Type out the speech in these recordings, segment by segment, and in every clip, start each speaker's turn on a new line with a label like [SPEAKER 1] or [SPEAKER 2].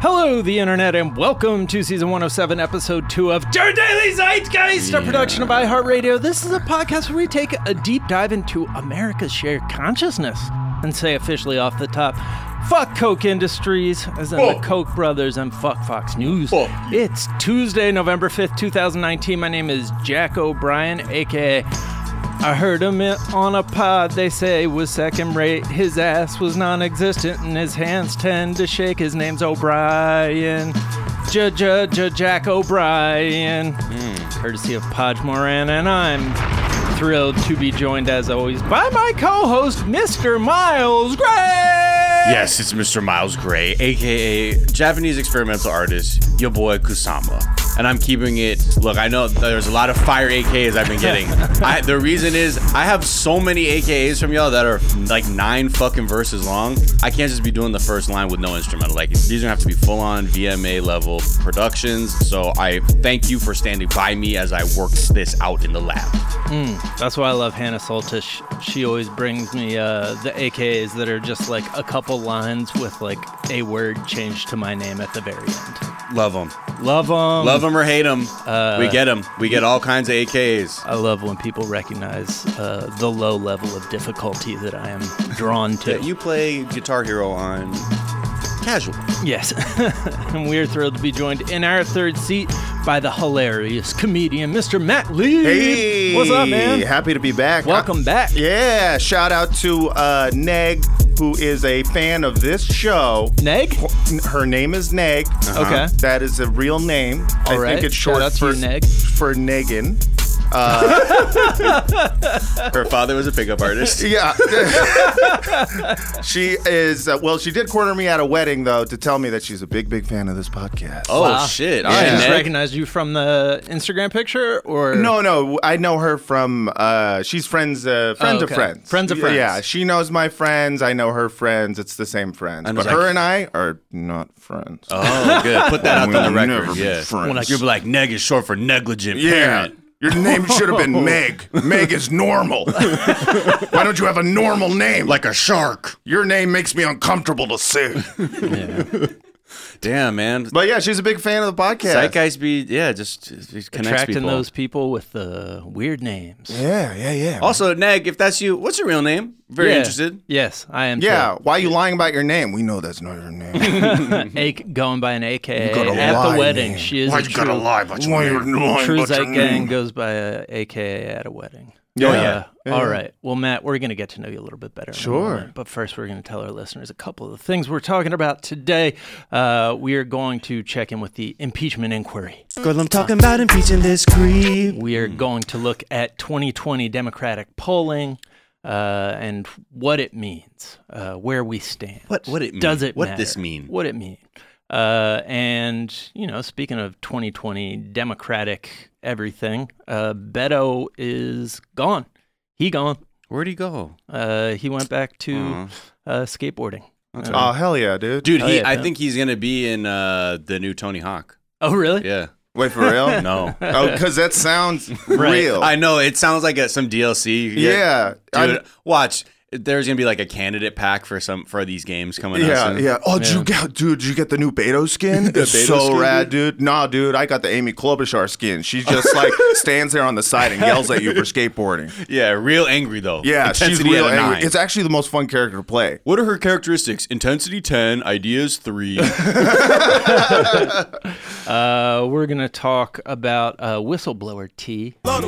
[SPEAKER 1] Hello, the internet, and welcome to season 107, episode 2 of Your Daily Zeitgeist, a production of iHeartRadio. This is a podcast where we take a deep dive into America's shared consciousness and say officially off the top, fuck Coke Industries, as in
[SPEAKER 2] Fuck.
[SPEAKER 1] the Koch brothers and fuck Fox News.
[SPEAKER 2] Fuck you.
[SPEAKER 1] It's Tuesday, November 5th, 2019. My name is Jack O'Brien, aka I heard him in- on a pod, they say, was second rate. His ass was non existent and his hands tend to shake. His name's O'Brien. J J J Jack O'Brien. Courtesy of Podge Moran, and I'm thrilled to be joined, as always, by my co host, Mr. Miles Gray.
[SPEAKER 2] Yes, it's Mr. Miles Gray, aka Japanese experimental artist, your boy Kusama. And I'm keeping it. Look, I know there's a lot of fire AKs I've been getting. I, the reason is I have so many AKAs from y'all that are like nine fucking verses long. I can't just be doing the first line with no instrumental. Like these are gonna have to be full on VMA level productions. So I thank you for standing by me as I work this out in the lab.
[SPEAKER 1] That's why I love Hannah Soltish. She always brings me uh, the AKs that are just like a couple lines with like a word changed to my name at the very end.
[SPEAKER 2] Love them.
[SPEAKER 1] Love them.
[SPEAKER 2] Love them or hate them. we get them. We get all kinds of AKAs.
[SPEAKER 1] I love when people recognize uh, the low level of difficulty that I am drawn to.
[SPEAKER 2] that you play Guitar Hero on casual.
[SPEAKER 1] Yes. and we're thrilled to be joined in our third seat by the hilarious comedian, Mr. Matt Lee.
[SPEAKER 3] Hey,
[SPEAKER 1] What's up, man?
[SPEAKER 3] Happy to be back.
[SPEAKER 1] Welcome back.
[SPEAKER 3] yeah, shout out to uh, Neg, who is a fan of this show.
[SPEAKER 1] Neg?
[SPEAKER 3] Her name is Neg.
[SPEAKER 1] Uh-huh. Okay.
[SPEAKER 3] That is a real name. I
[SPEAKER 1] right.
[SPEAKER 3] think it's
[SPEAKER 1] Shout
[SPEAKER 3] short
[SPEAKER 1] out to
[SPEAKER 3] for
[SPEAKER 1] you, Neg.
[SPEAKER 3] for Negan.
[SPEAKER 2] Her father was a pickup artist.
[SPEAKER 3] Yeah. she is. Uh, well, she did corner me at a wedding though to tell me that she's a big, big fan of this podcast.
[SPEAKER 2] Oh
[SPEAKER 1] Wow.
[SPEAKER 2] shit! All
[SPEAKER 1] I
[SPEAKER 2] right,
[SPEAKER 1] just
[SPEAKER 2] Ned.
[SPEAKER 1] recognized you from the Instagram picture or
[SPEAKER 3] No, no, I know her from. Uh, she's friends,
[SPEAKER 2] Oh,
[SPEAKER 3] uh, friends
[SPEAKER 1] okay.
[SPEAKER 3] of friends,
[SPEAKER 1] Friends of
[SPEAKER 3] Yeah,
[SPEAKER 1] friends.
[SPEAKER 3] Yeah, she knows my friends. I know her friends. It's the same friends,
[SPEAKER 2] And
[SPEAKER 3] but
[SPEAKER 2] it's
[SPEAKER 3] her
[SPEAKER 2] like-
[SPEAKER 3] and I are not friends.
[SPEAKER 2] Oh, good. Put that out
[SPEAKER 3] We'll
[SPEAKER 2] on the
[SPEAKER 3] never
[SPEAKER 2] record.
[SPEAKER 3] be
[SPEAKER 2] Yeah.
[SPEAKER 3] friends.
[SPEAKER 2] When I- You'll be like, "Neg is short for negligent
[SPEAKER 3] yeah,
[SPEAKER 2] parent."
[SPEAKER 3] your name should have been Meg. Meg is normal. Why don't you have a normal name?
[SPEAKER 2] Like a shark.
[SPEAKER 3] your name makes me uncomfortable to say.
[SPEAKER 2] Damn, man.
[SPEAKER 3] but yeah, she's a big fan of the podcast.
[SPEAKER 2] Zeitgeist be yeah, just it connects
[SPEAKER 1] attracting
[SPEAKER 2] people.
[SPEAKER 1] those people with the weird names.
[SPEAKER 3] yeah, yeah, yeah.
[SPEAKER 2] Also, Neg, if that's you, what's your real name? Very
[SPEAKER 1] Yeah.
[SPEAKER 2] interested.
[SPEAKER 1] Yes, I am.
[SPEAKER 3] yeah, why are you lying about your name? We know that's not your name.
[SPEAKER 1] too. A- going by an AKA
[SPEAKER 3] gotta
[SPEAKER 1] at
[SPEAKER 3] lie,
[SPEAKER 1] the wedding.
[SPEAKER 3] man.
[SPEAKER 1] She is a true,
[SPEAKER 3] about your name? Why
[SPEAKER 1] true Zeitgang goes by uh, a AKA at a wedding.
[SPEAKER 3] Oh, Yeah,
[SPEAKER 1] Uh,
[SPEAKER 3] yeah. Yeah,
[SPEAKER 1] All
[SPEAKER 3] yeah.
[SPEAKER 1] right. Well, Matt, we're going to get to know you a little bit better. in a
[SPEAKER 3] Sure.
[SPEAKER 1] moment, but first, we're going to tell our listeners a couple of the things we're talking about today. Uh, we are going to check in with the impeachment inquiry.
[SPEAKER 4] Girl, I'm talking about impeaching this creep.
[SPEAKER 1] We
[SPEAKER 2] Hmm.
[SPEAKER 1] are going to look at 2020 Democratic polling uh, and what it means, uh, where we stand.
[SPEAKER 2] What- what it
[SPEAKER 1] does
[SPEAKER 2] mean?
[SPEAKER 1] it
[SPEAKER 2] What this
[SPEAKER 1] matter?
[SPEAKER 2] mean?
[SPEAKER 1] What it mean? Uh, and you know, speaking of 2020 Democratic everything, uh, Beto is gone. He gone.
[SPEAKER 2] Where'd he go?
[SPEAKER 1] Uh, he went back to
[SPEAKER 2] Uh-huh.
[SPEAKER 1] uh, skateboarding.
[SPEAKER 3] Oh hell yeah, dude.
[SPEAKER 2] Dude, he,
[SPEAKER 1] yeah,
[SPEAKER 2] I
[SPEAKER 1] man.
[SPEAKER 2] think he's gonna be in uh, the new Tony Hawk.
[SPEAKER 1] Oh, really?
[SPEAKER 2] Yeah.
[SPEAKER 3] Wait for real?
[SPEAKER 2] No.
[SPEAKER 3] Oh, because that sounds real.
[SPEAKER 2] I know it sounds like a, some DLC. you get.
[SPEAKER 3] yeah.
[SPEAKER 2] Dude,
[SPEAKER 3] I'm-
[SPEAKER 2] watch. There's gonna be like a candidate pack for some for these games coming out.
[SPEAKER 3] yeah,
[SPEAKER 2] soon.
[SPEAKER 3] yeah. Oh, did you get, dude? Did you get the new Beto skin? It's
[SPEAKER 2] Beto
[SPEAKER 3] so
[SPEAKER 2] skin,
[SPEAKER 3] rad, dude. Nah, dude, I got the Amy Klobuchar skin. She just like stands there on the side and yells at you for skateboarding.
[SPEAKER 2] yeah. Real angry though.
[SPEAKER 3] Yeah, she's
[SPEAKER 2] Intensity
[SPEAKER 3] real
[SPEAKER 2] at a
[SPEAKER 3] angry.
[SPEAKER 2] nine.
[SPEAKER 3] It's actually the most fun character to play.
[SPEAKER 2] what are her characteristics? Intensity ten, ideas three.
[SPEAKER 1] Uh, we're gonna talk about uh, whistleblower T. Uh,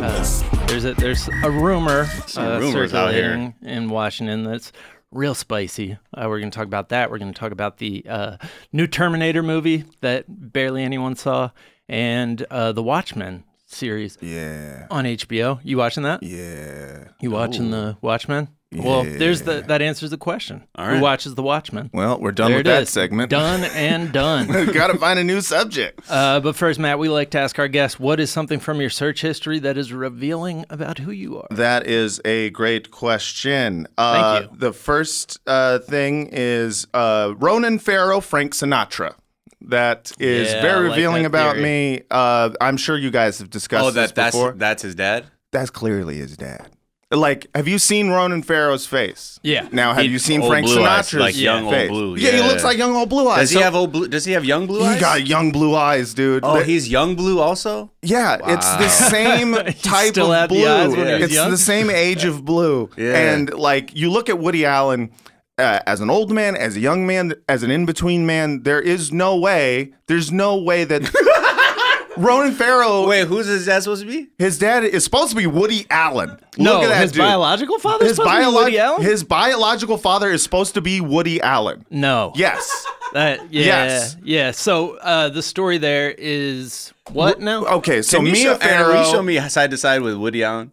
[SPEAKER 1] there's a there's a rumor uh,
[SPEAKER 2] rumors out here.
[SPEAKER 1] circulating in Washington that's real spicy. Uh, we're gonna talk about that. We're gonna talk about the uh, new Terminator movie that barely anyone saw, and uh, the Watchmen series
[SPEAKER 3] Yeah,
[SPEAKER 1] on HBO. You watching that?
[SPEAKER 3] yeah.
[SPEAKER 1] You watching the Watchmen? Well, there's the that answers the question.
[SPEAKER 2] right.
[SPEAKER 1] Who watches the Watchmen?
[SPEAKER 3] Well, we're done
[SPEAKER 1] there
[SPEAKER 3] with
[SPEAKER 1] it
[SPEAKER 3] that
[SPEAKER 1] is.
[SPEAKER 3] segment.
[SPEAKER 1] Done and done.
[SPEAKER 3] Gotta find a new subject.
[SPEAKER 1] Uh, but first, Matt, we like to ask our guests what is something from your search history that is revealing about who you are?
[SPEAKER 3] That is a great question. Uh,
[SPEAKER 1] Thank you.
[SPEAKER 3] The first uh, thing is uh, Ronan Farrow, Frank Sinatra. That is
[SPEAKER 1] Yeah, I
[SPEAKER 3] very
[SPEAKER 1] like
[SPEAKER 3] revealing
[SPEAKER 1] that
[SPEAKER 3] about
[SPEAKER 1] theory.
[SPEAKER 3] me. Uh, I'm sure you guys have discussed
[SPEAKER 2] oh,
[SPEAKER 3] this
[SPEAKER 2] that that's
[SPEAKER 3] before.
[SPEAKER 2] that's his dad.
[SPEAKER 3] that's clearly his dad. Like, have you seen Ronan Farrow's face?
[SPEAKER 1] Yeah.
[SPEAKER 3] Now, have
[SPEAKER 2] He-
[SPEAKER 3] you seen
[SPEAKER 2] old
[SPEAKER 3] Frank
[SPEAKER 2] blue eyes,
[SPEAKER 3] Sinatra's
[SPEAKER 2] like young old
[SPEAKER 3] face?
[SPEAKER 2] blue,
[SPEAKER 3] Yeah.
[SPEAKER 2] yeah.
[SPEAKER 3] he looks like young old blue eyes.
[SPEAKER 2] Does he
[SPEAKER 3] So-
[SPEAKER 2] have old blue? Does he have young blue
[SPEAKER 3] He
[SPEAKER 2] eyes?
[SPEAKER 3] got young blue eyes, dude.
[SPEAKER 2] oh,
[SPEAKER 3] Like-
[SPEAKER 2] he's young blue also.
[SPEAKER 3] Yeah, it's the same type
[SPEAKER 1] still
[SPEAKER 3] of
[SPEAKER 1] had the
[SPEAKER 3] blue.
[SPEAKER 1] eyes when he was
[SPEAKER 3] it's
[SPEAKER 1] young?
[SPEAKER 3] the same age of blue.
[SPEAKER 2] Yeah.
[SPEAKER 3] And like you look at Woody Allen uh, as an old man, as a young man, as an in-between man, there is no way, there's no way that Ronan Farrow,
[SPEAKER 2] Wait, who's is that supposed to be?
[SPEAKER 3] his dad is supposed to be Woody Allen. Look
[SPEAKER 1] No,
[SPEAKER 3] at that
[SPEAKER 1] his
[SPEAKER 3] dude.
[SPEAKER 1] biological father's
[SPEAKER 3] his,
[SPEAKER 1] supposed to be
[SPEAKER 3] biolo-
[SPEAKER 1] Woody Allen?
[SPEAKER 3] his biological father is supposed to be Woody Allen.
[SPEAKER 1] no.
[SPEAKER 3] Yes.
[SPEAKER 1] That- yeah.
[SPEAKER 3] Yes.
[SPEAKER 1] Yeah. So uh, the story there is what now?
[SPEAKER 3] Okay, so
[SPEAKER 2] Can you
[SPEAKER 3] Mia
[SPEAKER 2] show, Aaron,
[SPEAKER 3] Farrow.
[SPEAKER 2] will you show me side to side with Woody Allen?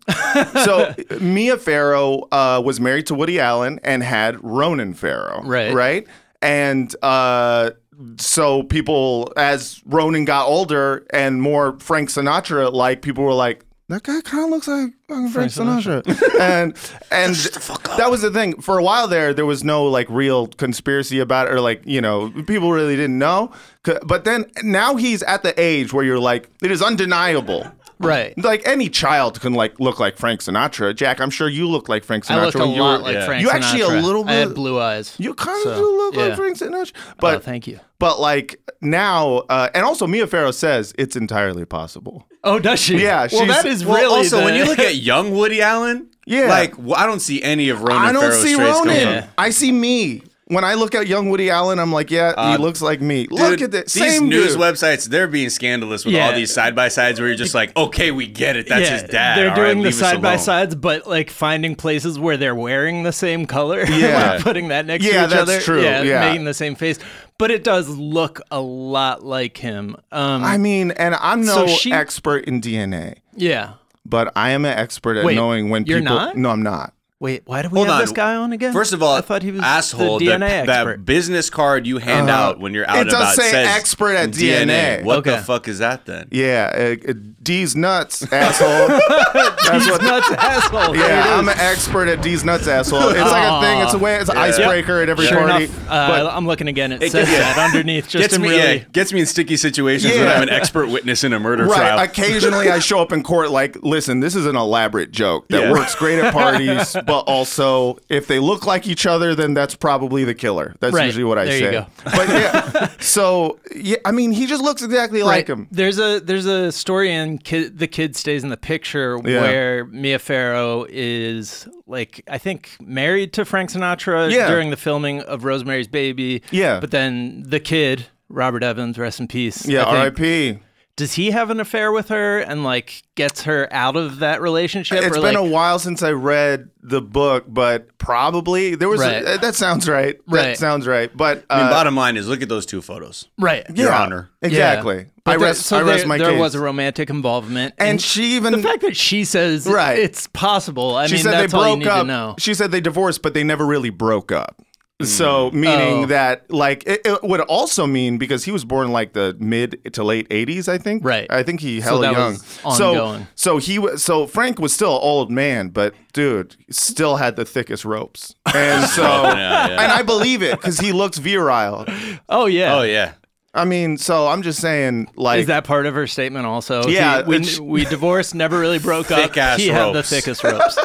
[SPEAKER 3] so Mia Farrow uh, was married to Woody Allen and had Ronan Farrow,
[SPEAKER 1] Right.
[SPEAKER 3] Right, and uh, so people, as Ronan got older and more Frank Sinatra like, people were like. That guy kind of looks like fucking Frank, Sinatra, and and that was the thing. For a while there, there was no like real conspiracy about it, or like you know, people really didn't know. C- But then now he's at the age where you're like, it is undeniable
[SPEAKER 1] Right.
[SPEAKER 3] like any child can like look like Frank Sinatra. Jack, I'm sure you look like Frank Sinatra.
[SPEAKER 1] I looked a
[SPEAKER 3] when you
[SPEAKER 1] lot
[SPEAKER 3] were-
[SPEAKER 1] like
[SPEAKER 2] yeah.
[SPEAKER 1] Frank
[SPEAKER 3] You
[SPEAKER 1] Sinatra.
[SPEAKER 3] actually a little
[SPEAKER 1] I had
[SPEAKER 3] bit-
[SPEAKER 1] blue eyes.
[SPEAKER 3] You kind
[SPEAKER 1] So,
[SPEAKER 3] of do look
[SPEAKER 1] yeah.
[SPEAKER 3] like Frank Sinatra, but
[SPEAKER 1] oh, thank you.
[SPEAKER 3] but like now, uh, and also Mia Farrow says it's entirely possible.
[SPEAKER 1] Oh, does she?
[SPEAKER 3] Yeah,
[SPEAKER 1] Well,
[SPEAKER 3] she's-
[SPEAKER 1] that is
[SPEAKER 2] Well,
[SPEAKER 1] really.
[SPEAKER 2] also
[SPEAKER 1] the-
[SPEAKER 2] when you look at young Woody Allen,
[SPEAKER 3] Yeah.
[SPEAKER 2] like well, I don't see any of Ronan.
[SPEAKER 3] I don't
[SPEAKER 2] Farrow's
[SPEAKER 3] see
[SPEAKER 2] traits
[SPEAKER 3] Ronan.
[SPEAKER 2] coming out.
[SPEAKER 1] up.
[SPEAKER 3] I see me. When I look at young Woody Allen, I'm like, yeah,
[SPEAKER 2] Uh,
[SPEAKER 3] he looks like me.
[SPEAKER 2] Dude,
[SPEAKER 3] look at that.
[SPEAKER 2] These
[SPEAKER 3] Same
[SPEAKER 2] news
[SPEAKER 3] dude.
[SPEAKER 2] websites, they're being scandalous with all
[SPEAKER 1] Yeah.
[SPEAKER 2] these side by sides where you're just like, okay, we get it. That's
[SPEAKER 1] yeah,
[SPEAKER 2] his dad.
[SPEAKER 1] They're
[SPEAKER 2] all right,
[SPEAKER 1] doing the
[SPEAKER 2] leave us
[SPEAKER 1] side by
[SPEAKER 2] alone.
[SPEAKER 1] sides, but like finding places where they're wearing the same color.
[SPEAKER 3] Yeah.
[SPEAKER 1] like, putting that next to
[SPEAKER 3] Yeah,
[SPEAKER 1] each
[SPEAKER 3] that's
[SPEAKER 1] other.
[SPEAKER 3] true, yeah.
[SPEAKER 1] making the same face. But it does look a lot like him. Um,
[SPEAKER 3] I mean, and I'm no
[SPEAKER 1] So she-
[SPEAKER 3] expert in DNA,
[SPEAKER 1] yeah.
[SPEAKER 3] but I am an expert at
[SPEAKER 1] Wait,
[SPEAKER 3] knowing when
[SPEAKER 1] you're
[SPEAKER 3] people.
[SPEAKER 1] not?
[SPEAKER 3] No, I'm not.
[SPEAKER 1] Wait, why do we
[SPEAKER 2] Hold
[SPEAKER 1] have
[SPEAKER 2] on.
[SPEAKER 1] this guy on again?
[SPEAKER 2] First of all,
[SPEAKER 1] I thought he was
[SPEAKER 2] asshole.
[SPEAKER 1] The
[SPEAKER 2] the-
[SPEAKER 1] DNA expert. Uh-huh.
[SPEAKER 2] That business card you hand out when you're out
[SPEAKER 3] it
[SPEAKER 2] and
[SPEAKER 3] does
[SPEAKER 2] about
[SPEAKER 3] say
[SPEAKER 2] says
[SPEAKER 3] expert at DNA.
[SPEAKER 2] What the
[SPEAKER 1] Okay.
[SPEAKER 2] fuck is that then?
[SPEAKER 3] Yeah, uh, uh, D's nuts, asshole. That's what
[SPEAKER 1] nuts asshole. There it is.
[SPEAKER 3] Yeah, I'm an expert at D's nuts, asshole. It's like a thing. It's a way. It's an icebreaker at every
[SPEAKER 1] Sure
[SPEAKER 3] party.
[SPEAKER 1] enough, uh, I'm looking again. It, says
[SPEAKER 2] yeah.
[SPEAKER 1] that underneath. Just
[SPEAKER 2] Gets
[SPEAKER 1] in
[SPEAKER 2] me,
[SPEAKER 1] really.
[SPEAKER 2] yeah, gets me in sticky situations when
[SPEAKER 3] Yeah.
[SPEAKER 2] I'm an expert witness in a murder
[SPEAKER 3] right.
[SPEAKER 2] trial.
[SPEAKER 3] Occasionally, I show up in court like, listen, this is an elaborate joke that
[SPEAKER 2] Yeah.
[SPEAKER 3] works great at parties, but also if they look like each other, then that's probably the killer. That's
[SPEAKER 1] Right.
[SPEAKER 3] usually what I
[SPEAKER 1] There you
[SPEAKER 3] say.
[SPEAKER 1] go.
[SPEAKER 3] But yeah, so yeah, I mean, he just looks exactly
[SPEAKER 1] Right.
[SPEAKER 3] like him.
[SPEAKER 1] There's a there's a story in kid, the kid stays in the picture
[SPEAKER 3] Yeah.
[SPEAKER 1] where Mia Farrow is like I think married to Frank Sinatra
[SPEAKER 3] Yeah.
[SPEAKER 1] during the filming of Rosemary's Baby.
[SPEAKER 3] Yeah.
[SPEAKER 1] But then the kid Robert Evans, rest in peace. I
[SPEAKER 3] Yeah,
[SPEAKER 1] think,
[SPEAKER 3] R.I.P.
[SPEAKER 1] Does he have an affair with her and like gets her out of that relationship?
[SPEAKER 3] It's
[SPEAKER 1] or,
[SPEAKER 3] been
[SPEAKER 1] like,
[SPEAKER 3] a while since I read the book, but probably there was. a-
[SPEAKER 1] Right.
[SPEAKER 3] uh, that sounds right. That
[SPEAKER 1] Right.
[SPEAKER 3] sounds right. But uh,
[SPEAKER 2] I mean, bottom line is look at those two photos.
[SPEAKER 1] right.
[SPEAKER 2] Your Honor.
[SPEAKER 3] Exactly.
[SPEAKER 1] Yeah.
[SPEAKER 3] I
[SPEAKER 1] But there-
[SPEAKER 3] rest.
[SPEAKER 1] so
[SPEAKER 3] I rest
[SPEAKER 1] there,
[SPEAKER 3] my
[SPEAKER 1] there
[SPEAKER 3] case.
[SPEAKER 1] was a romantic involvement,
[SPEAKER 3] and she even
[SPEAKER 1] the fact that she says
[SPEAKER 3] Right.
[SPEAKER 1] it's possible. I
[SPEAKER 3] she
[SPEAKER 1] mean,
[SPEAKER 3] said they
[SPEAKER 1] that's all you
[SPEAKER 3] broke
[SPEAKER 1] need to know. Hmm.
[SPEAKER 3] up. She said they divorced, but they never really broke up. So meaning
[SPEAKER 1] Oh.
[SPEAKER 3] that like it, it would also mean because he was born like the mid to late eighties, I think.
[SPEAKER 1] Right.
[SPEAKER 3] I think he hella
[SPEAKER 1] that
[SPEAKER 3] young.
[SPEAKER 1] was
[SPEAKER 3] so
[SPEAKER 1] ongoing.
[SPEAKER 3] so he was so Frank was still an old man, but dude still had the thickest ropes, and so
[SPEAKER 2] Yeah, yeah.
[SPEAKER 3] and I believe it because he looks virile.
[SPEAKER 1] Oh yeah.
[SPEAKER 2] Oh yeah.
[SPEAKER 3] I mean, so I'm just saying like
[SPEAKER 1] Is that part of her statement also? He-
[SPEAKER 3] Yeah,
[SPEAKER 1] we,
[SPEAKER 3] it's-
[SPEAKER 1] we divorced, never really broke up.
[SPEAKER 2] Thick-ass
[SPEAKER 1] he had the
[SPEAKER 2] ropes.
[SPEAKER 1] thickest ropes.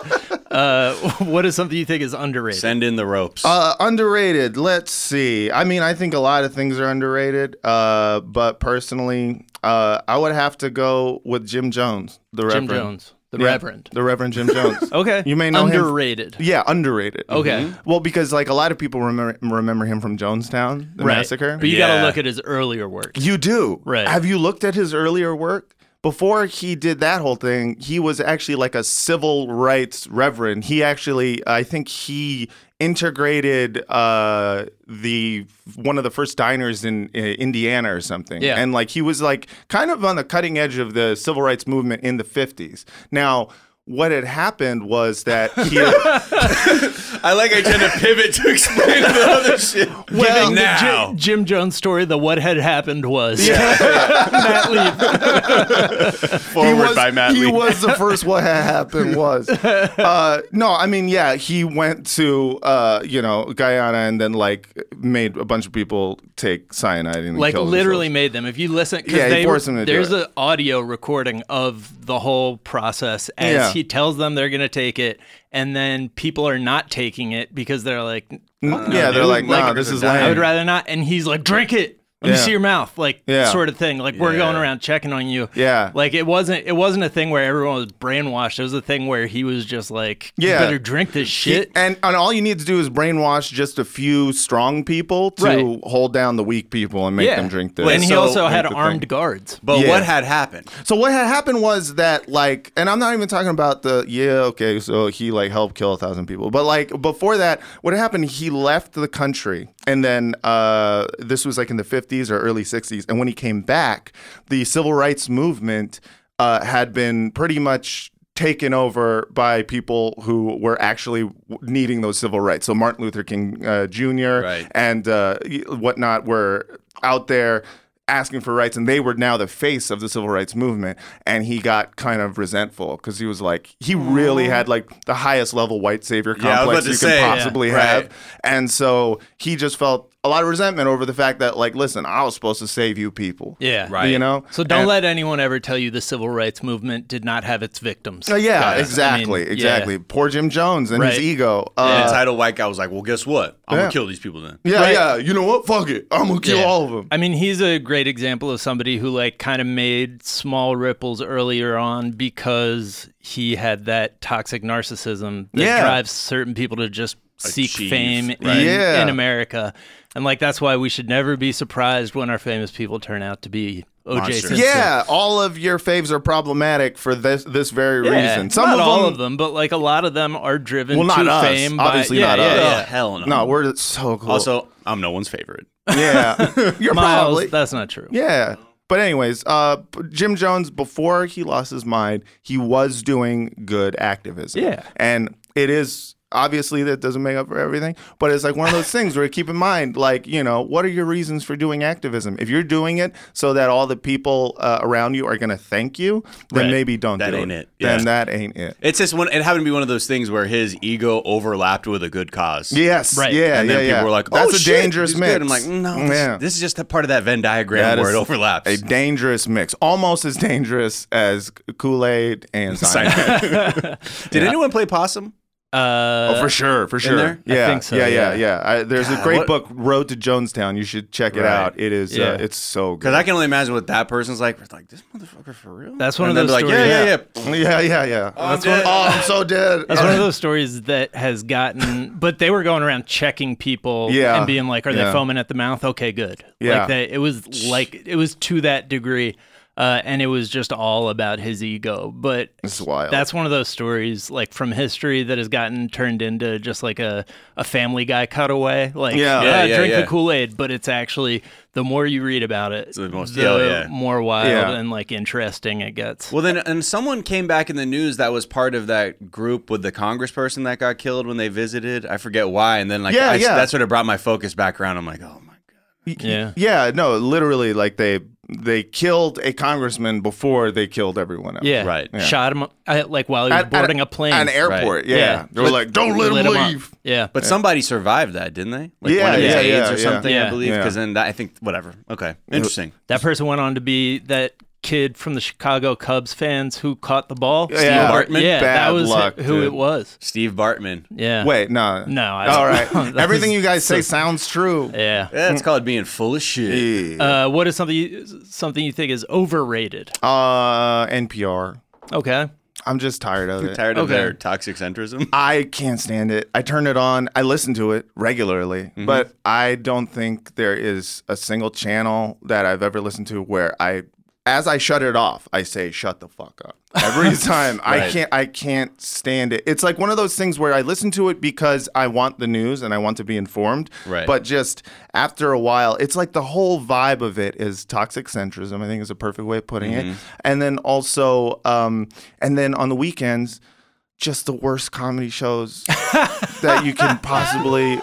[SPEAKER 1] uh, what is something you think is underrated?
[SPEAKER 2] Send in the ropes.
[SPEAKER 3] Uh, underrated. Let's see. I mean, I think a lot of things are underrated. Uh, but personally, uh, I would have to go with Jim Jones, the
[SPEAKER 1] Jim
[SPEAKER 3] Reverend.
[SPEAKER 1] Jones, the
[SPEAKER 3] Yeah,
[SPEAKER 1] Reverend.
[SPEAKER 3] The Reverend Jim Jones.
[SPEAKER 1] Okay.
[SPEAKER 3] You may know him-
[SPEAKER 1] underrated.
[SPEAKER 3] Yeah, underrated.
[SPEAKER 1] Okay.
[SPEAKER 3] Well, because like a lot of people remember remember him from Jonestown, the
[SPEAKER 1] Right.
[SPEAKER 3] massacre.
[SPEAKER 1] But you got
[SPEAKER 2] Yeah.
[SPEAKER 1] to look at his earlier work.
[SPEAKER 3] You do.
[SPEAKER 1] Right.
[SPEAKER 3] Have you looked at his earlier work? Before he did that whole thing, he was actually like a civil rights reverend. He actually, I think he integrated uh, the one of the first diners in uh, Indiana or something.
[SPEAKER 1] Yeah.
[SPEAKER 3] And like he was like kind of on the cutting edge of the civil rights movement in the 50s. Now, what had happened was that he
[SPEAKER 2] I like I tried to pivot to explain the other shit.
[SPEAKER 1] Giving the
[SPEAKER 2] now.
[SPEAKER 1] Ji- Jim Jones story, the what had happened was. Matt Leaf.
[SPEAKER 2] forward by Matt
[SPEAKER 3] he
[SPEAKER 2] Lee.
[SPEAKER 3] was the first what had happened was uh, no i mean yeah he went to uh, you know guyana and then like made a bunch of people take cyanide and
[SPEAKER 1] Like
[SPEAKER 3] kill
[SPEAKER 1] literally
[SPEAKER 3] themselves.
[SPEAKER 1] made them. If you listen, 'cause
[SPEAKER 3] Yeah, he
[SPEAKER 1] they,
[SPEAKER 3] forced them to do
[SPEAKER 1] there's
[SPEAKER 3] it.
[SPEAKER 1] an audio recording of the whole process as
[SPEAKER 3] Yeah.
[SPEAKER 1] he tells them they're gonna take it, and then people are not taking it because they're like,
[SPEAKER 3] yeah, they're
[SPEAKER 2] dude,
[SPEAKER 3] like,
[SPEAKER 2] like,
[SPEAKER 3] nah, this is
[SPEAKER 1] I would
[SPEAKER 3] lame.
[SPEAKER 1] rather not. And he's like, drink it. Let me
[SPEAKER 3] Yeah.
[SPEAKER 1] see your mouth, like
[SPEAKER 3] Yeah.
[SPEAKER 1] sort of thing. Like we're
[SPEAKER 2] Yeah.
[SPEAKER 1] going around checking on you.
[SPEAKER 3] Yeah.
[SPEAKER 1] Like it wasn't. It wasn't a thing where everyone was brainwashed. It was a thing where he was just like,
[SPEAKER 3] Yeah.
[SPEAKER 1] you better drink this shit.
[SPEAKER 3] And and all you need to do is brainwash just a few strong people to
[SPEAKER 1] Right.
[SPEAKER 3] hold down the weak people and make them drink this.
[SPEAKER 1] And he
[SPEAKER 2] So-
[SPEAKER 1] also
[SPEAKER 2] Make
[SPEAKER 1] had
[SPEAKER 3] the thing.
[SPEAKER 1] armed guards.
[SPEAKER 2] But
[SPEAKER 3] Yeah.
[SPEAKER 2] what had happened?
[SPEAKER 3] So what had happened was that like, and I'm not even talking about the yeah, okay, so he like helped kill a thousand people, but like before that, what had happened? He left the country, and then uh, this was like in the 50s or early 60s, and when he came back, the civil rights movement uh, had been pretty much taken over by people who were actually w- needing those civil rights. So Martin Luther King uh, Jr.
[SPEAKER 2] Right.
[SPEAKER 3] and uh, y- whatnot were out there asking for rights, and they were now the face of the civil rights movement. And he got kind of resentful because he was like, he
[SPEAKER 1] Oh.
[SPEAKER 3] really had like the highest level white savior
[SPEAKER 2] Yeah, I was about
[SPEAKER 3] complex
[SPEAKER 2] to
[SPEAKER 3] you
[SPEAKER 2] say,
[SPEAKER 3] can
[SPEAKER 2] yeah,
[SPEAKER 3] possibly
[SPEAKER 2] right.
[SPEAKER 3] have. And so he just felt a lot of resentment over the fact that like, listen, I was supposed to save you people.
[SPEAKER 1] Yeah.
[SPEAKER 2] Right.
[SPEAKER 3] You know?
[SPEAKER 1] So don't
[SPEAKER 3] And-
[SPEAKER 1] let anyone ever tell you the civil rights movement did not have its victims.
[SPEAKER 3] Uh, yeah,
[SPEAKER 1] I mean,
[SPEAKER 3] exactly,
[SPEAKER 1] yeah.
[SPEAKER 3] exactly. Poor Jim Jones and
[SPEAKER 1] Right.
[SPEAKER 3] his ego.
[SPEAKER 2] The
[SPEAKER 3] Uh,
[SPEAKER 2] entitled white guy was like, "Well, guess what? I'm
[SPEAKER 3] Yeah.
[SPEAKER 2] gonna kill these people then."
[SPEAKER 3] yeah,
[SPEAKER 1] Right.
[SPEAKER 3] yeah. You know what? Fuck it. I'm gonna kill
[SPEAKER 1] Yeah.
[SPEAKER 3] all of them.
[SPEAKER 1] I mean, he's a great example of somebody who like kind of made small ripples earlier on because he had that toxic narcissism that
[SPEAKER 3] Yeah.
[SPEAKER 1] drives certain people to just seek
[SPEAKER 2] Achieve,
[SPEAKER 1] fame
[SPEAKER 2] right.
[SPEAKER 1] in,
[SPEAKER 3] Yeah.
[SPEAKER 1] in America. And like that's why we should never be surprised when our famous people turn out to be OJ
[SPEAKER 2] Monsters.
[SPEAKER 1] Simpson.
[SPEAKER 3] Yeah, all of your faves are problematic for this this very
[SPEAKER 1] Yeah.
[SPEAKER 3] reason. Some
[SPEAKER 1] not
[SPEAKER 3] of them,
[SPEAKER 1] all of them, but like a lot of them are driven
[SPEAKER 3] Well,
[SPEAKER 1] to
[SPEAKER 3] not us.
[SPEAKER 1] fame. by-
[SPEAKER 3] Obviously
[SPEAKER 1] yeah,
[SPEAKER 3] not
[SPEAKER 1] yeah,
[SPEAKER 3] us.
[SPEAKER 1] yeah.
[SPEAKER 2] Oh, hell no.
[SPEAKER 3] No, we're so cool.
[SPEAKER 2] Also, I'm no one's favorite.
[SPEAKER 3] yeah, you're
[SPEAKER 1] Miles,
[SPEAKER 3] probably
[SPEAKER 1] that's not true.
[SPEAKER 3] yeah. But anyways, uh, p- Jim Jones before he lost his mind, he was doing good activism.
[SPEAKER 1] Yeah.
[SPEAKER 3] and it is obviously that doesn't make up for everything, but it's like one of those things where keep in mind, like you know, what are your reasons for doing activism? If you're doing it so that all the people uh, around you are gonna thank you, then
[SPEAKER 2] Right.
[SPEAKER 3] maybe don't.
[SPEAKER 2] That
[SPEAKER 3] do
[SPEAKER 2] ain't it.
[SPEAKER 3] Then
[SPEAKER 2] Yeah.
[SPEAKER 3] that ain't it.
[SPEAKER 2] It's just one. It happened to be one of those things where his ego overlapped with a good cause.
[SPEAKER 3] Yes.
[SPEAKER 1] Right.
[SPEAKER 3] Yeah.
[SPEAKER 2] and
[SPEAKER 3] yeah.
[SPEAKER 2] then people
[SPEAKER 3] yeah.
[SPEAKER 2] were like, "Oh,
[SPEAKER 3] "That's a
[SPEAKER 2] shit,
[SPEAKER 3] dangerous
[SPEAKER 2] he's
[SPEAKER 3] mix."
[SPEAKER 2] good. I'm like, "Mm, "No, this-
[SPEAKER 3] yeah.
[SPEAKER 2] this is just a part of that Venn diagram
[SPEAKER 3] That
[SPEAKER 2] where
[SPEAKER 3] is
[SPEAKER 2] it overlaps."
[SPEAKER 3] A dangerous mix, almost as dangerous as Kool Aid and Seinfeld.
[SPEAKER 2] Did anyone play possum?
[SPEAKER 1] Uh,
[SPEAKER 3] Oh, for sure, for sure.
[SPEAKER 2] there?
[SPEAKER 1] I
[SPEAKER 3] Yeah,
[SPEAKER 1] think so,
[SPEAKER 3] yeah, yeah,
[SPEAKER 1] yeah.
[SPEAKER 3] yeah. I, there's a
[SPEAKER 2] God,
[SPEAKER 3] great
[SPEAKER 2] what-
[SPEAKER 3] book, Road to Jonestown. You should check it
[SPEAKER 2] Right.
[SPEAKER 3] out. It is,
[SPEAKER 1] Yeah.
[SPEAKER 3] uh, it's so good.
[SPEAKER 2] Because I can only imagine what that person's like. It's like this motherfucker for real.
[SPEAKER 1] That's one
[SPEAKER 2] And
[SPEAKER 1] of
[SPEAKER 2] then
[SPEAKER 1] those
[SPEAKER 2] they're like,
[SPEAKER 1] stories.
[SPEAKER 2] yeah, yeah, yeah.
[SPEAKER 3] yeah, yeah, yeah.
[SPEAKER 2] I'm
[SPEAKER 3] That's one-
[SPEAKER 2] dead.
[SPEAKER 3] oh, I'm so dead.
[SPEAKER 1] That's one of those stories that has gotten, but they were going around checking people
[SPEAKER 3] Yeah.
[SPEAKER 1] and being like, "Are
[SPEAKER 3] Yeah.
[SPEAKER 1] they foaming at the mouth? Okay, good."
[SPEAKER 3] Yeah.
[SPEAKER 1] Like they, it was like it was to that degree, uh, and it was just all about his ego. But
[SPEAKER 3] It's wild.
[SPEAKER 1] that's one of those stories like from history that has gotten turned into just like a, a Family Guy cutaway. Like, "Ah,
[SPEAKER 3] Yeah.
[SPEAKER 2] Yeah, yeah,
[SPEAKER 1] drink
[SPEAKER 2] yeah.
[SPEAKER 1] the Kool Aid, but it's actually the more you read about it,
[SPEAKER 2] the most- oh,
[SPEAKER 1] the
[SPEAKER 2] yeah.
[SPEAKER 1] more wild
[SPEAKER 3] Yeah.
[SPEAKER 1] and like interesting it gets.
[SPEAKER 2] Well, then, and someone came back in the news that was part of that group with the congressperson that got killed when they visited. I forget why. And then, like,
[SPEAKER 3] Yeah,
[SPEAKER 2] I-
[SPEAKER 3] yeah.
[SPEAKER 2] that's what it brought my focus back around. I'm like, oh my god.
[SPEAKER 1] yeah.
[SPEAKER 3] yeah, no, literally, like they they killed a congressman before they killed everyone else.
[SPEAKER 1] Yeah,
[SPEAKER 2] Right. Yeah.
[SPEAKER 1] Shot him uh, like while he was
[SPEAKER 3] At- at
[SPEAKER 1] boarding a plane.
[SPEAKER 3] At an
[SPEAKER 2] Right.
[SPEAKER 3] airport. Yeah.
[SPEAKER 1] Yeah.
[SPEAKER 3] they were like, "Don't let,
[SPEAKER 1] Lit
[SPEAKER 3] him
[SPEAKER 1] 'em
[SPEAKER 3] leave."
[SPEAKER 1] up. Yeah,
[SPEAKER 2] But somebody survived that, didn't they? Like
[SPEAKER 3] Yeah,
[SPEAKER 2] one of his
[SPEAKER 3] yeah,
[SPEAKER 2] aides
[SPEAKER 3] yeah,
[SPEAKER 2] or
[SPEAKER 3] yeah.
[SPEAKER 2] something,
[SPEAKER 1] Yeah.
[SPEAKER 2] I believe.
[SPEAKER 3] Yeah.
[SPEAKER 2] Because then that, I think whatever. Okay, interesting.
[SPEAKER 1] that person went on to be that kid from the Chicago Cubs fans who caught the ball.
[SPEAKER 3] Steve Yeah.
[SPEAKER 2] Bartman?
[SPEAKER 1] Yeah,
[SPEAKER 3] Bad
[SPEAKER 1] that was
[SPEAKER 3] luck,
[SPEAKER 1] who
[SPEAKER 3] dude.
[SPEAKER 1] it was.
[SPEAKER 2] Steve Bartman.
[SPEAKER 1] Yeah.
[SPEAKER 3] Wait, no,
[SPEAKER 1] No, I-
[SPEAKER 3] All right,
[SPEAKER 1] That
[SPEAKER 3] everything
[SPEAKER 1] was
[SPEAKER 3] you guys say sounds true.
[SPEAKER 1] Yeah.
[SPEAKER 2] That's called being full of shit.
[SPEAKER 1] Uh, what is something you, something you think is overrated?
[SPEAKER 3] Uh, NPR.
[SPEAKER 1] Okay.
[SPEAKER 3] I'm just tired of it.
[SPEAKER 2] Tired of
[SPEAKER 1] Okay.
[SPEAKER 2] their toxic centrism.
[SPEAKER 3] I can't stand it. I turn it on. I listen to it regularly, but I don't think there is a single channel that I've ever listened to where I, as I shut it off, I say, "Shut the fuck up." Every time I
[SPEAKER 2] Right.
[SPEAKER 3] can't, I can't stand it. It's like one of those things where I listen to it because I want the news and I want to be informed.
[SPEAKER 2] Right.
[SPEAKER 3] But just after a while, it's like the whole vibe of it is toxic centrism. I think is a perfect way of putting it. And then also, um, and then on the weekends just the worst comedy shows that you can possibly.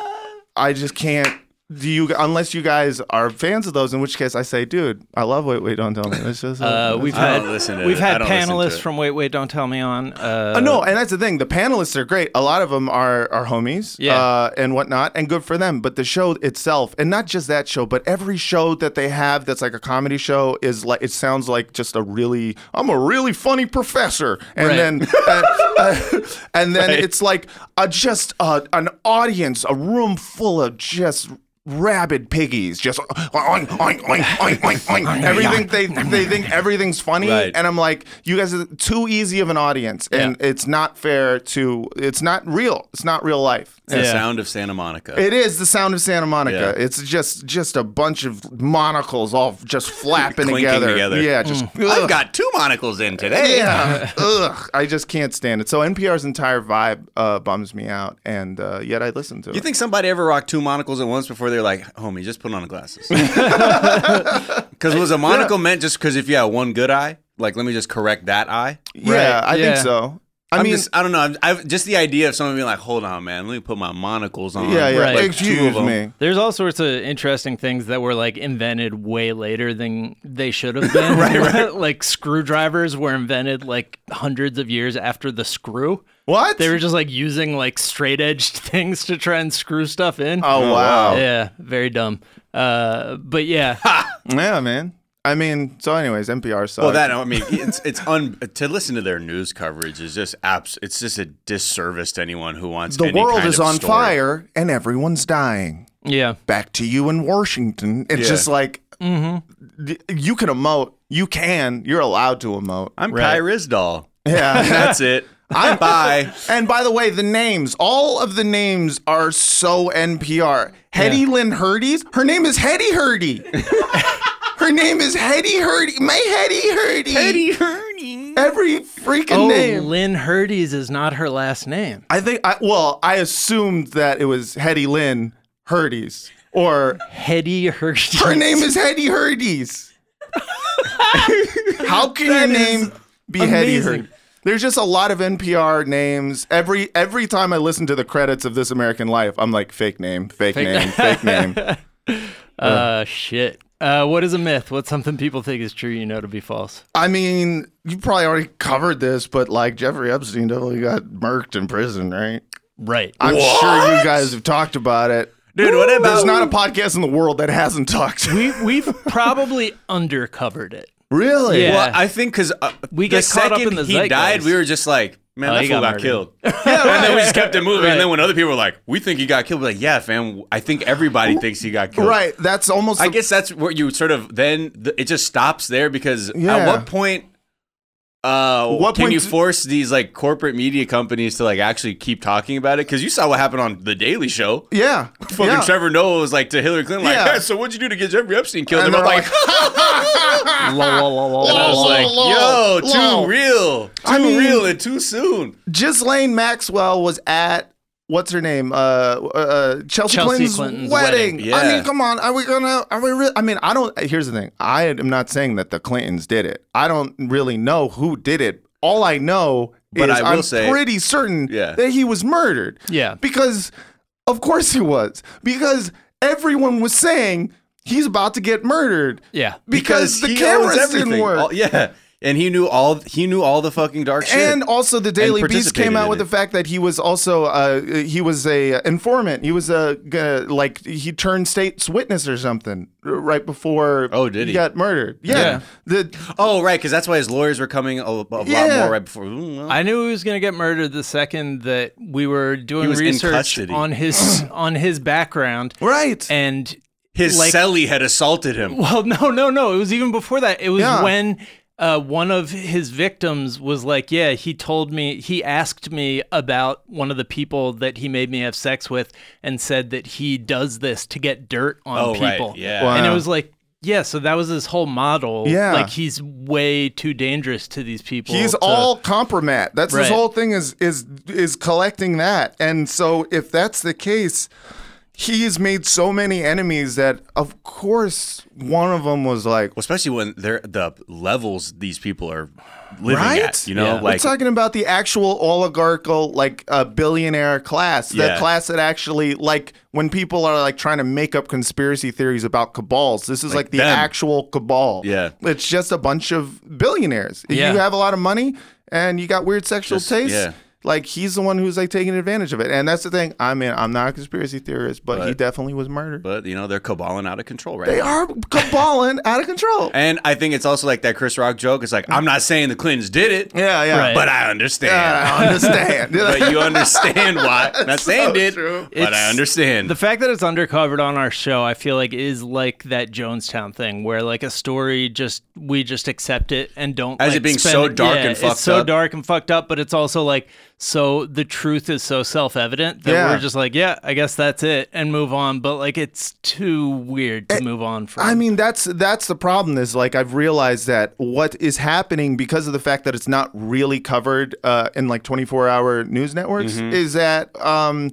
[SPEAKER 3] I just can't do you unless you guys are fans of those, in which case I say, dude, I love Wait Wait Don't Tell Me. It's just
[SPEAKER 1] Uh, we've
[SPEAKER 2] I don't
[SPEAKER 1] had
[SPEAKER 2] listen to
[SPEAKER 1] we've
[SPEAKER 2] it. I
[SPEAKER 1] had
[SPEAKER 2] don't listen to
[SPEAKER 1] panelists
[SPEAKER 2] it.
[SPEAKER 1] from Wait Wait Don't Tell Me on. Uh,
[SPEAKER 3] Uh, no, and that's the thing. The panelists are great. A lot of them are are homies,
[SPEAKER 1] Yeah.
[SPEAKER 3] uh, and whatnot, and good for them. But the show itself, and not just that show, but every show that they have that's like a comedy show is like it sounds like just a really I'm a really funny professor, and
[SPEAKER 1] Right.
[SPEAKER 3] then and, uh, and then it's like a, just uh an audience, a room full of just. Rabid piggies, just oink, oink, oink, oink, oink, oink. everything they they think everything's funny,
[SPEAKER 2] Right.
[SPEAKER 3] and I'm like, you guys are too easy of an audience, and it's not fair to. It's not real. It's not real life.
[SPEAKER 2] The
[SPEAKER 1] Yeah.
[SPEAKER 2] sound of Santa Monica.
[SPEAKER 3] It is the sound of Santa Monica.
[SPEAKER 2] Yeah.
[SPEAKER 3] It's just just a bunch of monocles all just flapping
[SPEAKER 2] Clinking
[SPEAKER 3] together.
[SPEAKER 2] together. Mm.
[SPEAKER 3] Yeah, just
[SPEAKER 2] I've got two monocles in today.
[SPEAKER 3] yeah. Ugh, I just can't stand it. So NPR's entire vibe uh, bums me out, and uh, yet I listen to
[SPEAKER 2] You
[SPEAKER 3] it.
[SPEAKER 2] think somebody ever rocked two monocles at once before they're like, homie, just put on the glasses? Because was a monocle meant just because if you had one good eye, like let me just correct that eye?
[SPEAKER 3] yeah,
[SPEAKER 1] Right,
[SPEAKER 3] I
[SPEAKER 1] yeah.
[SPEAKER 3] think so. I
[SPEAKER 2] I am
[SPEAKER 3] mean,
[SPEAKER 2] just, I don't know. I'm, I've, just the idea of someone being like, hold on, man, let me put my monocles on.
[SPEAKER 3] yeah, yeah.
[SPEAKER 1] Right.
[SPEAKER 2] Like, two of
[SPEAKER 3] Excuse
[SPEAKER 2] them.
[SPEAKER 3] me.
[SPEAKER 1] There's all sorts of interesting things that were like invented way later than they should have been. right, right. like screwdrivers were invented like hundreds of years after the screw.
[SPEAKER 3] What?
[SPEAKER 1] They were just like using like straight edged things to try and screw stuff in.
[SPEAKER 3] oh wow.
[SPEAKER 1] Yeah, very dumb. Uh, but yeah,
[SPEAKER 3] Yeah, man. I mean, so anyways, NPR. So
[SPEAKER 2] Well, that I mean, it's it's un to listen to their news coverage is just abs. It's just a disservice to anyone who wants.
[SPEAKER 3] the
[SPEAKER 2] any
[SPEAKER 3] world
[SPEAKER 2] kind
[SPEAKER 3] is
[SPEAKER 2] of
[SPEAKER 3] on
[SPEAKER 2] story.
[SPEAKER 3] fire and everyone's dying.
[SPEAKER 1] yeah.
[SPEAKER 3] Back to you in Washington. It's
[SPEAKER 2] Yeah.
[SPEAKER 3] just like d- you can emote. You can. You're allowed to emote.
[SPEAKER 2] I'm
[SPEAKER 1] Right.
[SPEAKER 2] Kai Rizdal.
[SPEAKER 3] Yeah.
[SPEAKER 2] That's it.
[SPEAKER 3] I'm-
[SPEAKER 2] bye.
[SPEAKER 3] and by the way, the names, all of the names are so NPR. Hetty Lynn Hurdy's. Her name is Hetty Hurdy. her name is Hetty Hurdy. My Hetty Hurdy.
[SPEAKER 2] Hurdy.
[SPEAKER 3] Every freaking
[SPEAKER 1] Oh,
[SPEAKER 3] name.
[SPEAKER 1] Lynn Hurdes is not her last name.
[SPEAKER 3] I think. I, well, I assumed that it was Hetty Lynn Hurdy's or
[SPEAKER 1] Hetty Hurdes.
[SPEAKER 3] Her name is Hetty Hurdes. How can your name be Hetty
[SPEAKER 1] amazing.
[SPEAKER 3] Hurdes? There's just a lot of NPR names. Every every time I listen to the credits of This American Life, I'm like fake name, fake, name, fake name.
[SPEAKER 1] Uh, shit. Uh, what is a myth? What's something people think is true you know to be false?
[SPEAKER 3] I mean, you probably already covered this, but like Jeffrey Epstein definitely got murked in prison, right?
[SPEAKER 1] Right.
[SPEAKER 3] I'm sure you guys have talked about it.
[SPEAKER 2] Dude, what about
[SPEAKER 3] There's not a podcast in the world that hasn't talked.
[SPEAKER 1] we, we've probably undercovered it.
[SPEAKER 3] really?
[SPEAKER 1] Yeah.
[SPEAKER 2] Well, I think because uh,
[SPEAKER 1] We
[SPEAKER 2] the
[SPEAKER 1] get caught up
[SPEAKER 2] second
[SPEAKER 1] in the
[SPEAKER 2] he died,
[SPEAKER 1] zeitgeist.
[SPEAKER 2] we were just like, man,
[SPEAKER 1] Oh,
[SPEAKER 2] that
[SPEAKER 1] he
[SPEAKER 2] fool
[SPEAKER 1] got
[SPEAKER 2] got,
[SPEAKER 1] murdered.
[SPEAKER 2] killed. yeah, and then we just kept it moving. And then when other people were like, we think he got killed, we're like, yeah, fam, I think everybody thinks he got killed.
[SPEAKER 3] Right. That's almost.
[SPEAKER 2] I
[SPEAKER 3] the-
[SPEAKER 2] guess that's where you sort of then th- it just stops there because
[SPEAKER 3] Yeah.
[SPEAKER 2] at what point? Uh,
[SPEAKER 3] What
[SPEAKER 2] can
[SPEAKER 3] point
[SPEAKER 2] you
[SPEAKER 3] d-
[SPEAKER 2] force these like corporate media companies to like actually keep talking about it? Because you saw what happened on the Daily Show.
[SPEAKER 3] Yeah.
[SPEAKER 2] Fucking
[SPEAKER 3] yeah.
[SPEAKER 2] Trevor Noah was like to Hillary Clinton, like,
[SPEAKER 3] Yeah.
[SPEAKER 2] so what'd you do to get Jeffrey Epstein killed?
[SPEAKER 3] And
[SPEAKER 2] And, I'm
[SPEAKER 3] they're
[SPEAKER 2] like,
[SPEAKER 1] La, la, la, la,
[SPEAKER 2] And I
[SPEAKER 1] la,
[SPEAKER 2] was
[SPEAKER 1] la.
[SPEAKER 2] like,
[SPEAKER 3] Lol,
[SPEAKER 2] yo,
[SPEAKER 3] lol,
[SPEAKER 2] too
[SPEAKER 3] lol.
[SPEAKER 2] real. Too
[SPEAKER 3] I mean-
[SPEAKER 2] real and too soon.
[SPEAKER 3] Ghislaine Maxwell was at what's her name? Uh, uh, Chelsea,
[SPEAKER 1] Chelsea
[SPEAKER 3] Clinton's,
[SPEAKER 1] Clinton's
[SPEAKER 3] wedding.
[SPEAKER 2] wedding,
[SPEAKER 3] I
[SPEAKER 2] yeah.
[SPEAKER 3] mean, come on, are we gonna? Are we? Re- I mean, I don't. Here's the thing. I am not saying that the Clintons did it. I don't really know who did it. All I know
[SPEAKER 2] But
[SPEAKER 3] is
[SPEAKER 2] I will
[SPEAKER 3] I'm
[SPEAKER 2] say-
[SPEAKER 3] pretty certain
[SPEAKER 2] Yeah.
[SPEAKER 3] that he was murdered.
[SPEAKER 1] Yeah.
[SPEAKER 3] because of course he was. Because everyone was saying he's about to get murdered.
[SPEAKER 1] Yeah.
[SPEAKER 3] because, the
[SPEAKER 2] he owns
[SPEAKER 3] cameras didn't
[SPEAKER 2] everything.
[SPEAKER 3] work.
[SPEAKER 2] All- yeah. And he knew all he knew all the fucking dark shit.
[SPEAKER 3] And also, the Daily Beast
[SPEAKER 2] participated
[SPEAKER 3] came out
[SPEAKER 2] in
[SPEAKER 3] with
[SPEAKER 2] it.
[SPEAKER 3] the fact that he was also uh, he was a informant. He was a uh, like he turned state's witness or something r- right before.
[SPEAKER 2] Oh, did he?
[SPEAKER 3] got murdered? Yeah.
[SPEAKER 2] Yeah.
[SPEAKER 3] The
[SPEAKER 2] oh, right, because that's why his lawyers were coming a, a lot
[SPEAKER 3] Yeah.
[SPEAKER 2] more right before. Ooh, well.
[SPEAKER 1] I knew he was going to get murdered the second that we were doing
[SPEAKER 2] was in
[SPEAKER 1] research
[SPEAKER 2] custody.
[SPEAKER 1] on his on his background.
[SPEAKER 3] right.
[SPEAKER 1] And
[SPEAKER 2] His
[SPEAKER 1] like-
[SPEAKER 2] cellie had assaulted him.
[SPEAKER 1] well, no, no, no. It was even before that. It was
[SPEAKER 3] Yeah.
[SPEAKER 1] when uh, one of his victims was like, "Yeah, he told me. He asked me about one of the people that he made me have sex with, and said that he does this to get dirt on
[SPEAKER 2] Oh, right.
[SPEAKER 1] people."
[SPEAKER 2] Yeah.
[SPEAKER 1] and it
[SPEAKER 3] Wow.
[SPEAKER 1] was like. Yeah, so that was his whole model.
[SPEAKER 3] Yeah.
[SPEAKER 1] like he's way too dangerous to these people.
[SPEAKER 3] He's
[SPEAKER 1] to-
[SPEAKER 3] all compromat. That's his
[SPEAKER 1] Right.
[SPEAKER 3] whole thing is is is collecting that. And so if that's the case, he's made so many enemies that, of course, one of them was like,
[SPEAKER 2] Well, especially when they're the levels these people are living
[SPEAKER 3] Right?
[SPEAKER 2] at. You know,
[SPEAKER 1] Yeah.
[SPEAKER 2] like
[SPEAKER 3] We're talking about the actual oligarchical, like uh, billionaire class, the
[SPEAKER 2] Yeah.
[SPEAKER 3] class that actually, like, when people are like trying to make up conspiracy theories about cabals, this is like, the
[SPEAKER 2] them.
[SPEAKER 3] actual cabal.
[SPEAKER 2] Yeah.
[SPEAKER 3] it's just a bunch of billionaires. If
[SPEAKER 1] Yeah.
[SPEAKER 3] you have a lot of money and you got weird sexual
[SPEAKER 2] Just-
[SPEAKER 3] tastes.
[SPEAKER 2] yeah.
[SPEAKER 3] Like he's the one who's like taking advantage of it, and that's the thing. I mean, I'm not a conspiracy theorist, but, he
[SPEAKER 2] But-
[SPEAKER 3] definitely was murdered.
[SPEAKER 2] but you know they're caballing out of control right
[SPEAKER 3] they
[SPEAKER 2] now.
[SPEAKER 3] are caballing out of control.
[SPEAKER 2] And I think it's also like that Chris Rock joke. It's like I'm not saying the Clintons did it,
[SPEAKER 3] yeah, yeah.
[SPEAKER 1] Right.
[SPEAKER 2] but I understand.
[SPEAKER 3] Yeah, I understand.
[SPEAKER 2] but you understand why. Not saying
[SPEAKER 3] so
[SPEAKER 2] did,
[SPEAKER 3] true.
[SPEAKER 2] but I
[SPEAKER 1] It's-
[SPEAKER 2] understand.
[SPEAKER 1] The fact that it's undercovered on our show, I feel like is like that Jonestown thing where like a story just we just accept it and don't
[SPEAKER 2] As
[SPEAKER 1] like,
[SPEAKER 2] it being
[SPEAKER 1] spend-
[SPEAKER 2] so dark
[SPEAKER 1] yeah,
[SPEAKER 2] and fucked
[SPEAKER 1] it's so
[SPEAKER 2] up.
[SPEAKER 1] dark and fucked up, but it's also like so the truth is so self evident that
[SPEAKER 3] Yeah.
[SPEAKER 1] we're just like, yeah, I guess that's it and move on. But like it's too weird
[SPEAKER 2] Eh,
[SPEAKER 1] to move on from.
[SPEAKER 3] I mean, that's that's the problem. Is like I've realized that what is happening because of the fact that it's not really covered uh, in like 24-hour news networks is that. Um,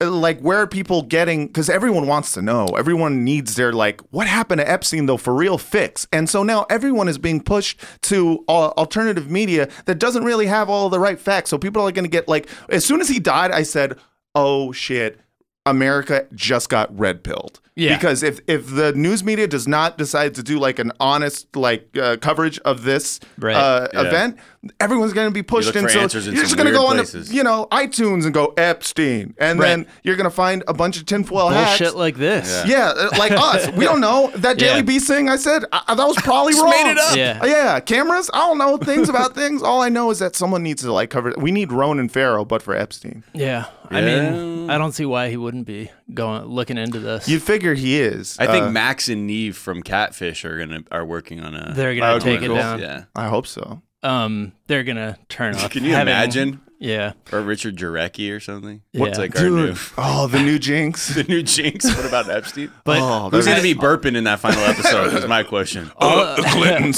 [SPEAKER 3] like where are people getting because everyone wants to know everyone needs their like what happened to epstein though for real fix and so now everyone is being pushed to uh, alternative media that doesn't really have all the right facts so people are going to get like as soon as he died i said oh shit america just got red pilled
[SPEAKER 1] Yeah.
[SPEAKER 3] because if if the news media does not decide to do like an honest like uh, coverage of this
[SPEAKER 1] Right.
[SPEAKER 3] uh, event everyone's going to be pushed
[SPEAKER 2] look for
[SPEAKER 3] into
[SPEAKER 2] answers in
[SPEAKER 3] you're
[SPEAKER 2] some
[SPEAKER 3] just going to
[SPEAKER 2] weird
[SPEAKER 3] go on
[SPEAKER 2] places.
[SPEAKER 3] you know iTunes and go Epstein and
[SPEAKER 1] Right.
[SPEAKER 3] then you're gonna find a bunch of tinfoil hats.
[SPEAKER 1] bullshit like this.
[SPEAKER 3] yeah, uh, like us. We don't know that
[SPEAKER 1] Yeah.
[SPEAKER 3] Daily Beast thing. I said I, I- that was probably wrong.
[SPEAKER 2] made it up.
[SPEAKER 1] Yeah.
[SPEAKER 3] Uh, yeah. Cameras. I don't know things about things. All I know is that someone needs to like cover. We need Ronan Farrow, but for Epstein.
[SPEAKER 1] Yeah. I mean, I don't see why he wouldn't be going looking into this.
[SPEAKER 3] You figure he is.
[SPEAKER 2] I think
[SPEAKER 3] Uh,
[SPEAKER 2] Max and Neve from Catfish are gonna are working on a.
[SPEAKER 1] they're gonna
[SPEAKER 3] would be
[SPEAKER 1] take it
[SPEAKER 3] cool.
[SPEAKER 1] down.
[SPEAKER 2] Yeah.
[SPEAKER 3] I hope so.
[SPEAKER 1] Um, they're gonna turn off.
[SPEAKER 2] Can you
[SPEAKER 1] having-
[SPEAKER 2] imagine?
[SPEAKER 1] Yeah.
[SPEAKER 2] Or Richard Jarecki or something.
[SPEAKER 1] Yeah.
[SPEAKER 2] What's like our new,
[SPEAKER 3] Oh, the new Jinx.
[SPEAKER 2] the new jinx? What about Epstein?
[SPEAKER 1] But
[SPEAKER 3] Oh,
[SPEAKER 2] Who's
[SPEAKER 3] that-
[SPEAKER 2] gonna be burping in that final episode? is my question.
[SPEAKER 1] all-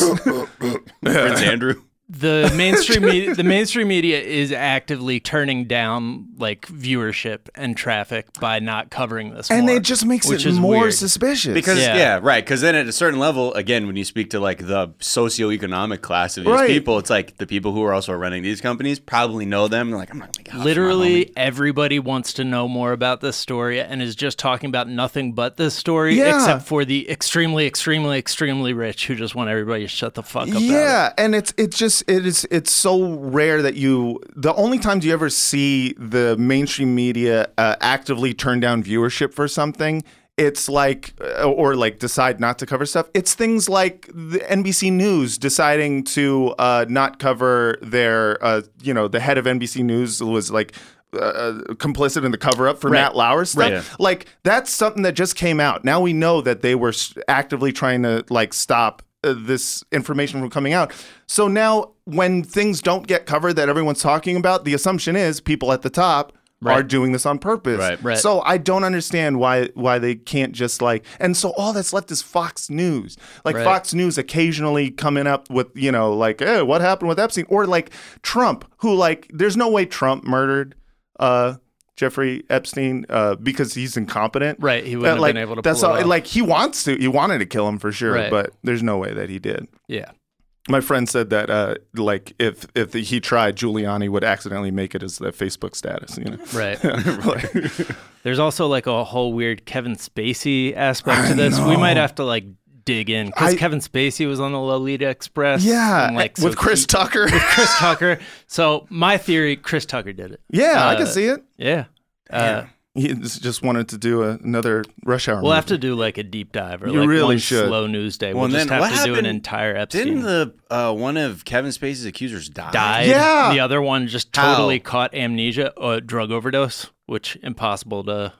[SPEAKER 2] Prince Andrew.
[SPEAKER 1] the mainstream media, the mainstream media is actively turning down like viewership and traffic by not covering this.
[SPEAKER 3] and
[SPEAKER 1] more,
[SPEAKER 3] it just makes
[SPEAKER 1] which
[SPEAKER 3] it
[SPEAKER 1] is
[SPEAKER 3] more
[SPEAKER 1] weird.
[SPEAKER 3] suspicious
[SPEAKER 2] Because
[SPEAKER 1] Yeah.
[SPEAKER 2] yeah, right. Because then at a certain level, again, when you speak to like the socioeconomic class of these
[SPEAKER 3] Right.
[SPEAKER 2] people, it's like the people who are also running these companies probably know them. They're like, I'm not gonna get off my
[SPEAKER 1] Literally everybody wants to know more about this story and is just talking about nothing but this story,
[SPEAKER 3] Yeah.
[SPEAKER 1] except for the extremely, extremely, extremely rich who just want everybody to shut the fuck up. about it.
[SPEAKER 3] yeah and it's it's just it is it's so rare that you the only times you ever see the mainstream media uh, actively turn down viewership for something it's like uh, or like decide not to cover stuff it's things like the nbc news deciding to uh, not cover their uh, you know the head of nbc news was like uh, complicit in the cover up for Matt Lauer's stuff.
[SPEAKER 2] Yeah.
[SPEAKER 3] Like that's something that just came out. Now we know that they were s- actively trying to like stop uh, this information from coming out. So now when things don't get covered that everyone's talking about, the assumption is people at the top are doing this on purpose.
[SPEAKER 2] Right.
[SPEAKER 1] Right.
[SPEAKER 3] So I don't understand why why they can't just like and so all that's left is Fox News. Like
[SPEAKER 1] Right.
[SPEAKER 3] Fox News occasionally coming up with, you know, like, eh, what happened with Epstein? Or like Trump, who like there's no way Trump murdered uh Jeffrey Epstein uh, because he's incompetent.
[SPEAKER 1] Right, he wouldn't have
[SPEAKER 3] like,
[SPEAKER 1] been able to
[SPEAKER 3] That's
[SPEAKER 1] pull it
[SPEAKER 3] all.
[SPEAKER 1] off.
[SPEAKER 3] Like he wants to. He wanted to kill him for sure,
[SPEAKER 1] Right.
[SPEAKER 3] but there's no way that he did.
[SPEAKER 1] Yeah.
[SPEAKER 3] My friend said that uh, like if if he tried, Giuliani would accidentally make it as the Facebook status. You know.
[SPEAKER 1] Right. There's also like a whole weird Kevin Spacey aspect to this. We might have to like dig in because
[SPEAKER 3] I-
[SPEAKER 1] Kevin Spacey was on the Lolita Express.
[SPEAKER 3] Yeah,
[SPEAKER 1] and, like so
[SPEAKER 3] with Chris
[SPEAKER 1] he-
[SPEAKER 3] Tucker.
[SPEAKER 1] Chris Tucker. So my theory, Chris Tucker did it.
[SPEAKER 3] yeah, I can
[SPEAKER 1] Uh,
[SPEAKER 3] see it.
[SPEAKER 1] Yeah. Uh,
[SPEAKER 3] He just wanted to do a, another rush hour.
[SPEAKER 1] We'll
[SPEAKER 3] movie.
[SPEAKER 1] have to do like a deep dive or
[SPEAKER 3] You
[SPEAKER 1] like
[SPEAKER 3] really
[SPEAKER 1] one
[SPEAKER 3] should.
[SPEAKER 1] slow news day.
[SPEAKER 2] Well,
[SPEAKER 1] We'll,
[SPEAKER 2] and
[SPEAKER 1] just
[SPEAKER 2] then
[SPEAKER 1] have
[SPEAKER 2] what
[SPEAKER 1] to do an
[SPEAKER 2] happened-
[SPEAKER 1] entire
[SPEAKER 2] Didn't
[SPEAKER 1] Epstein.
[SPEAKER 2] the uh, one of Kevin Spacey's accusers die?
[SPEAKER 1] died.
[SPEAKER 3] Yeah.
[SPEAKER 1] The other one just
[SPEAKER 2] How?
[SPEAKER 1] totally caught amnesia or drug overdose, which impossible to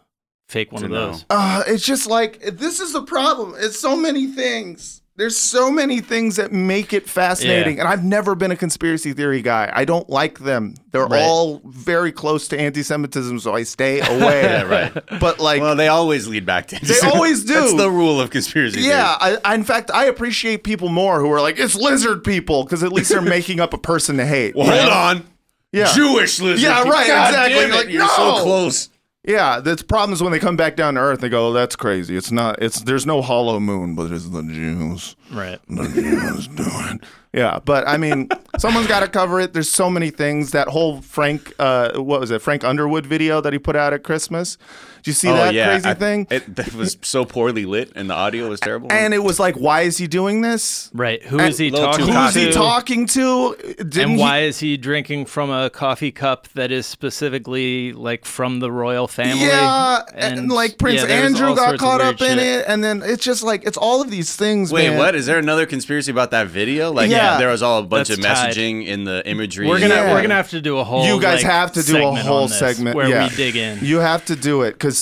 [SPEAKER 1] fake one
[SPEAKER 2] To
[SPEAKER 1] of
[SPEAKER 2] know.
[SPEAKER 1] those.
[SPEAKER 3] Uh, it's just like this is the problem. It's so many things. There's so many things that make it fascinating,
[SPEAKER 1] Yeah.
[SPEAKER 3] and I've never been a conspiracy theory guy. I don't like them. They're
[SPEAKER 1] Right.
[SPEAKER 3] all very close to anti-Semitism, so I stay away. yeah,
[SPEAKER 2] right.
[SPEAKER 3] But like,
[SPEAKER 2] Well, they always lead back to.
[SPEAKER 3] They always do.
[SPEAKER 2] That's the rule of conspiracy.
[SPEAKER 3] yeah. I, I, in fact, I appreciate people more who are like, it's lizard people, because at least they're making up a person to hate.
[SPEAKER 2] theory. Well, hold on.
[SPEAKER 3] Yeah.
[SPEAKER 2] Jewish lizard.
[SPEAKER 3] Yeah, right,
[SPEAKER 2] God
[SPEAKER 3] exactly.
[SPEAKER 2] damn it,
[SPEAKER 3] Like,
[SPEAKER 2] You're
[SPEAKER 3] no.
[SPEAKER 2] so close.
[SPEAKER 3] Yeah, the problem is when they come back down to Earth, they go, "That's crazy. It's not. It's there's no hollow moon, but it's the Jews.
[SPEAKER 1] Right.
[SPEAKER 3] The Jews do it. Yeah, but I mean, someone's got to cover it. There's so many things. That whole Frank, uh, what was it? Frank Underwood video that he put out at Christmas. Did you
[SPEAKER 1] Oh,
[SPEAKER 3] see that crazy
[SPEAKER 2] I-
[SPEAKER 3] thing?
[SPEAKER 2] It, that was so poorly lit, and the audio was terrible.
[SPEAKER 3] and it was like, why is he doing this?
[SPEAKER 1] Right. Who
[SPEAKER 3] And
[SPEAKER 1] is he
[SPEAKER 2] little
[SPEAKER 1] talking
[SPEAKER 2] too
[SPEAKER 3] Who's
[SPEAKER 2] cocky.
[SPEAKER 1] to?
[SPEAKER 3] he talking to? Didn't
[SPEAKER 1] and
[SPEAKER 3] he-
[SPEAKER 1] why is he drinking from a coffee cup that is specifically like from the royal family?
[SPEAKER 3] Yeah, and, like Prince
[SPEAKER 1] yeah, there's
[SPEAKER 3] Andrew
[SPEAKER 1] all
[SPEAKER 3] got
[SPEAKER 1] sorts of
[SPEAKER 3] caught
[SPEAKER 1] weird
[SPEAKER 3] up in
[SPEAKER 1] shit.
[SPEAKER 3] it, and then it's just like it's all of these things.
[SPEAKER 2] Wait,
[SPEAKER 3] man.
[SPEAKER 2] what? Is there another conspiracy about that video? Like,
[SPEAKER 3] Yeah.
[SPEAKER 2] yeah, there was all a bunch
[SPEAKER 1] That's
[SPEAKER 2] of
[SPEAKER 1] tied.
[SPEAKER 2] messaging in the imagery.
[SPEAKER 1] We're gonna
[SPEAKER 3] Yeah.
[SPEAKER 1] we're gonna have to do a whole.
[SPEAKER 3] you guys
[SPEAKER 1] like,
[SPEAKER 3] have to do a
[SPEAKER 1] segment on
[SPEAKER 3] whole
[SPEAKER 1] this
[SPEAKER 3] segment
[SPEAKER 1] where
[SPEAKER 3] yeah.
[SPEAKER 1] we dig in.
[SPEAKER 3] You have to do it because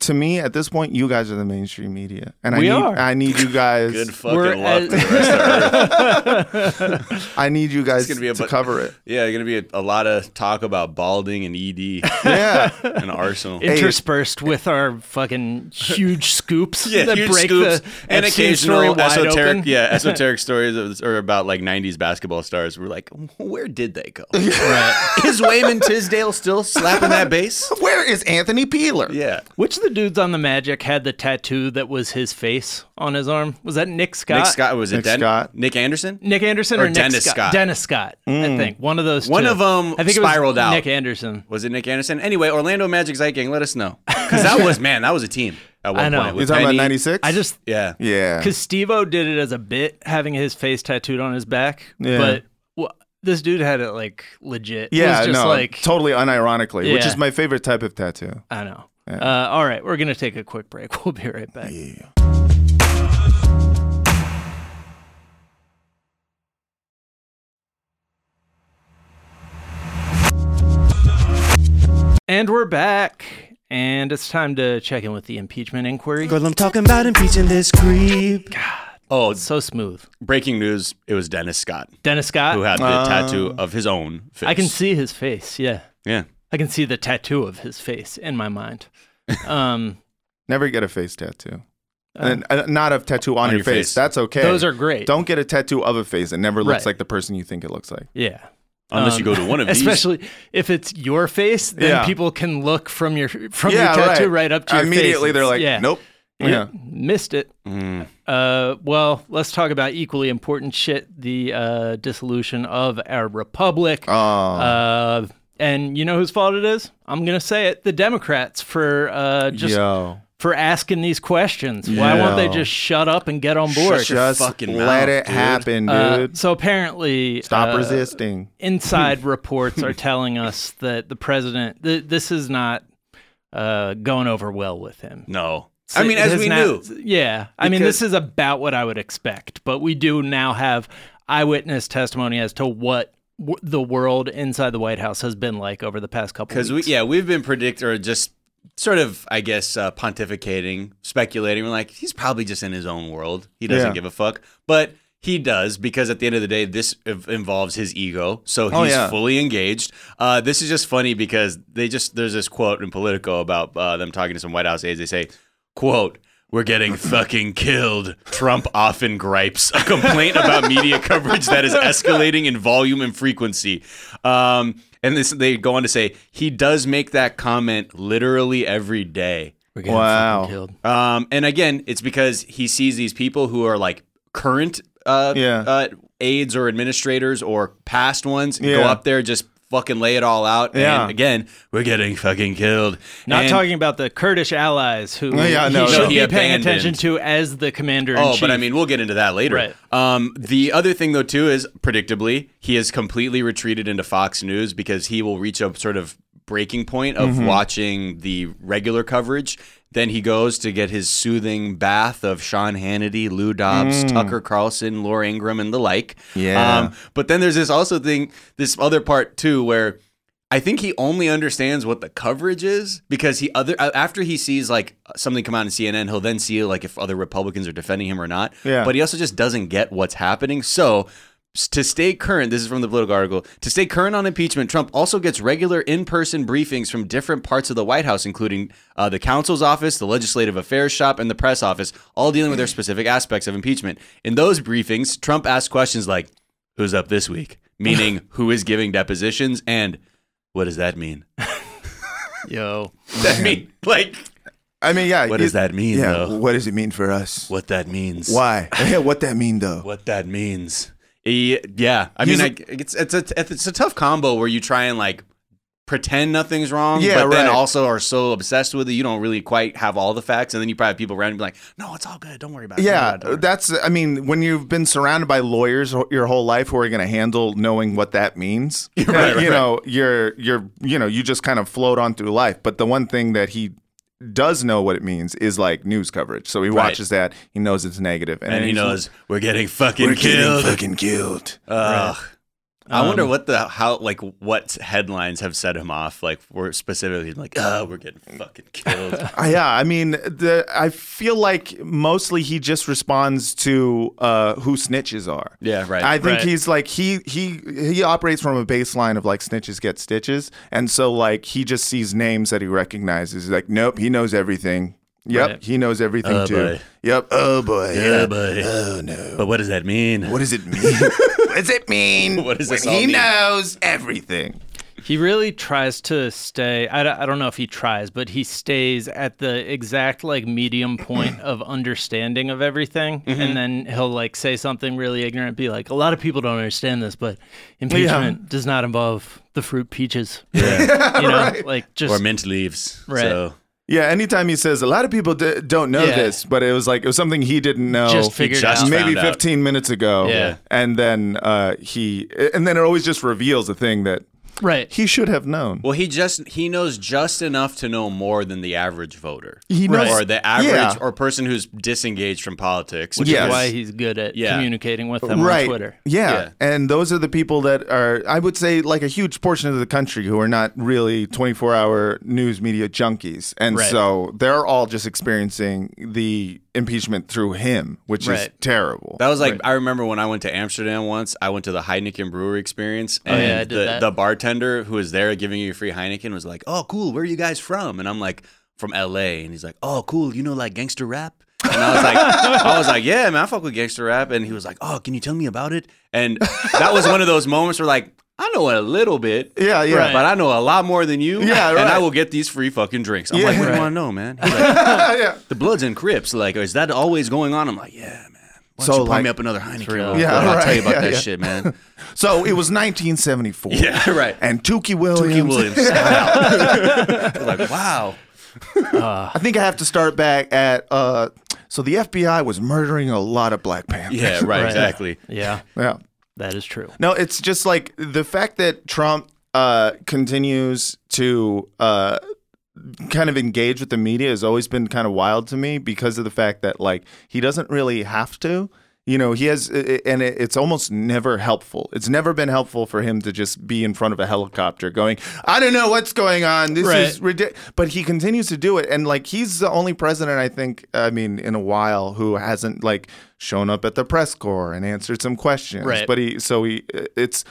[SPEAKER 3] to me, at this point, you guys are the mainstream media, and
[SPEAKER 1] We
[SPEAKER 3] I need
[SPEAKER 1] are.
[SPEAKER 3] I need you guys.
[SPEAKER 2] good fucking
[SPEAKER 1] We're
[SPEAKER 2] luck.
[SPEAKER 1] at-
[SPEAKER 2] to the rest of Earth.
[SPEAKER 3] I need you guys
[SPEAKER 2] gonna be a
[SPEAKER 3] to
[SPEAKER 2] bu-
[SPEAKER 3] cover it.
[SPEAKER 2] Yeah, gonna be a, a lot of talk about balding and ED
[SPEAKER 3] Yeah,
[SPEAKER 2] and Arsenal.
[SPEAKER 1] Interspersed with our fucking huge scoops that
[SPEAKER 2] huge
[SPEAKER 1] break
[SPEAKER 2] scoops
[SPEAKER 1] the
[SPEAKER 2] and
[SPEAKER 1] Epstein story
[SPEAKER 2] occasional
[SPEAKER 1] wide
[SPEAKER 2] esoteric,
[SPEAKER 1] open.
[SPEAKER 2] yeah, esoteric stories of, or about like '90s basketball stars. We're like, where did they go? Is Wayman Tisdale still slapping that bass?
[SPEAKER 3] where is Anthony Peeler?
[SPEAKER 2] Yeah,
[SPEAKER 1] Which of the dudes on the Magic had the tattoo that was his face on his arm? Was that Nick Scott?
[SPEAKER 2] Nick Scott was it?
[SPEAKER 3] Nick
[SPEAKER 2] Den-
[SPEAKER 3] Scott.
[SPEAKER 2] Nick Anderson.
[SPEAKER 1] Nick Anderson or,
[SPEAKER 2] Or
[SPEAKER 1] Nick
[SPEAKER 2] Dennis Scott. Mm.
[SPEAKER 1] Dennis Scott, I think. One of those
[SPEAKER 2] One
[SPEAKER 1] two.
[SPEAKER 2] of 'em
[SPEAKER 1] I think
[SPEAKER 2] spiraled
[SPEAKER 1] it was
[SPEAKER 2] out.
[SPEAKER 1] Nick Anderson.
[SPEAKER 2] Was it Nick Anderson? Anyway, Orlando Magic Gang, let us know. Because that was, man, that was a team at one
[SPEAKER 1] I know.
[SPEAKER 2] point.
[SPEAKER 3] you
[SPEAKER 2] with
[SPEAKER 3] talking about
[SPEAKER 2] Penny.
[SPEAKER 3] '96?
[SPEAKER 1] I just
[SPEAKER 2] Yeah.
[SPEAKER 3] yeah.
[SPEAKER 1] because Steve O did it as a bit, having his face tattooed on his back.
[SPEAKER 3] Yeah.
[SPEAKER 1] But wha- this dude had it like legit.
[SPEAKER 3] Yeah,
[SPEAKER 1] it was just
[SPEAKER 3] no,
[SPEAKER 1] like
[SPEAKER 3] totally unironically, which
[SPEAKER 1] Yeah.
[SPEAKER 3] is my favorite type of tattoo.
[SPEAKER 1] I know. Uh, all right, we're gonna take a quick break. We'll be right back. And we're back, and it's time to check in with the impeachment inquiry.
[SPEAKER 4] Girl, I'm talking about impeaching this creep.
[SPEAKER 2] Oh,
[SPEAKER 1] So smooth,
[SPEAKER 2] breaking news. It was Dennis Scott
[SPEAKER 1] Dennis Scott.
[SPEAKER 2] who had the tattoo of his own face.
[SPEAKER 1] I can see his face. Yeah,
[SPEAKER 2] Yeah.
[SPEAKER 1] I can see the tattoo of his face in my mind. Um,
[SPEAKER 3] Never get a face tattaoo. and uh, not a tattoo on, your,
[SPEAKER 2] your
[SPEAKER 3] face.
[SPEAKER 2] face.
[SPEAKER 3] That's okay.
[SPEAKER 1] Those are great.
[SPEAKER 3] Don't get a tattoo of a face. It never looks
[SPEAKER 1] Right.
[SPEAKER 3] like the person you think it looks like.
[SPEAKER 1] yeah.
[SPEAKER 2] Unless
[SPEAKER 1] Um,
[SPEAKER 2] you go to one of these.
[SPEAKER 1] Especially if it's your face, then
[SPEAKER 3] Yeah.
[SPEAKER 1] people can look from your from your tattoo right, up to your face.
[SPEAKER 3] immediately. They're
[SPEAKER 1] It's-
[SPEAKER 3] like,
[SPEAKER 1] yeah.
[SPEAKER 3] nope.
[SPEAKER 1] You
[SPEAKER 3] Yeah.
[SPEAKER 1] missed it.
[SPEAKER 2] Mm.
[SPEAKER 1] Uh, well, let's talk about equally important shit: the uh, dissolution of our republic.
[SPEAKER 3] Oh.
[SPEAKER 1] Uh, and you know whose fault it is? I'm gonna say it: the Democrats for uh, just
[SPEAKER 3] Yo.
[SPEAKER 1] for asking these questions. Why won't they
[SPEAKER 3] Yeah.
[SPEAKER 1] just shut up and get on board?
[SPEAKER 2] your
[SPEAKER 3] Just
[SPEAKER 2] fucking mouth,
[SPEAKER 3] let it
[SPEAKER 2] dude.
[SPEAKER 3] happen, dude.
[SPEAKER 1] Uh, so apparently,
[SPEAKER 3] Stop
[SPEAKER 1] uh,
[SPEAKER 3] resisting.
[SPEAKER 1] Inside reports are telling us that the president, th- this is not uh, going over well with him.
[SPEAKER 2] No. I mean, as
[SPEAKER 1] It
[SPEAKER 2] we knew.
[SPEAKER 1] has not- Yeah. I mean,
[SPEAKER 2] Because-
[SPEAKER 1] this is about what I would expect, but we do now have eyewitness testimony as to what w- the world inside the White House has been like over the past couple
[SPEAKER 2] Because we,
[SPEAKER 1] weeks.
[SPEAKER 2] yeah, we've been predict or just sort of, I guess, uh, pontificating, speculating. We're like, he's probably just in his own world. He doesn't
[SPEAKER 3] Yeah.
[SPEAKER 2] give a fuck, but he does because at the end of the day, this ev- involves his ego, so he's
[SPEAKER 3] Oh, yeah.
[SPEAKER 2] fully engaged. Uh, this is just funny because they just there's this quote in Politico about uh, them talking to some White House aides. They say, "quote." We're getting fucking killed. Trump often gripes a complaint about media coverage that is escalating in volume and frequency. Um, and this, they go on to say he does make that comment literally every day.
[SPEAKER 1] We're getting
[SPEAKER 3] Wow.
[SPEAKER 1] fucking killed.
[SPEAKER 2] Um, and again, it's because he sees these people who are like current uh,
[SPEAKER 3] Yeah.
[SPEAKER 2] uh, aides or administrators or past ones go
[SPEAKER 3] Yeah.
[SPEAKER 2] up there just fucking lay it all out.
[SPEAKER 3] Yeah.
[SPEAKER 2] And again, we're getting fucking killed.
[SPEAKER 1] Not
[SPEAKER 2] And-
[SPEAKER 1] talking about the Kurdish allies who
[SPEAKER 3] No, yeah, no,
[SPEAKER 1] he
[SPEAKER 3] no.
[SPEAKER 1] should
[SPEAKER 2] He
[SPEAKER 1] be paying
[SPEAKER 2] abandoned.
[SPEAKER 1] attention to as the commander in
[SPEAKER 2] Oh,
[SPEAKER 1] chief.
[SPEAKER 2] but I mean, we'll get into that later.
[SPEAKER 1] Right.
[SPEAKER 2] Um, the other thing, though, too, is predictably he has completely retreated into Fox News because he will reach a sort of breaking point of watching the regular coverage. Then he goes to get his soothing bath of Sean Hannity, Lou Dobbs, Tucker Carlson, Laura Ingram, and the like. Um,
[SPEAKER 3] Yeah.
[SPEAKER 2] but then there's this also thing, this other part too, where I think he only understands what the coverage is because he other a- after he sees like something come out on CNN, he'll then see like if other Republicans are defending him or not.
[SPEAKER 3] Yeah.
[SPEAKER 2] But he also just doesn't get what's happening. So s- to stay current, this is from the political article. To stay current on impeachment, Trump also gets regular in-person briefings from different parts of the White House, including uh, the counsel's office, the legislative affairs shop, and the press office, all dealing with their specific aspects of impeachment. In those briefings, Trump asks questions like, "Who's up this week?" Meaning, who is giving depositions and what does that mean?
[SPEAKER 1] Yo.
[SPEAKER 2] I mean, like,
[SPEAKER 3] I mean, yeah.
[SPEAKER 2] What
[SPEAKER 3] you-
[SPEAKER 2] does that mean,
[SPEAKER 3] Yeah.
[SPEAKER 2] though?
[SPEAKER 3] What does it mean for us?
[SPEAKER 2] what that means.
[SPEAKER 3] Why? Yeah, what that mean though?
[SPEAKER 2] What that means. E- Yeah. I
[SPEAKER 3] He's
[SPEAKER 2] mean,
[SPEAKER 3] a-
[SPEAKER 2] I it's, it's, a, it's a tough combo where you try and, like, pretend nothing's wrong,
[SPEAKER 3] Yeah,
[SPEAKER 2] but then
[SPEAKER 3] right.
[SPEAKER 2] also are so obsessed with it, you don't really quite have all the facts. And then you probably have people around you be like, no, it's all good. Don't worry about it. Don't worry
[SPEAKER 3] Yeah,
[SPEAKER 2] about it. Don't worry
[SPEAKER 3] that's. I mean, when you've been surrounded by lawyers ho- your whole life who are going to handle knowing what that means,
[SPEAKER 2] Right,
[SPEAKER 3] you
[SPEAKER 2] right.
[SPEAKER 3] know, you're you're you know, you just kind of float on through life. But the one thing that he does know what it means is like news coverage. So he
[SPEAKER 2] Right.
[SPEAKER 3] watches that. He knows it's negative,
[SPEAKER 2] And he
[SPEAKER 3] he's-
[SPEAKER 2] knows we're getting fucking
[SPEAKER 3] we're
[SPEAKER 2] killed. Uh,
[SPEAKER 3] getting fucking killed.
[SPEAKER 2] Ugh. I wonder
[SPEAKER 1] Um,
[SPEAKER 2] what the how like what headlines have set him off. Like we're specifically like, oh, we're getting fucking killed.
[SPEAKER 3] Uh, yeah, I mean, the I feel like mostly he just responds to uh, who snitches are.
[SPEAKER 2] yeah, right.
[SPEAKER 3] I think
[SPEAKER 1] Right.
[SPEAKER 3] he's like he he he operates from a baseline of like snitches get stitches, and so like he just sees names that he recognizes. He's like, nope, he knows everything. Yep,
[SPEAKER 1] Right.
[SPEAKER 3] he knows everything
[SPEAKER 2] Oh,
[SPEAKER 3] too.
[SPEAKER 2] boy.
[SPEAKER 3] Yep. Oh boy.
[SPEAKER 2] Yeah, boy.
[SPEAKER 3] Oh no.
[SPEAKER 2] but what does that mean?
[SPEAKER 3] What does it mean? what does it mean?
[SPEAKER 2] What does
[SPEAKER 3] when
[SPEAKER 2] this all
[SPEAKER 3] he
[SPEAKER 2] mean?
[SPEAKER 3] knows everything.
[SPEAKER 1] He really tries to stay. I, don't- I don't know if he tries, but he stays at the exact like medium point of understanding of everything, and then he'll like say something really ignorant, be like, "A lot of people don't understand this, but impeachment does not involve the fruit peaches." you know, like just
[SPEAKER 2] or mint leaves.
[SPEAKER 1] Right.
[SPEAKER 2] So
[SPEAKER 3] Yeah. Anytime he says, a lot of people d- don't know
[SPEAKER 1] Yeah.
[SPEAKER 3] this, but it was like it was something he didn't know.
[SPEAKER 1] just figured
[SPEAKER 2] just
[SPEAKER 1] out.
[SPEAKER 2] made-
[SPEAKER 3] maybe
[SPEAKER 2] found out.
[SPEAKER 3] 15 minutes ago
[SPEAKER 1] Yeah.
[SPEAKER 3] and then uh, he and then it always just reveals a thing that
[SPEAKER 1] right.
[SPEAKER 3] he should have known
[SPEAKER 2] well, he just he knows just enough to know more than the average voter.
[SPEAKER 3] He knows-
[SPEAKER 2] or the average
[SPEAKER 3] Yeah.
[SPEAKER 2] or person who's disengaged from politics. Which
[SPEAKER 3] Yes.
[SPEAKER 2] is
[SPEAKER 1] Why he's good at
[SPEAKER 2] Yeah.
[SPEAKER 1] communicating with them
[SPEAKER 3] right
[SPEAKER 1] on Twitter.
[SPEAKER 3] Yeah.
[SPEAKER 2] Yeah.
[SPEAKER 3] and those are the people that are i would say like a huge portion of the country who are not really 24 hour news media junkies and
[SPEAKER 1] Right.
[SPEAKER 3] so they're all just experiencing the impeachment through him which is
[SPEAKER 1] Right.
[SPEAKER 3] terrible
[SPEAKER 2] That was like I remember when I went to Amsterdam once. I went to the Heineken Brewery experience, and
[SPEAKER 1] Oh, yeah, I did
[SPEAKER 2] the,
[SPEAKER 1] that.
[SPEAKER 2] the bartender who was there giving you free Heineken was like, "Oh, cool. Where are you guys from?" And I'm like, "From L.A." And he's like, "Oh, cool. You know like gangster rap?" And I was like, "I was like, yeah, man, I fuck with gangster rap." And he was like, "Oh, can you tell me about it?" And that was one of those moments where like. I know a little bit.
[SPEAKER 3] Yeah, yeah.
[SPEAKER 1] Right.
[SPEAKER 2] But I know a lot more than you.
[SPEAKER 3] Yeah,
[SPEAKER 2] And I
[SPEAKER 3] right.
[SPEAKER 2] will get these free fucking drinks. I'm like,
[SPEAKER 3] Yeah.
[SPEAKER 2] what do
[SPEAKER 1] Right.
[SPEAKER 2] you want to know, man? He's like,
[SPEAKER 3] yeah
[SPEAKER 2] the Bloods and Crips, like, is that always going on? I'm like, yeah, man. Why don't
[SPEAKER 3] So,
[SPEAKER 2] you pour
[SPEAKER 3] like-
[SPEAKER 2] me up another Heineken?
[SPEAKER 1] real.
[SPEAKER 2] real quick?
[SPEAKER 3] Yeah,
[SPEAKER 2] I'll
[SPEAKER 3] right,
[SPEAKER 2] tell you about
[SPEAKER 3] yeah,
[SPEAKER 2] that
[SPEAKER 3] yeah.
[SPEAKER 2] shit, man.
[SPEAKER 3] so it was 1974
[SPEAKER 2] yeah, right.
[SPEAKER 3] and Tukey
[SPEAKER 2] Ricky Williams. Wow. like, wow.
[SPEAKER 1] Uh,
[SPEAKER 3] I think I have to start back at. Uh, so the FBI was murdering a lot of Black Panthers.
[SPEAKER 2] Yeah, right, exactly.
[SPEAKER 1] Yeah,
[SPEAKER 3] Yeah.
[SPEAKER 1] that is true.
[SPEAKER 3] No, it's just like the fact that Trump uh, continues to uh, kind of engage with the media has always been kind of wild to me because of the fact that like he doesn't really have to. You know, he has, i- i- and it- it's almost never helpful. It's never been helpful for him to just be in front of a helicopter going, I don't know what's going on. This
[SPEAKER 1] Right.
[SPEAKER 3] is ridiculous. But he continues to do it. And like, he's the only president, I think, I mean, in a while who hasn't like shown up at the press corps and answered some questions.
[SPEAKER 1] Right.
[SPEAKER 3] But he, so he, it's,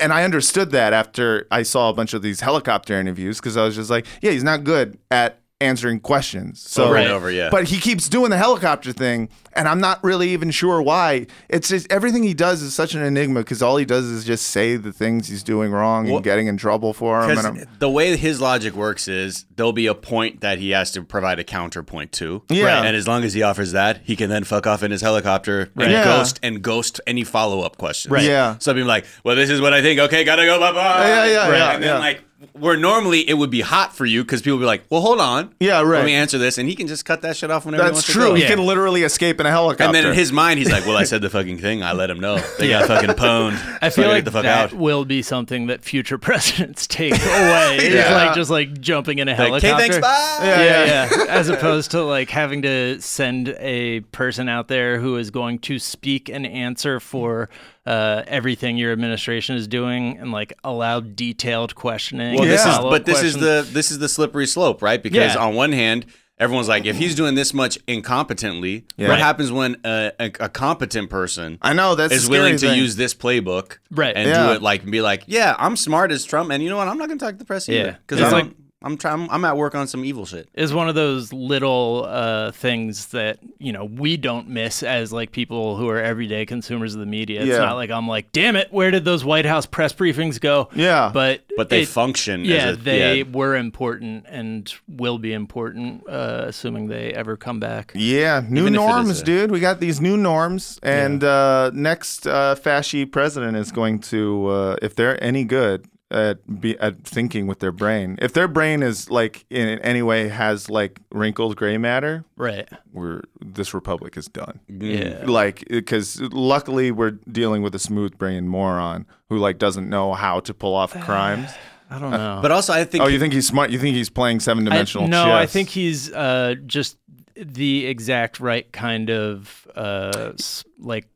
[SPEAKER 3] and I understood that after I saw a bunch of these helicopter interviews because I was just like, yeah, he's not good at answering questions. So
[SPEAKER 2] Over and Right. over, yeah.
[SPEAKER 3] But he keeps doing the helicopter thing, and I'm not really even sure why. It's just everything he does is such an enigma because all he does is just say the things he's doing wrong
[SPEAKER 2] Well,
[SPEAKER 3] and getting in trouble for him. And
[SPEAKER 2] Because
[SPEAKER 3] I'm-
[SPEAKER 2] the way his logic works is there'll be a point that he has to provide a counterpoint to.
[SPEAKER 3] Yeah. Right.
[SPEAKER 2] And as long as he offers that, he can then fuck off in his helicopter and
[SPEAKER 3] Yeah.
[SPEAKER 2] ghost and ghost any follow up questions.
[SPEAKER 1] Right.
[SPEAKER 3] Yeah.
[SPEAKER 2] So I'd be like, well, this is what I think. Okay, gotta go. Bye bye.
[SPEAKER 3] Yeah, yeah, yeah,
[SPEAKER 2] And then
[SPEAKER 3] yeah.
[SPEAKER 2] like where normally it would be hot for you because people would be like, well, hold on.
[SPEAKER 3] Yeah, right.
[SPEAKER 2] Let me answer this, and he can just cut that shit off whenever. he
[SPEAKER 3] that's
[SPEAKER 2] wants to
[SPEAKER 3] true.
[SPEAKER 2] go.
[SPEAKER 3] He can literally escape in a helicopter.
[SPEAKER 2] And then in his mind, he's like, "Well, I said the fucking thing. I let him know. They got fucking pwned.
[SPEAKER 1] I
[SPEAKER 2] So
[SPEAKER 1] feel
[SPEAKER 2] gotta
[SPEAKER 1] like
[SPEAKER 2] get the fuck
[SPEAKER 1] that
[SPEAKER 2] out."
[SPEAKER 1] will be something that future presidents take away. It's
[SPEAKER 3] Yeah.
[SPEAKER 1] like just like jumping in a
[SPEAKER 2] Like,
[SPEAKER 1] helicopter.
[SPEAKER 2] okay, thanks. Bye.
[SPEAKER 1] yeah, yeah. As opposed to like having to send a person out there who is going to speak and answer for uh, everything your administration is doing and like allow detailed questioning.
[SPEAKER 2] Well,
[SPEAKER 1] and
[SPEAKER 2] this is,
[SPEAKER 1] follow-up
[SPEAKER 2] but this is
[SPEAKER 1] questions.
[SPEAKER 2] the this is the slippery slope, right? Because
[SPEAKER 1] Yeah.
[SPEAKER 2] on one hand, everyone's like, if he's doing this much incompetently,
[SPEAKER 3] Right.
[SPEAKER 2] what happens when a, a, a competent person
[SPEAKER 3] I know that's
[SPEAKER 2] is
[SPEAKER 3] the scary
[SPEAKER 2] willing to
[SPEAKER 3] thing.
[SPEAKER 2] use this playbook,
[SPEAKER 1] Right.
[SPEAKER 2] And
[SPEAKER 3] Yeah.
[SPEAKER 2] do it like and be like, yeah, I'm smart as Trump, and you know what? I'm not gonna talk to the press
[SPEAKER 1] Yeah.
[SPEAKER 2] either because
[SPEAKER 1] It's
[SPEAKER 2] I'm
[SPEAKER 1] like-
[SPEAKER 2] like, I'm trying. I'm at work on some evil shit.
[SPEAKER 1] is one of those little uh, things that you know we don't miss as like people who are everyday consumers of the media. It's
[SPEAKER 3] Yeah.
[SPEAKER 1] not like I'm like, damn it, where did those White House press briefings go?
[SPEAKER 3] Yeah.
[SPEAKER 1] but
[SPEAKER 2] But they
[SPEAKER 1] it-
[SPEAKER 2] function.
[SPEAKER 1] Yeah,
[SPEAKER 2] as a,
[SPEAKER 1] they
[SPEAKER 2] yeah.
[SPEAKER 1] were important and will be important, uh, assuming they ever come back.
[SPEAKER 3] Yeah, new
[SPEAKER 2] Even if it is
[SPEAKER 3] norms,
[SPEAKER 2] a-
[SPEAKER 3] dude. We got these new norms, and uh, next uh, fasci president is going to, uh, if they're any good at be, at thinking with their brain, if their brain is like in any way has like wrinkled gray matter,
[SPEAKER 1] Right.
[SPEAKER 3] we're this republic is done.
[SPEAKER 1] Yeah.
[SPEAKER 3] Like, because luckily we're dealing with a smooth brain moron who like doesn't know how to pull off crimes.
[SPEAKER 1] I don't know.
[SPEAKER 2] But also, I think
[SPEAKER 3] Oh, you think he's smart? You think he's playing seven
[SPEAKER 1] I-
[SPEAKER 3] dimensional?
[SPEAKER 1] no,
[SPEAKER 3] chess?
[SPEAKER 1] I think he's uh, just the exact right kind of uh, s- like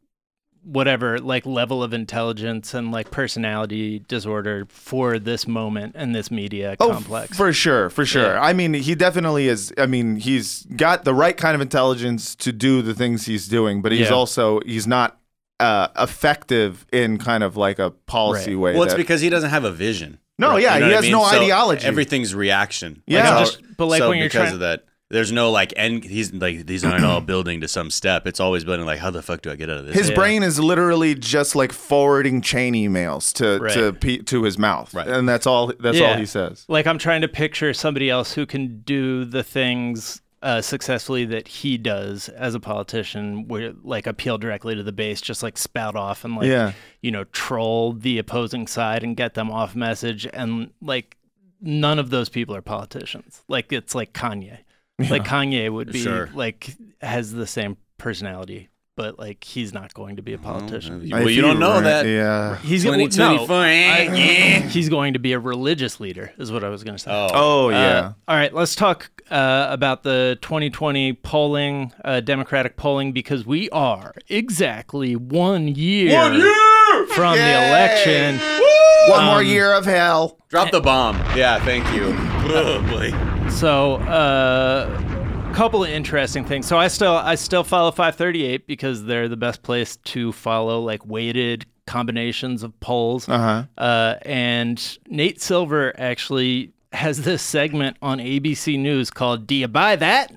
[SPEAKER 1] whatever like level of intelligence and like personality disorder for this moment and this media complex.
[SPEAKER 3] Oh, For sure, for sure. I mean, he definitely is. I mean, he's got the right kind of intelligence to do the things he's doing, but he's
[SPEAKER 1] Yeah.
[SPEAKER 3] also he's not uh, effective in kind of like a policy
[SPEAKER 1] Right.
[SPEAKER 3] way.
[SPEAKER 2] well, it's
[SPEAKER 3] that-
[SPEAKER 2] because he doesn't have a vision.
[SPEAKER 3] No, yeah,
[SPEAKER 2] You know
[SPEAKER 3] he
[SPEAKER 2] what
[SPEAKER 3] has no ideology.
[SPEAKER 2] Everything's reaction.
[SPEAKER 3] Yeah.
[SPEAKER 2] Like,
[SPEAKER 3] No,
[SPEAKER 2] so-
[SPEAKER 1] just- but, like,
[SPEAKER 2] so
[SPEAKER 1] when you're
[SPEAKER 2] because
[SPEAKER 1] trying-
[SPEAKER 2] of that, there's no like end. He's like he's not at all building to some step. It's always building like how the fuck do I get out of this?
[SPEAKER 3] his brain is literally just like forwarding chain emails to to
[SPEAKER 1] Right.
[SPEAKER 3] pe- to his mouth,
[SPEAKER 2] Right.
[SPEAKER 3] and that's all. That's all
[SPEAKER 1] Yeah.
[SPEAKER 3] he says.
[SPEAKER 1] like I'm trying to picture somebody else who can do the things uh, successfully that he does as a politician, where like appeal directly to the base, just like spout off and like
[SPEAKER 3] Yeah.
[SPEAKER 1] you know troll the opposing side and get them off message, and like none of those people are politicians. Like it's like Kanye, like Kanye would be
[SPEAKER 2] Sure.
[SPEAKER 1] like has the same personality, but like he's not going to be a politician.
[SPEAKER 2] Well,
[SPEAKER 3] If
[SPEAKER 2] you don't know
[SPEAKER 3] ran-
[SPEAKER 2] that.
[SPEAKER 3] Yeah.
[SPEAKER 1] He's
[SPEAKER 2] When
[SPEAKER 1] going
[SPEAKER 2] he turned four, eh, yeah.
[SPEAKER 1] he's going to be a religious leader, is what I was going to say.
[SPEAKER 3] Oh yeah.
[SPEAKER 1] Uh, all right, let's talk uh, about the 2020 polling, uh, Democratic polling, because we are exactly one year, from the election.
[SPEAKER 3] One more
[SPEAKER 1] Um,
[SPEAKER 3] year of hell.
[SPEAKER 2] Drop the bomb. Yeah, thank you. Oh, boy.
[SPEAKER 1] So, uh, couple of interesting things. So I still I still follow 538 because they're the best place to follow like weighted combinations of polls.
[SPEAKER 3] Uh-huh.
[SPEAKER 1] Uh, and Nate Silver actually has this segment on ABC News called "Do You Buy That?"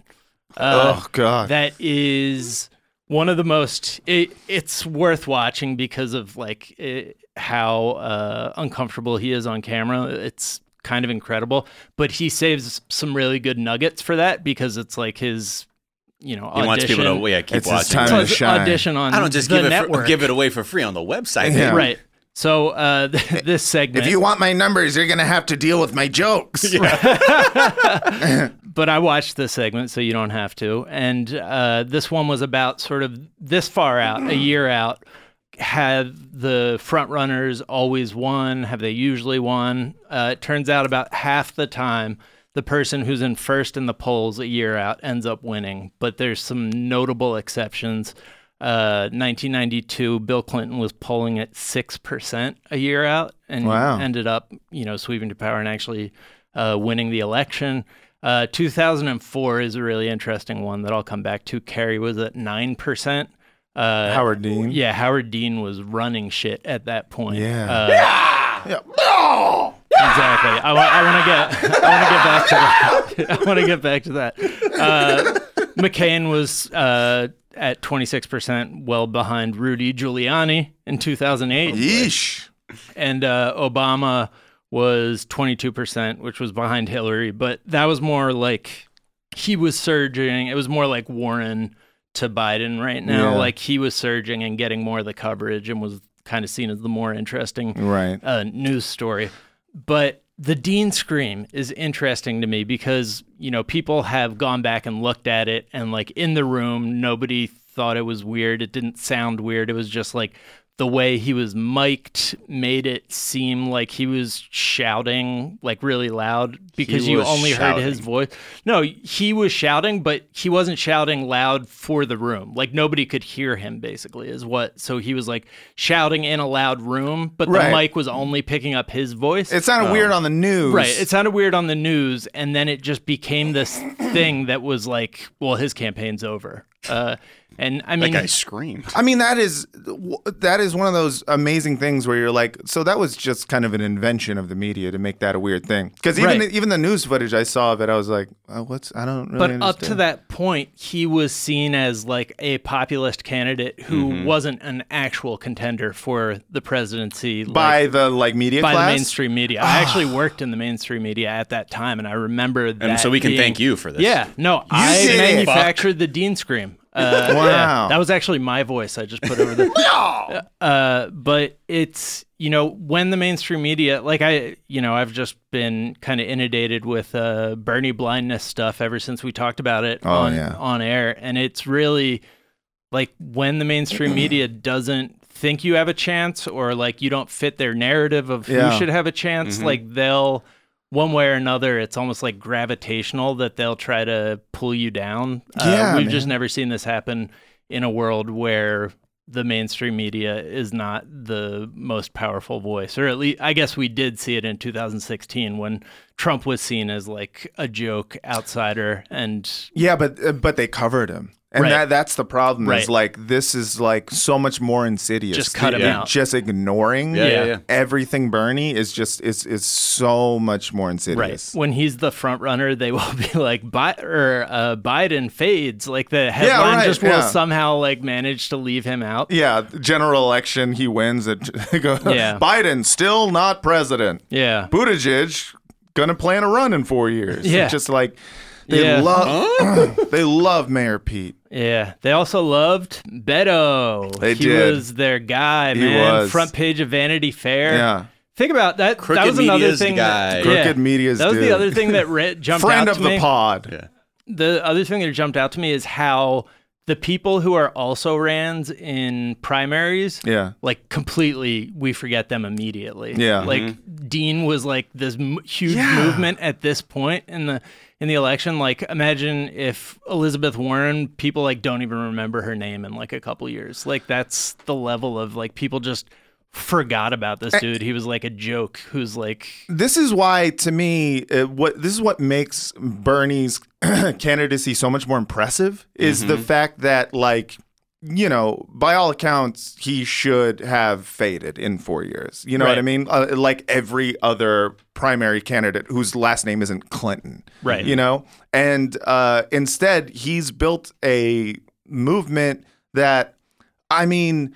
[SPEAKER 1] Uh,
[SPEAKER 3] oh god.
[SPEAKER 1] that is one of the most it, it's worth watching because of like it, how uh, uncomfortable he is on camera it's kind of incredible but he saves some really good nuggets for that because it's like his you know
[SPEAKER 2] He
[SPEAKER 1] audition,
[SPEAKER 2] wants people to yeah keep
[SPEAKER 3] It's his
[SPEAKER 2] watching.
[SPEAKER 3] time
[SPEAKER 1] it's
[SPEAKER 3] to
[SPEAKER 1] his
[SPEAKER 3] shine.
[SPEAKER 1] audition on
[SPEAKER 2] I don't just
[SPEAKER 1] the
[SPEAKER 2] give it for,
[SPEAKER 1] network
[SPEAKER 2] give it away for free on the website.
[SPEAKER 3] Yeah.
[SPEAKER 1] right so uh, this segment
[SPEAKER 3] if you want my numbers, you're gonna have to deal with my jokes.
[SPEAKER 1] but I watched this segment, so you don't have to. And uh, this one was about sort of this far out, a year out. Have the front runners always won? Have they usually won? Uh, it turns out about half the time, the person who's in first in the polls a year out ends up winning. But there's some notable exceptions. Uh, 1992, Bill Clinton was polling at six percent a year out, and
[SPEAKER 3] Wow.
[SPEAKER 1] ended up, you know, sweeping to power and actually uh, winning the election. Uh, 2004 is a really interesting one that I'll come back to. Kerry was at nine percent. Uh,
[SPEAKER 3] Howard Dean.
[SPEAKER 1] yeah, Howard Dean was running shit at that point.
[SPEAKER 3] Yeah.
[SPEAKER 1] Uh,
[SPEAKER 3] Oh,
[SPEAKER 1] exactly. I, want to get. I want to get back to that. I want to get back to that. Uh, McCain was uh, at 26 percent, well behind Rudy Giuliani in 2008
[SPEAKER 3] Yeesh.
[SPEAKER 1] and uh, Obama was 22%, which was behind Hillary. But that was more like he was surging. It was more like Warren to Biden right now.
[SPEAKER 3] Yeah.
[SPEAKER 1] Like he was surging and getting more of the coverage and was kind of seen as the more interesting
[SPEAKER 3] Right.
[SPEAKER 1] uh, news story. But the Dean scream is interesting to me because, you know, people have gone back and looked at it and, like, in the room, nobody thought it was weird. It didn't sound weird. It was just like the way he was mic'd made it seem like he was shouting, like, really loud because you
[SPEAKER 2] was
[SPEAKER 1] only heard his
[SPEAKER 2] shouting.
[SPEAKER 1] voice. No, he was shouting, but he wasn't shouting loud for the room. Like, nobody could hear him, basically, is what. So he was like shouting in a loud room, but the
[SPEAKER 3] Right.
[SPEAKER 1] mic was only picking up his voice.
[SPEAKER 3] It sounded weird on the news.
[SPEAKER 1] Um, right. It sounded weird on the news, and then it just became this thing that was like, well, his campaign's over. Uh, And I
[SPEAKER 2] That
[SPEAKER 1] mean,
[SPEAKER 2] guy screamed.
[SPEAKER 3] I mean that is that is one of those amazing things where you're like, so that was just kind of an invention of the media to make that a weird thing. Because even
[SPEAKER 1] Right.
[SPEAKER 3] even the news footage I saw of it, I was like, uh what's I don't really.
[SPEAKER 1] but
[SPEAKER 3] understand.
[SPEAKER 1] up to that point, he was seen as like a populist candidate who
[SPEAKER 2] Mm-hmm.
[SPEAKER 1] wasn't an actual contender for the presidency. like,
[SPEAKER 3] by the like media
[SPEAKER 1] by
[SPEAKER 3] class,
[SPEAKER 1] the mainstream media. I actually worked in the mainstream media at that time, and I remember that.
[SPEAKER 2] so we can
[SPEAKER 1] being-
[SPEAKER 2] thank you for this.
[SPEAKER 1] Yeah, no, I
[SPEAKER 3] did it.
[SPEAKER 1] manufactured the Dean scream. Uh, wow,
[SPEAKER 3] Wow.
[SPEAKER 1] that was actually my voice. I just put over the. Uh, but it's you know when the mainstream media like I you know I've just been kind of inundated with uh, Bernie blindness stuff ever since we talked about it on
[SPEAKER 3] Oh, yeah.
[SPEAKER 1] on air, and it's really like when the mainstream media doesn't think you have a chance or like you don't fit their narrative of
[SPEAKER 3] Yeah.
[SPEAKER 1] who should have a chance
[SPEAKER 2] Mm-hmm.
[SPEAKER 1] like they'll one way or another it's almost like gravitational that they'll try to pull you down Uh,
[SPEAKER 3] Yeah,
[SPEAKER 1] we've
[SPEAKER 3] man.
[SPEAKER 1] just never seen this happen in a world where the mainstream media is not the most powerful voice or at least i guess we did see it in 2016 when trump was seen as like a joke outsider and
[SPEAKER 3] Yeah, but uh, but they covered him, and
[SPEAKER 1] Right.
[SPEAKER 3] that that's the problem.
[SPEAKER 1] Right.
[SPEAKER 3] Is like this is like so much more insidious.
[SPEAKER 1] Just cut him
[SPEAKER 3] They're
[SPEAKER 1] out.
[SPEAKER 3] Just ignoring.
[SPEAKER 2] Yeah, yeah, yeah.
[SPEAKER 3] Everything Bernie is just is is so much more insidious.
[SPEAKER 1] When he's the front runner, they will be like, Bi- or uh, Biden fades. Like the headline
[SPEAKER 3] right,
[SPEAKER 1] just will
[SPEAKER 3] yeah.
[SPEAKER 1] somehow like manage to leave him out.
[SPEAKER 3] Yeah, general election, he wins. It goes,
[SPEAKER 1] Yeah.
[SPEAKER 3] Biden still not president.
[SPEAKER 1] Yeah.
[SPEAKER 3] Buttigieg gonna plan a run in four years.
[SPEAKER 1] Yeah.
[SPEAKER 3] just like they
[SPEAKER 1] Yeah.
[SPEAKER 3] love they love Mayor Pete.
[SPEAKER 1] Yeah. They also loved Beto.
[SPEAKER 3] They
[SPEAKER 1] he
[SPEAKER 3] did.
[SPEAKER 1] was their guy, man.
[SPEAKER 3] was.
[SPEAKER 1] Front page of Vanity Fair.
[SPEAKER 3] Yeah.
[SPEAKER 1] Think about that.
[SPEAKER 2] Crooked
[SPEAKER 1] that was another
[SPEAKER 2] Media's the
[SPEAKER 1] thing. That,
[SPEAKER 2] guy.
[SPEAKER 1] yeah.
[SPEAKER 3] Crooked Media's
[SPEAKER 1] That was
[SPEAKER 3] dude.
[SPEAKER 1] the other thing that re- jumped out
[SPEAKER 3] Friend
[SPEAKER 1] to
[SPEAKER 3] of the
[SPEAKER 1] me.
[SPEAKER 3] pod.
[SPEAKER 1] the other thing that jumped out to me is how the people who are also Rands in primaries,
[SPEAKER 3] Yeah.
[SPEAKER 1] like completely, we forget them immediately.
[SPEAKER 3] Yeah. Mm-hmm.
[SPEAKER 1] like Dean was like this m- huge
[SPEAKER 3] Yeah.
[SPEAKER 1] movement at this point in the in the election. Like, imagine if Elizabeth Warren, people like don't even remember her name in like a couple years. Like, that's the level of like people just forgot about this dude. He was like a joke. Who's like,
[SPEAKER 3] this is why to me uh, what this is what makes bernie's candidacy so much more impressive is the fact that like you know by all accounts he should have faded in four years you know what
[SPEAKER 1] Right.
[SPEAKER 3] i mean uh, like every other primary candidate whose last name isn't clinton
[SPEAKER 1] Right.
[SPEAKER 3] you know and uh, instead he's built a movement that i mean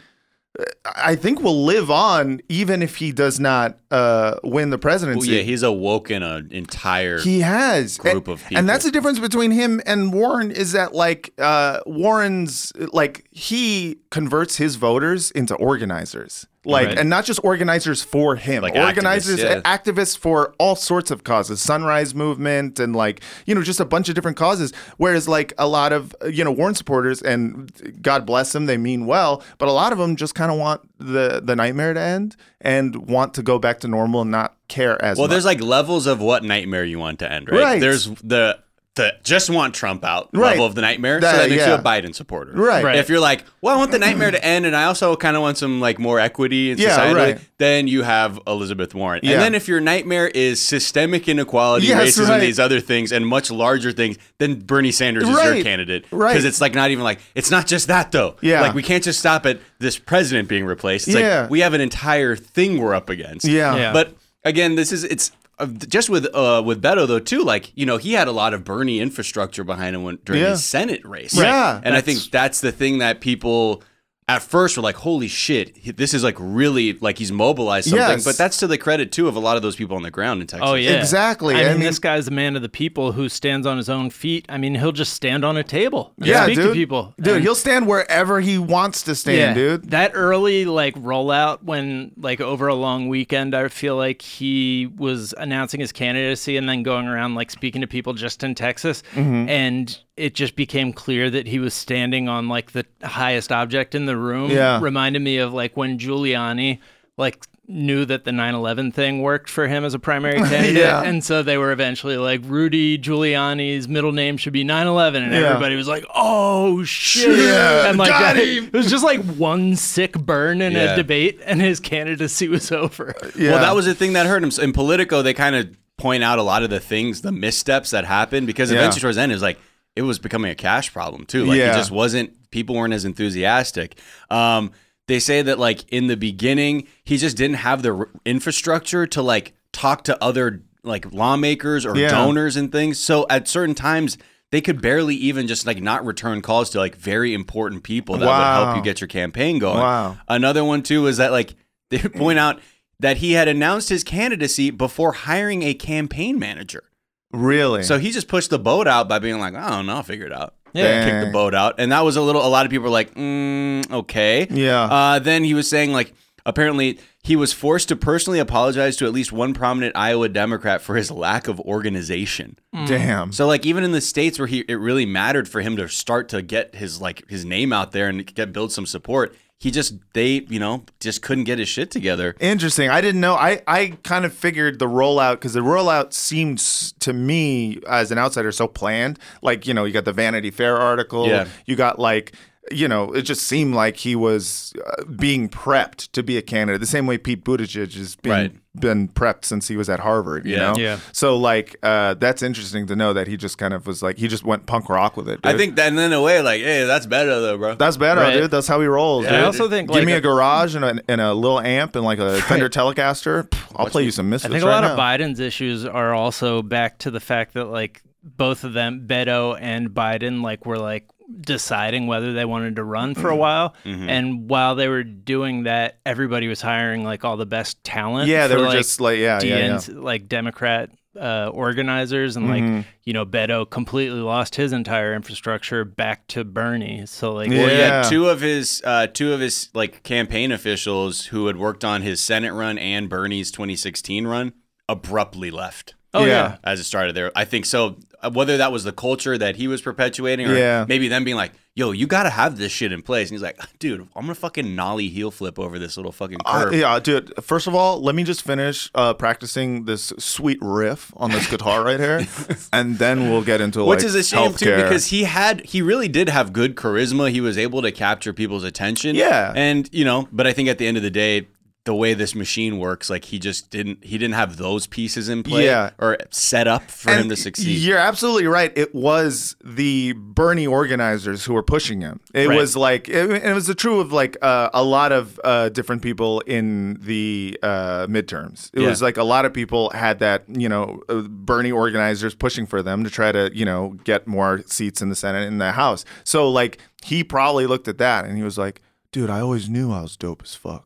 [SPEAKER 3] I think will live on even if he does not uh, win the
[SPEAKER 2] Well,
[SPEAKER 3] presidency.
[SPEAKER 2] yeah, he's awoken an entire.
[SPEAKER 3] he has
[SPEAKER 2] Group
[SPEAKER 3] and,
[SPEAKER 2] of people.
[SPEAKER 3] and that's the difference between him and Warren is that like uh, Warren's like he converts his voters into organizers, like
[SPEAKER 1] Right.
[SPEAKER 3] and not just organizers for him,
[SPEAKER 2] Like
[SPEAKER 3] organizers
[SPEAKER 2] activists, yeah.
[SPEAKER 3] activists for all sorts of causes, Sunrise Movement, and like you know just a bunch of different causes. Whereas like a lot of uh, you know Warren supporters, and God bless them, they mean well, but a lot of them just kind of want the the nightmare to end and want to go back to normal and not care as
[SPEAKER 2] well,
[SPEAKER 3] much.
[SPEAKER 2] there's like levels of what nightmare you want to end, right?
[SPEAKER 3] Right.
[SPEAKER 2] There's the the just want Trump out
[SPEAKER 3] Right.
[SPEAKER 2] level of the nightmare, so
[SPEAKER 3] That-
[SPEAKER 2] that makes you
[SPEAKER 3] yeah.
[SPEAKER 2] a Biden supporter,
[SPEAKER 3] Right.
[SPEAKER 1] Right.
[SPEAKER 2] If you're like, well, I want the nightmare to end, and I also kind of want some like more equity in
[SPEAKER 3] Yeah,
[SPEAKER 2] society,
[SPEAKER 3] right.
[SPEAKER 2] then you have Elizabeth Warren.
[SPEAKER 3] Yeah.
[SPEAKER 2] And then if your nightmare is systemic inequality,
[SPEAKER 3] Yes,
[SPEAKER 2] racism,
[SPEAKER 3] right.
[SPEAKER 2] these other things, and much larger things, then Bernie Sanders is your
[SPEAKER 3] Right.
[SPEAKER 2] candidate,
[SPEAKER 3] Right.
[SPEAKER 2] Because it's like not even like it's not just that though.
[SPEAKER 3] Yeah.
[SPEAKER 2] like we can't just stop at this president being replaced. It's
[SPEAKER 3] Yeah.
[SPEAKER 2] like we have an entire thing we're up against.
[SPEAKER 3] Yeah.
[SPEAKER 1] Yeah.
[SPEAKER 2] But again, this is it's uh, just with uh, with Beto though too. Like you know, he had a lot of Bernie infrastructure behind him when, during
[SPEAKER 3] Yeah.
[SPEAKER 2] his Senate race.
[SPEAKER 3] Right. Yeah.
[SPEAKER 2] and I think that's the thing that people at first were like, "Holy shit, he- this is like really like he's mobilized something."
[SPEAKER 3] Yes.
[SPEAKER 2] But that's to the credit too of a lot of those people on the ground in Texas.
[SPEAKER 1] Oh yeah,
[SPEAKER 3] Exactly.
[SPEAKER 1] I
[SPEAKER 3] I
[SPEAKER 1] mean,
[SPEAKER 3] mean-
[SPEAKER 1] this guy's a man of the people who stands on his own feet. I mean, he'll just stand on a table, and
[SPEAKER 3] Yeah,
[SPEAKER 1] speak
[SPEAKER 3] dude.
[SPEAKER 1] to people,
[SPEAKER 3] Dude,
[SPEAKER 1] And-
[SPEAKER 3] he'll stand wherever he wants to stand, dude.
[SPEAKER 1] That early like rollout when like over a long weekend, I feel like he was announcing his candidacy and then going around like speaking to people just in Texas,
[SPEAKER 3] Mm-hmm.
[SPEAKER 1] and it just became clear that he was standing on like the highest object in the room.
[SPEAKER 3] Yeah.
[SPEAKER 1] reminded me of like when Giuliani like knew that the 9/11 thing worked for him as a primary candidate,
[SPEAKER 3] Yeah.
[SPEAKER 1] and so they were eventually like Rudy Giuliani's middle name should be 9/11, and everybody was like, "Oh shit!"
[SPEAKER 3] Yeah,
[SPEAKER 1] and like
[SPEAKER 3] got
[SPEAKER 1] that-
[SPEAKER 3] him.
[SPEAKER 1] it was just like one sick burn in a
[SPEAKER 2] Yeah.
[SPEAKER 1] debate, and his candidacy was over.
[SPEAKER 3] Yeah.
[SPEAKER 2] Well, that was the thing that hurt him. So In Politico, they kind of point out a lot of the things, the missteps that happened because
[SPEAKER 3] Yeah.
[SPEAKER 2] eventually towards the end, it was like it was becoming a cash problem too. Like
[SPEAKER 3] Yeah.
[SPEAKER 2] it just wasn't people weren't as enthusiastic. Um, they say that like in the beginning, he just didn't have the r- infrastructure to like talk to other like lawmakers or
[SPEAKER 3] Yeah.
[SPEAKER 2] donors and things. So at certain times, they could barely even just like not return calls to like very important people that would help
[SPEAKER 3] Wow.
[SPEAKER 2] you get your campaign going.
[SPEAKER 3] Wow.
[SPEAKER 2] Another one too is that like they point out that he had announced his candidacy before hiring a campaign manager.
[SPEAKER 3] Really?
[SPEAKER 2] So he just pushed the boat out by being like, I don't know, I'll figure it out.
[SPEAKER 1] Yeah.
[SPEAKER 2] Kicked the boat out. And that was a little, a lot of people were like, mm, okay.
[SPEAKER 3] Yeah.
[SPEAKER 2] Uh, then he was saying, like, apparently he was forced to personally apologize to at least one prominent Iowa Democrat for his lack of organization.
[SPEAKER 3] Damn.
[SPEAKER 2] So, like, even in the states where he, it really mattered for him to start to get his, like, his name out there and get, build some support, he just, they, you know, just couldn't get his shit together.
[SPEAKER 3] Interesting. I didn't know. I, I kind of figured the rollout because the rollout seemed s- to me as an outsider so planned. Like you know, you got the Vanity Fair article.
[SPEAKER 2] Yeah.
[SPEAKER 3] You got like you know, it just seemed like he was uh, being prepped to be a candidate. The same way Pete Buttigieg has been
[SPEAKER 2] Right.
[SPEAKER 3] been prepped since he was at Harvard. You
[SPEAKER 2] Yeah.
[SPEAKER 3] know.
[SPEAKER 1] Yeah.
[SPEAKER 3] So like uh, that's interesting to know that he just kind of was like he just went punk rock with it.
[SPEAKER 2] I
[SPEAKER 3] dude.
[SPEAKER 2] think that, and then in a way, like, hey, that's better though, bro.
[SPEAKER 3] That's better,
[SPEAKER 1] Right.
[SPEAKER 3] dude. That's how he rolls.
[SPEAKER 1] I
[SPEAKER 3] dude.
[SPEAKER 1] also think
[SPEAKER 3] Give
[SPEAKER 1] like
[SPEAKER 3] me a garage and a, and a little amp and like a Fender Telecaster. Pff, I'll play you some
[SPEAKER 1] I
[SPEAKER 3] misfits.
[SPEAKER 1] think a
[SPEAKER 3] right
[SPEAKER 1] lot of
[SPEAKER 3] now.
[SPEAKER 1] Biden's issues are also back to the fact that like both of them, Beto and Biden, like were like deciding whether they wanted to run
[SPEAKER 3] Mm-hmm.
[SPEAKER 1] for a while. And while they were doing that, everybody was hiring like all the best talent.
[SPEAKER 3] Yeah, they
[SPEAKER 1] for,
[SPEAKER 3] were just like yeah, yeah, yeah.
[SPEAKER 1] DNs, like Democrat uh, organizers, and
[SPEAKER 3] Mm-hmm.
[SPEAKER 1] like you know, Beto completely lost his entire infrastructure back to Bernie. So like,
[SPEAKER 2] Well, yeah,
[SPEAKER 3] Yeah.
[SPEAKER 2] two of his uh, two of his like campaign officials who had worked on his Senate run and Bernie's 2016 run abruptly left
[SPEAKER 1] oh yeah,
[SPEAKER 3] Yeah.
[SPEAKER 2] as it started there. I think so. uh, Whether that was the culture that he was perpetuating, or
[SPEAKER 3] Yeah.
[SPEAKER 2] maybe them being like, "Yo, you got to have this shit in place," and he's like, "Dude, I'm gonna fucking nollie heel flip over this little fucking
[SPEAKER 3] Uh,
[SPEAKER 2] curve."
[SPEAKER 3] yeah, dude. First of all, let me just finish uh, practicing this sweet riff on this guitar right here, and then we'll get into like
[SPEAKER 2] Which is a shame too,
[SPEAKER 3] healthcare.
[SPEAKER 2] because he had he really did have good charisma. He was able to capture people's attention.
[SPEAKER 3] Yeah.
[SPEAKER 2] and you know, but I think at the end of the day, the way this machine works, like he just didn't he didn't have those pieces in play
[SPEAKER 3] Yeah.
[SPEAKER 2] or set up for him
[SPEAKER 3] And
[SPEAKER 2] to succeed.
[SPEAKER 3] You're absolutely right. It was the Bernie organizers who were pushing him. It
[SPEAKER 2] Right.
[SPEAKER 3] was like it, it was the true of like uh, a lot of uh, different people in the uh, midterms. It
[SPEAKER 2] Yeah.
[SPEAKER 3] was like a lot of people had that you know uh, Bernie organizers pushing for them to try to you know get more seats in the Senate and the House. So like he probably looked at that and he was like, dude, I always knew I was dope as fuck.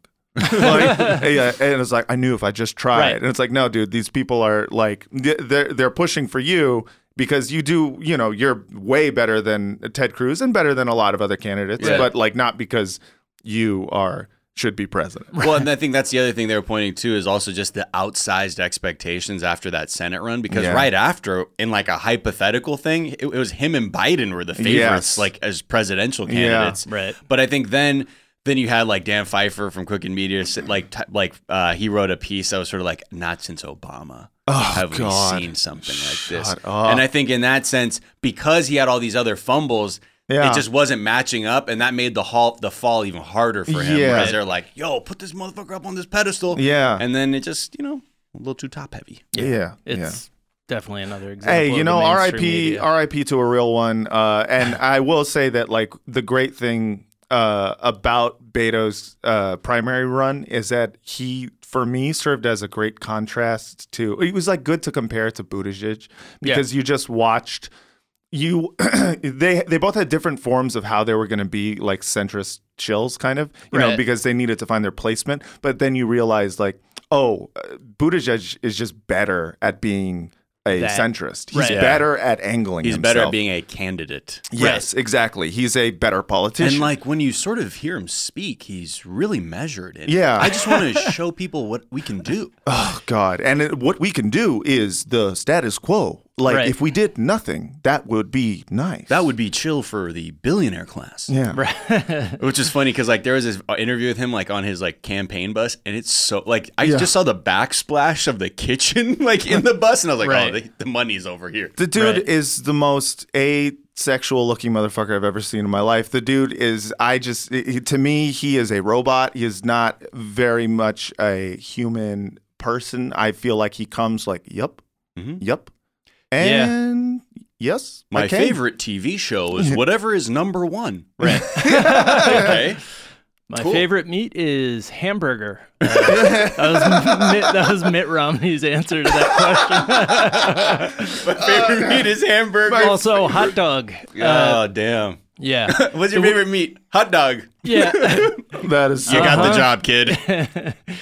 [SPEAKER 3] like, yeah, and it's like I knew if I just tried.
[SPEAKER 1] Right.
[SPEAKER 3] And it's like, no, dude, these people are like th- they're they're pushing for you because you do, you know, you're way better than Ted Cruz and better than a lot of other candidates,
[SPEAKER 2] Yeah.
[SPEAKER 3] but like not because you are should be president.
[SPEAKER 2] Well, and I think that's the other thing they were pointing to is also just the outsized expectations after that Senate run because
[SPEAKER 3] Yeah.
[SPEAKER 2] right after, in like a hypothetical thing, it, it was him and Biden were the favorites,
[SPEAKER 3] Yes.
[SPEAKER 2] like as presidential candidates.
[SPEAKER 1] Right.
[SPEAKER 2] But I think then. Then you had like Dan Pfeiffer from Crooked Media, sit- like t- like uh, he wrote a piece that was sort of like not since Obama have
[SPEAKER 3] Oh, God.
[SPEAKER 2] we seen something like this.
[SPEAKER 3] Shut up.
[SPEAKER 2] And I think in that sense, because he had all these other fumbles,
[SPEAKER 3] Yeah.
[SPEAKER 2] it just wasn't matching up, and that made the halt the fall even harder for him.
[SPEAKER 3] Yeah.
[SPEAKER 2] Whereas they're like, "Yo, put this motherfucker up on this pedestal."
[SPEAKER 3] Yeah.
[SPEAKER 2] and then it just you know a little too top heavy.
[SPEAKER 3] Yeah. yeah.
[SPEAKER 1] it's definitely another example.
[SPEAKER 3] Hey, you
[SPEAKER 1] of the
[SPEAKER 3] know,
[SPEAKER 1] mainstream
[SPEAKER 3] RIP,
[SPEAKER 1] media.
[SPEAKER 3] RIP to a real one. Uh, and I will say that, like, the great thing uh, about Beto's uh, primary run is that he, for me, served as a great contrast to. It was like good to compare to Buttigieg because you just watched you they they both had different forms of how they were going to be like centrist chills kind of you know
[SPEAKER 1] Right.
[SPEAKER 3] because they needed to find their placement but then you realize like oh uh, Buttigieg is just better at being a
[SPEAKER 1] That-
[SPEAKER 3] centrist he's
[SPEAKER 1] Right. Yeah.
[SPEAKER 3] better at angling
[SPEAKER 2] He's better at
[SPEAKER 3] himself.
[SPEAKER 2] being a candidate.
[SPEAKER 3] yes exactly he's a better politician
[SPEAKER 2] And like when you sort of hear him speak, he's really measured. And
[SPEAKER 3] Yeah.
[SPEAKER 2] I just want to show people what we can do.
[SPEAKER 3] oh god and it, what we can do is the status quo like
[SPEAKER 1] Right.
[SPEAKER 3] if we did nothing that would be nice
[SPEAKER 2] That would be chill for the billionaire class.
[SPEAKER 3] yeah
[SPEAKER 2] Which is funny because like there was this uh, interview with him like on his like campaign bus, and it's so like I just saw the backsplash of the kitchen like in the bus, and I was like,
[SPEAKER 1] Right.
[SPEAKER 2] oh, the, the money's over here.
[SPEAKER 3] The dude
[SPEAKER 1] Right.
[SPEAKER 3] is the most asexual looking motherfucker I've ever seen in my life. The dude is, I just, he- to me, he is a robot. He is not very much a human person. I feel like he comes like, yep, yep, and Yes, I
[SPEAKER 2] Mm-hmm. My
[SPEAKER 3] can.
[SPEAKER 2] favorite TV show is whatever is number one. Right. okay.
[SPEAKER 1] My
[SPEAKER 2] Cool.
[SPEAKER 1] favorite meat is hamburger. Uh, that, was Mitt, that was Mitt Romney's answer to that question.
[SPEAKER 2] My favorite meat is hamburger.
[SPEAKER 1] also, hot dog. Uh,
[SPEAKER 2] oh damn.
[SPEAKER 1] Yeah.
[SPEAKER 2] What's your favorite meat? Hot dog.
[SPEAKER 1] Yeah.
[SPEAKER 3] That is
[SPEAKER 2] You got
[SPEAKER 1] Uh-huh.
[SPEAKER 2] the job, kid.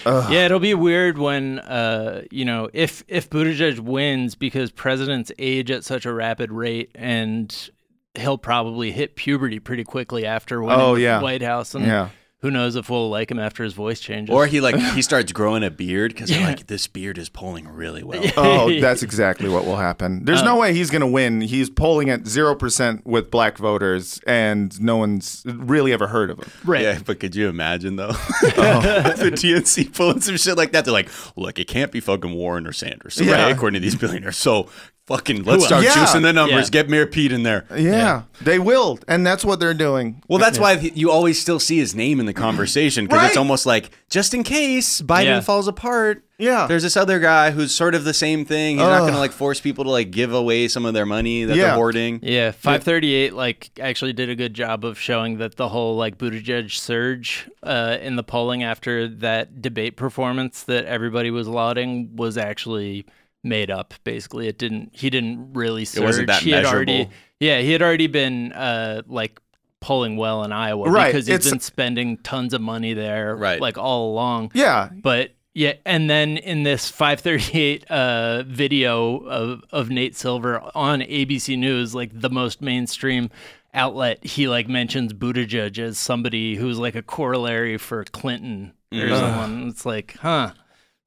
[SPEAKER 1] yeah, it'll be weird when, uh, you know, if, if Buttigieg wins because presidents age at such a rapid rate and he'll probably hit puberty pretty quickly after winning
[SPEAKER 3] Oh,
[SPEAKER 1] the
[SPEAKER 3] yeah.
[SPEAKER 1] White House. And
[SPEAKER 3] Yeah.
[SPEAKER 1] who knows if we'll like him after his voice changes.
[SPEAKER 2] Or he like he starts growing a beard because
[SPEAKER 1] Yeah.
[SPEAKER 2] like this beard is pulling really well.
[SPEAKER 3] Oh, that's exactly what will happen.
[SPEAKER 2] Oh.
[SPEAKER 3] There's no way he's going to win. He's polling at 0% with black voters, and no one's really ever heard of him.
[SPEAKER 1] right.
[SPEAKER 2] Yeah, but could you imagine though? the DNC pulling some shit like that. They're like, look, it can't be fucking Warren or Sanders, right?
[SPEAKER 3] Yeah.
[SPEAKER 2] According to these billionaires. So fucking let's start
[SPEAKER 3] else? Yeah.
[SPEAKER 2] juicing the numbers.
[SPEAKER 1] Yeah.
[SPEAKER 2] Get Mayor Pete in there.
[SPEAKER 3] Yeah, they will. And that's what they're doing.
[SPEAKER 2] Well, that's why th- you always still see his name in the conversation because it's
[SPEAKER 3] Right.
[SPEAKER 2] almost like just in case Biden
[SPEAKER 1] Yeah.
[SPEAKER 2] falls apart.
[SPEAKER 3] Yeah.
[SPEAKER 2] there's this other guy who's sort of the same thing. He's not
[SPEAKER 3] Ugh.
[SPEAKER 2] going to like force people to like give away some of their money that they're
[SPEAKER 3] Yeah.
[SPEAKER 2] hoarding.
[SPEAKER 1] Yeah, 538 like actually did a good job of showing that the whole like Buttigieg surge uh, in the polling after that debate performance that everybody was lauding was actually made up. Basically, it didn't. He didn't really surge.
[SPEAKER 2] wasn't that
[SPEAKER 1] he had already.
[SPEAKER 2] measurable.
[SPEAKER 1] Yeah, he had already been uh, like polling well in Iowa
[SPEAKER 3] Right,
[SPEAKER 1] because he's
[SPEAKER 3] it's-
[SPEAKER 1] been spending tons of money there,
[SPEAKER 2] Right.
[SPEAKER 1] Like all along.
[SPEAKER 3] Yeah.
[SPEAKER 1] But yeah, and then in this 538 uh, video of, of Nate Silver on ABC News, like the most mainstream outlet, he like mentions Buttigieg as somebody who's like a corollary for Clinton or someone. It's like, huh?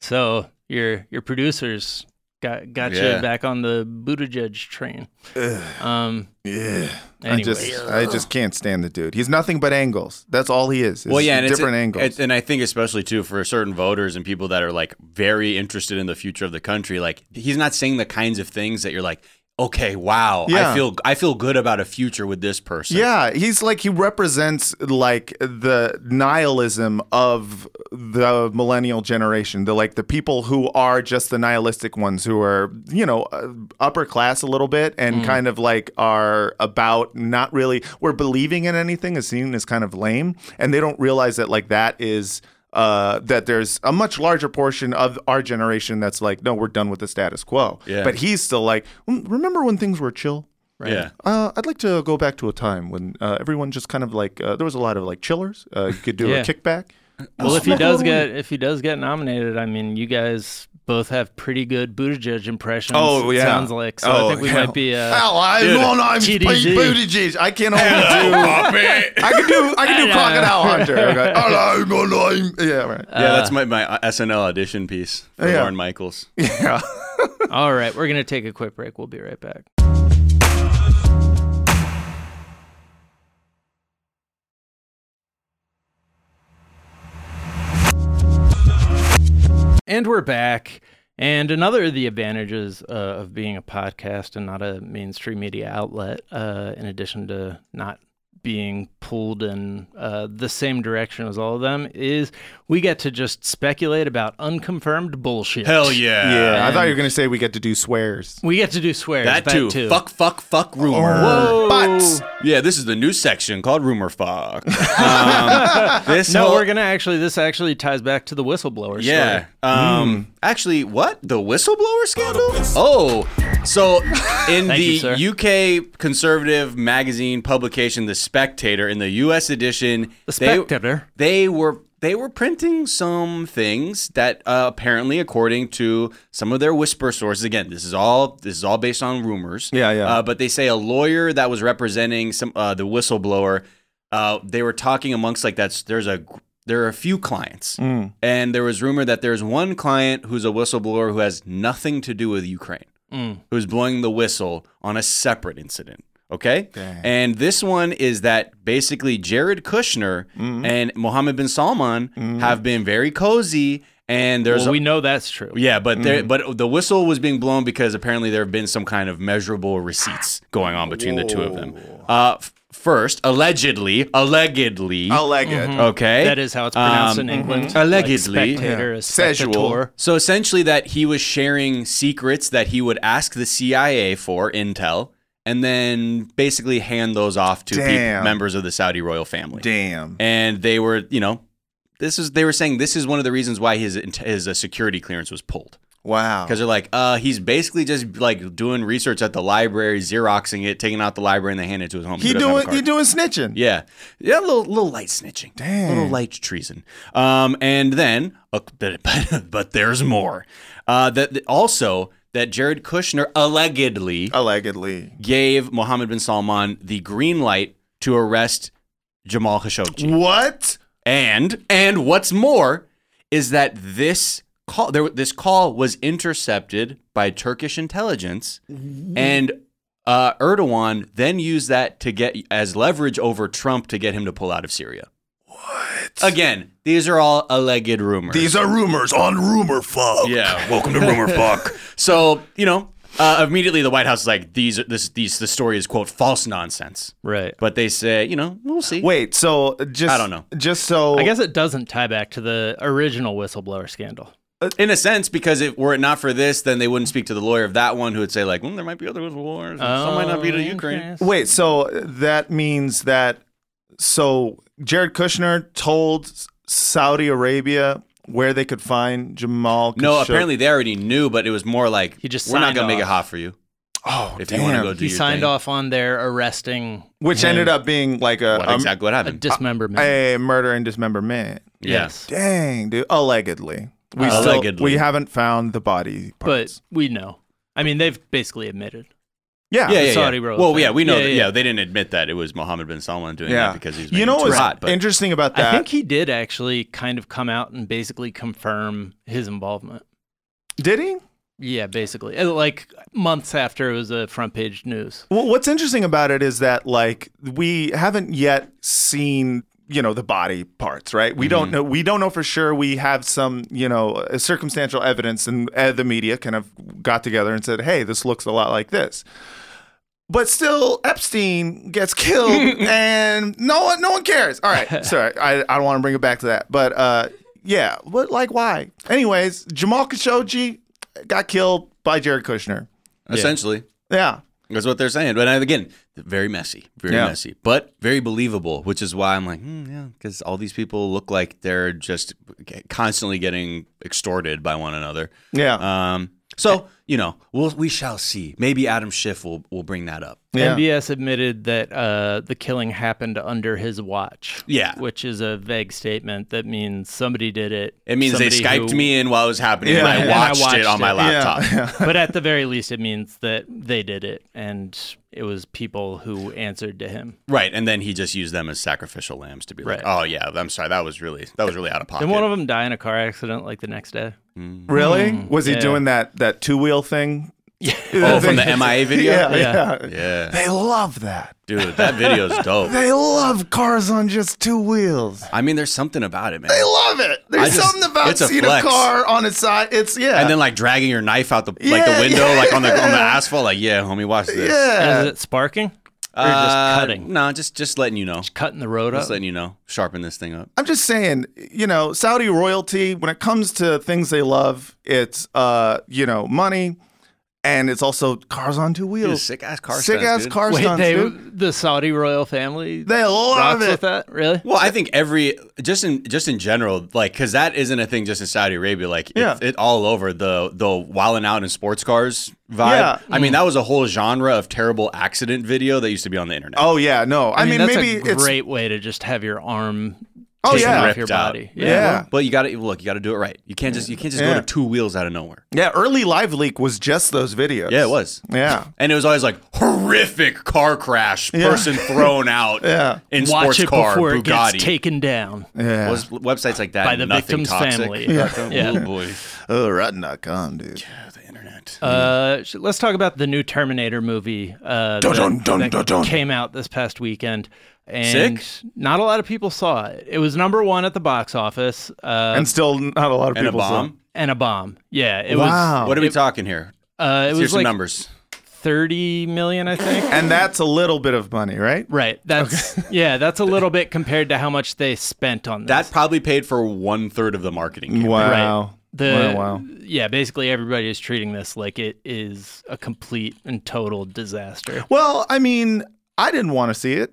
[SPEAKER 1] So your your producers got got
[SPEAKER 2] Yeah.
[SPEAKER 1] you back on the Buttigieg train. Um,
[SPEAKER 3] Yeah. I
[SPEAKER 1] Anyway.
[SPEAKER 3] just I just can't stand the dude. He's nothing but angles. That's all he is. is
[SPEAKER 2] Well, yeah, and
[SPEAKER 3] different
[SPEAKER 2] it's,
[SPEAKER 3] angles.
[SPEAKER 2] it's- and I think especially too for certain voters and people that are like very interested in the future of the country, like he's not saying the kinds of things that you're like, okay, wow, I
[SPEAKER 3] Yeah.
[SPEAKER 2] feel I feel good about a future with this person.
[SPEAKER 3] Yeah, he's like he represents like the nihilism of the millennial generation. The like the people who are just the nihilistic ones who are, you know, uh, upper class a little bit and
[SPEAKER 2] Mm.
[SPEAKER 3] kind of like are about not really where believing in anything is seen as kind of lame and they don't realize that like that is uh, that there's a much larger portion of our generation that's like, no, we're done with the status quo.
[SPEAKER 2] Yeah.
[SPEAKER 3] But he's still like, "Mm, remember when things were chill?
[SPEAKER 2] right. Yeah.
[SPEAKER 3] Uh, I'd like to go back to a time when uh, everyone just kind of like uh, there was a lot of like chillers. Uh, you could do
[SPEAKER 1] Yeah.
[SPEAKER 3] a kickback.
[SPEAKER 1] Well, if he
[SPEAKER 3] smoke
[SPEAKER 1] does
[SPEAKER 3] all
[SPEAKER 1] get if he does get nominated, I mean, you guys both have pretty good Buttigieg impressions.
[SPEAKER 3] Oh,
[SPEAKER 1] it
[SPEAKER 3] yeah.
[SPEAKER 1] sounds like so. I
[SPEAKER 3] Oh,
[SPEAKER 1] think we
[SPEAKER 3] hell.
[SPEAKER 1] might be. Uh,
[SPEAKER 3] Hell, I,
[SPEAKER 2] Dude,
[SPEAKER 3] well, no, I'm Pete
[SPEAKER 1] TDZ.
[SPEAKER 3] Buttigieg. I can only do. I can do. I can
[SPEAKER 1] Hello.
[SPEAKER 3] do Crocodile Hunter. Okay. Hello, my name- Yeah, right.
[SPEAKER 2] yeah, that's my, my SNL audition piece for
[SPEAKER 3] Yeah.
[SPEAKER 2] Lauren Michaels.
[SPEAKER 3] Yeah.
[SPEAKER 1] All right, we're gonna take a quick break. We'll be right back. And we're back. And another of the advantages uh, of being a podcast and not a mainstream media outlet, uh, in addition to not being pulled in uh, the same direction as all of them, is we get to just speculate about unconfirmed bullshit.
[SPEAKER 2] Hell yeah.
[SPEAKER 3] yeah. I
[SPEAKER 1] And-
[SPEAKER 3] thought you were gonna say we get to do swears.
[SPEAKER 1] We get to do swears.
[SPEAKER 2] That too. Fuck, fuck, fuck rumor.
[SPEAKER 1] Whoa.
[SPEAKER 3] Butts.
[SPEAKER 2] Yeah, this is the new section called Rumor Fuck. um, this
[SPEAKER 1] No,
[SPEAKER 2] whole-
[SPEAKER 1] we're gonna actually. This actually ties back to the whistleblower.
[SPEAKER 2] Yeah.
[SPEAKER 1] story. Hmm.
[SPEAKER 2] Um. Actually, what the whistleblower scandal? Oh, so in
[SPEAKER 1] Thank you,
[SPEAKER 2] the
[SPEAKER 1] sir.
[SPEAKER 2] UK conservative magazine publication, The Spectator, in the US edition,
[SPEAKER 1] The
[SPEAKER 2] they-
[SPEAKER 1] Spectator.
[SPEAKER 2] they, were they were printing some things that uh, apparently, according to some of their whisper sources, again, this is all this is all based on rumors.
[SPEAKER 3] Yeah, yeah.
[SPEAKER 2] Uh, but they say a lawyer that was representing some uh, the whistleblower. Uh, they were talking amongst like that's there's a there are a few clients,
[SPEAKER 3] Mm.
[SPEAKER 2] and there was rumor that there's one client who's a whistleblower who has nothing to do with Ukraine, who's blowing the whistle on a separate incident. Okay, and this one is that basically Jared Kushner
[SPEAKER 1] Mm-hmm.
[SPEAKER 2] and Mohammed bin Salman have been very cozy, and there's
[SPEAKER 1] Well,
[SPEAKER 2] a-
[SPEAKER 1] we Mm-hmm. know that's true.
[SPEAKER 2] yeah, but there, but the whistle was being blown because apparently there have been some kind of measurable receipts going on between the two of them. Uh, f- first, allegedly, allegedly,
[SPEAKER 3] I'll leg it.
[SPEAKER 1] Mm-hmm.
[SPEAKER 2] okay,
[SPEAKER 1] That is how it's pronounced
[SPEAKER 2] Um,
[SPEAKER 1] in England. Like
[SPEAKER 2] Allegedly.
[SPEAKER 1] spectator, a
[SPEAKER 3] Sexual.
[SPEAKER 1] spectator.
[SPEAKER 2] So essentially, that he was sharing secrets that he would ask the CIA for intel, and then basically hand those off to peop-
[SPEAKER 3] Damn.
[SPEAKER 2] members of the Saudi royal family.
[SPEAKER 3] Damn.
[SPEAKER 2] And they were, you know, this is they were saying this is one of the reasons why his his uh, security clearance was pulled
[SPEAKER 3] Wow.
[SPEAKER 2] because they're like, uh, he's basically just like doing research at the library, xeroxing it, taking out the library, and they hand it to his home.
[SPEAKER 3] he
[SPEAKER 2] doesn't have a
[SPEAKER 3] doing
[SPEAKER 2] card.
[SPEAKER 3] he doing snitching.
[SPEAKER 2] Yeah, yeah, a little, little light snitching,
[SPEAKER 3] Damn.
[SPEAKER 2] little light treason. Um, and then, uh, but, but, but there's more. Uh, that that also that Jared Kushner
[SPEAKER 3] Uh.
[SPEAKER 2] allegedly
[SPEAKER 3] Allegedly.
[SPEAKER 2] gave Mohammed bin Salman the green light to arrest Jamal Khashoggi.
[SPEAKER 3] What?
[SPEAKER 2] And and what's more is that this call there this call was intercepted by Turkish intelligence and uh, Erdogan then used that to get as leverage over Trump to get him to pull out of Syria. What? Again, these are all alleged rumors.
[SPEAKER 3] These are rumors on rumor fuck.
[SPEAKER 2] yeah, welcome to rumor fuck. So you know, uh, immediately the White House is like these this these the story is quote false nonsense.
[SPEAKER 1] Right.
[SPEAKER 2] But they say you know we'll see.
[SPEAKER 3] Wait, so just
[SPEAKER 2] I don't know.
[SPEAKER 3] Just so
[SPEAKER 1] I guess it doesn't tie back to the original whistleblower scandal.
[SPEAKER 2] In a sense, because if were it not for this, then they wouldn't speak to the lawyer of that one who would say, like, mm, there might be other wars. Some might not be to
[SPEAKER 1] Oh,
[SPEAKER 2] Ukraine.
[SPEAKER 1] okay.
[SPEAKER 3] Wait, so that means that so Jared Kushner told Saudi Arabia where they could find Jamal Khashoggi.
[SPEAKER 2] No, apparently they already knew, but it was more like,
[SPEAKER 1] He just
[SPEAKER 2] we're not
[SPEAKER 1] signed
[SPEAKER 2] going to make it
[SPEAKER 1] off.
[SPEAKER 2] hot for you.
[SPEAKER 3] oh,
[SPEAKER 2] If
[SPEAKER 3] damn.
[SPEAKER 2] you want to go do
[SPEAKER 1] He
[SPEAKER 2] your
[SPEAKER 1] signed
[SPEAKER 2] thing.
[SPEAKER 1] off on their arresting,
[SPEAKER 3] which
[SPEAKER 1] him.
[SPEAKER 3] ended up being like a,
[SPEAKER 2] What,
[SPEAKER 3] a-
[SPEAKER 2] exactly what
[SPEAKER 1] a
[SPEAKER 2] happened.
[SPEAKER 1] dismemberment.
[SPEAKER 3] a murder and dismemberment.
[SPEAKER 2] Yeah.
[SPEAKER 1] Yes.
[SPEAKER 3] Dang, dude, allegedly. We still
[SPEAKER 2] Allegedly.
[SPEAKER 3] we haven't found the body
[SPEAKER 1] But
[SPEAKER 3] parts.
[SPEAKER 1] we know. I mean, they've basically admitted.
[SPEAKER 3] yeah,
[SPEAKER 2] Yeah, yeah,
[SPEAKER 1] Saudi
[SPEAKER 2] yeah.
[SPEAKER 1] royal
[SPEAKER 2] Well,
[SPEAKER 1] thing.
[SPEAKER 2] yeah, we know.
[SPEAKER 1] Yeah,
[SPEAKER 2] that,
[SPEAKER 1] yeah.
[SPEAKER 2] yeah. they didn't admit that it was Mohammed bin Salman doing that because he's
[SPEAKER 3] you know what's
[SPEAKER 2] hot. But
[SPEAKER 3] interesting about that?
[SPEAKER 1] I think he did actually kind of come out and basically confirm his involvement.
[SPEAKER 3] Did he?
[SPEAKER 1] Yeah, basically. Uh, Like months after it was a front page news.
[SPEAKER 3] Well, what's interesting about it is that like we haven't yet seen you know the body parts, right? We don't know. We don't know for sure. We have some you know uh, circumstantial evidence, and uh, the media kind of got together and said, "Hey, this looks a lot like this." But still, Epstein gets killed, and no one, no one cares. All right, sorry, I, I don't want to bring it back to that, but uh, yeah, but like, why? Anyways, Jamal Khashoggi got killed by Jared Kushner.
[SPEAKER 2] essentially,
[SPEAKER 3] Yeah,
[SPEAKER 2] that's what they're saying. But I- again, very messy, very
[SPEAKER 3] Yeah.
[SPEAKER 2] messy, but very believable, which is why I'm like, mm, yeah, because all these people look like they're just constantly getting extorted by one another.
[SPEAKER 3] yeah.
[SPEAKER 2] Um, so you know, we'll, we shall see. Maybe Adam Schiff will will bring that up.
[SPEAKER 3] Yeah.
[SPEAKER 1] MBS admitted that uh, the killing happened under his watch.
[SPEAKER 2] Yeah.
[SPEAKER 1] Which is a vague statement that means somebody did it.
[SPEAKER 2] It means they
[SPEAKER 1] somebody
[SPEAKER 2] skyped
[SPEAKER 1] who-
[SPEAKER 2] me in while it was happening,
[SPEAKER 3] Yeah.
[SPEAKER 2] and, I
[SPEAKER 1] And I
[SPEAKER 2] watched
[SPEAKER 1] watched
[SPEAKER 2] it on my
[SPEAKER 1] it.
[SPEAKER 3] Yeah,
[SPEAKER 2] laptop.
[SPEAKER 3] yeah.
[SPEAKER 1] but at the very least, it means that they did it and it was people who answered to him.
[SPEAKER 2] Right, and then he just used them as sacrificial lambs to be like,
[SPEAKER 1] Right.
[SPEAKER 2] "Oh yeah, I'm sorry, that was really that was really out of pocket."
[SPEAKER 1] Didn't one of them die in a car accident like the next day?
[SPEAKER 3] Really? Was he
[SPEAKER 1] yeah.
[SPEAKER 3] doing that that two wheel thing?
[SPEAKER 2] Hmm. oh, from the MIA video.
[SPEAKER 3] Yeah,
[SPEAKER 1] Yeah.
[SPEAKER 3] yeah,
[SPEAKER 2] Yeah.
[SPEAKER 3] They love that.
[SPEAKER 2] dude, that video's dope.
[SPEAKER 3] They love cars on just two wheels.
[SPEAKER 2] I mean, there's something about it, man.
[SPEAKER 3] They love it.
[SPEAKER 2] I
[SPEAKER 3] There's
[SPEAKER 2] just-
[SPEAKER 3] something about
[SPEAKER 2] it's a
[SPEAKER 3] seeing
[SPEAKER 2] flex.
[SPEAKER 3] a car on its side. It's yeah.
[SPEAKER 2] And then like dragging your knife out the like
[SPEAKER 3] Yeah,
[SPEAKER 2] the window,
[SPEAKER 3] yeah.
[SPEAKER 2] like on the on the asphalt, like yeah, homie, watch this.
[SPEAKER 1] Is
[SPEAKER 3] yeah.
[SPEAKER 1] it sparking? Or
[SPEAKER 2] Uh,
[SPEAKER 1] just cutting?
[SPEAKER 2] No, just just letting you know,
[SPEAKER 1] Cutting the road up?
[SPEAKER 2] just letting you know, sharpen this thing up.
[SPEAKER 3] I'm just saying, you know, Saudi royalty when it comes to things they love, it's uh, you know, money and it's also cars on two wheels.
[SPEAKER 2] Sick ass car.
[SPEAKER 3] Sick
[SPEAKER 2] stunts,
[SPEAKER 3] ass
[SPEAKER 2] dude.
[SPEAKER 3] car
[SPEAKER 1] Wait,
[SPEAKER 3] stunts,
[SPEAKER 1] they,
[SPEAKER 3] dude.
[SPEAKER 1] the Saudi royal family
[SPEAKER 3] They love
[SPEAKER 1] rocks
[SPEAKER 3] it.
[SPEAKER 1] with that? Really?
[SPEAKER 2] Well, I think every just in just in general, like because that isn't a thing just in Saudi Arabia. Like
[SPEAKER 3] Yeah.
[SPEAKER 2] it's it all over the the wilding out in sports cars vibe.
[SPEAKER 3] Yeah. Mm.
[SPEAKER 2] I mean that was a whole genre of terrible accident video that used to be on the internet.
[SPEAKER 3] Oh yeah, no. I, mean,
[SPEAKER 1] that's
[SPEAKER 3] maybe
[SPEAKER 1] a
[SPEAKER 3] it's
[SPEAKER 1] great way to just have your arm
[SPEAKER 3] Oh,
[SPEAKER 1] taken
[SPEAKER 3] yeah.
[SPEAKER 1] off
[SPEAKER 2] Ripped
[SPEAKER 1] your
[SPEAKER 2] out.
[SPEAKER 1] body.
[SPEAKER 3] yeah.
[SPEAKER 2] But you got to look. You got to do it right. You can't just you can't just go
[SPEAKER 3] Yeah.
[SPEAKER 2] to two wheels out of nowhere.
[SPEAKER 3] Yeah, early live leak was just those videos.
[SPEAKER 2] Yeah, it was.
[SPEAKER 3] Yeah.
[SPEAKER 2] And it was always like horrific car crash, person thrown out
[SPEAKER 3] Yeah.
[SPEAKER 2] in
[SPEAKER 1] Watch
[SPEAKER 2] sports
[SPEAKER 1] it
[SPEAKER 2] car,
[SPEAKER 1] before it
[SPEAKER 2] Bugatti.
[SPEAKER 1] gets taken down.
[SPEAKER 3] Yeah.
[SPEAKER 2] Was websites like that
[SPEAKER 1] By the
[SPEAKER 2] nothing
[SPEAKER 1] victim's
[SPEAKER 2] toxic.
[SPEAKER 1] family.
[SPEAKER 2] Yeah.
[SPEAKER 1] Yeah.
[SPEAKER 2] Oh boy,
[SPEAKER 3] oh, rotten.com, dude.
[SPEAKER 2] the internet.
[SPEAKER 1] Uh, sh- let's talk about the new Terminator movie uh, that,
[SPEAKER 3] dun, dun,
[SPEAKER 1] that
[SPEAKER 3] dun, dun.
[SPEAKER 1] came out this past weekend, and not a lot of people saw it. It was number one at the box office, uh,
[SPEAKER 3] And still not a lot of
[SPEAKER 2] and a
[SPEAKER 3] people saw.
[SPEAKER 2] bomb.
[SPEAKER 1] and a bomb. Yeah, it
[SPEAKER 3] Wow.
[SPEAKER 2] What are we talking here?
[SPEAKER 1] was. Uh, it
[SPEAKER 2] Here's
[SPEAKER 1] was
[SPEAKER 2] some
[SPEAKER 1] like
[SPEAKER 2] numbers.
[SPEAKER 1] thirty million, I think.
[SPEAKER 3] And that's a little bit of money, right?
[SPEAKER 1] Right. That's yeah. That's a little bit compared to how much they spent on this.
[SPEAKER 2] That probably paid for one third of the marketing. campaign.
[SPEAKER 3] Wow.
[SPEAKER 1] The
[SPEAKER 3] Wow, wow.
[SPEAKER 1] yeah, basically everybody is treating this like it is a complete and total disaster.
[SPEAKER 3] Well, I mean, I didn't want to see it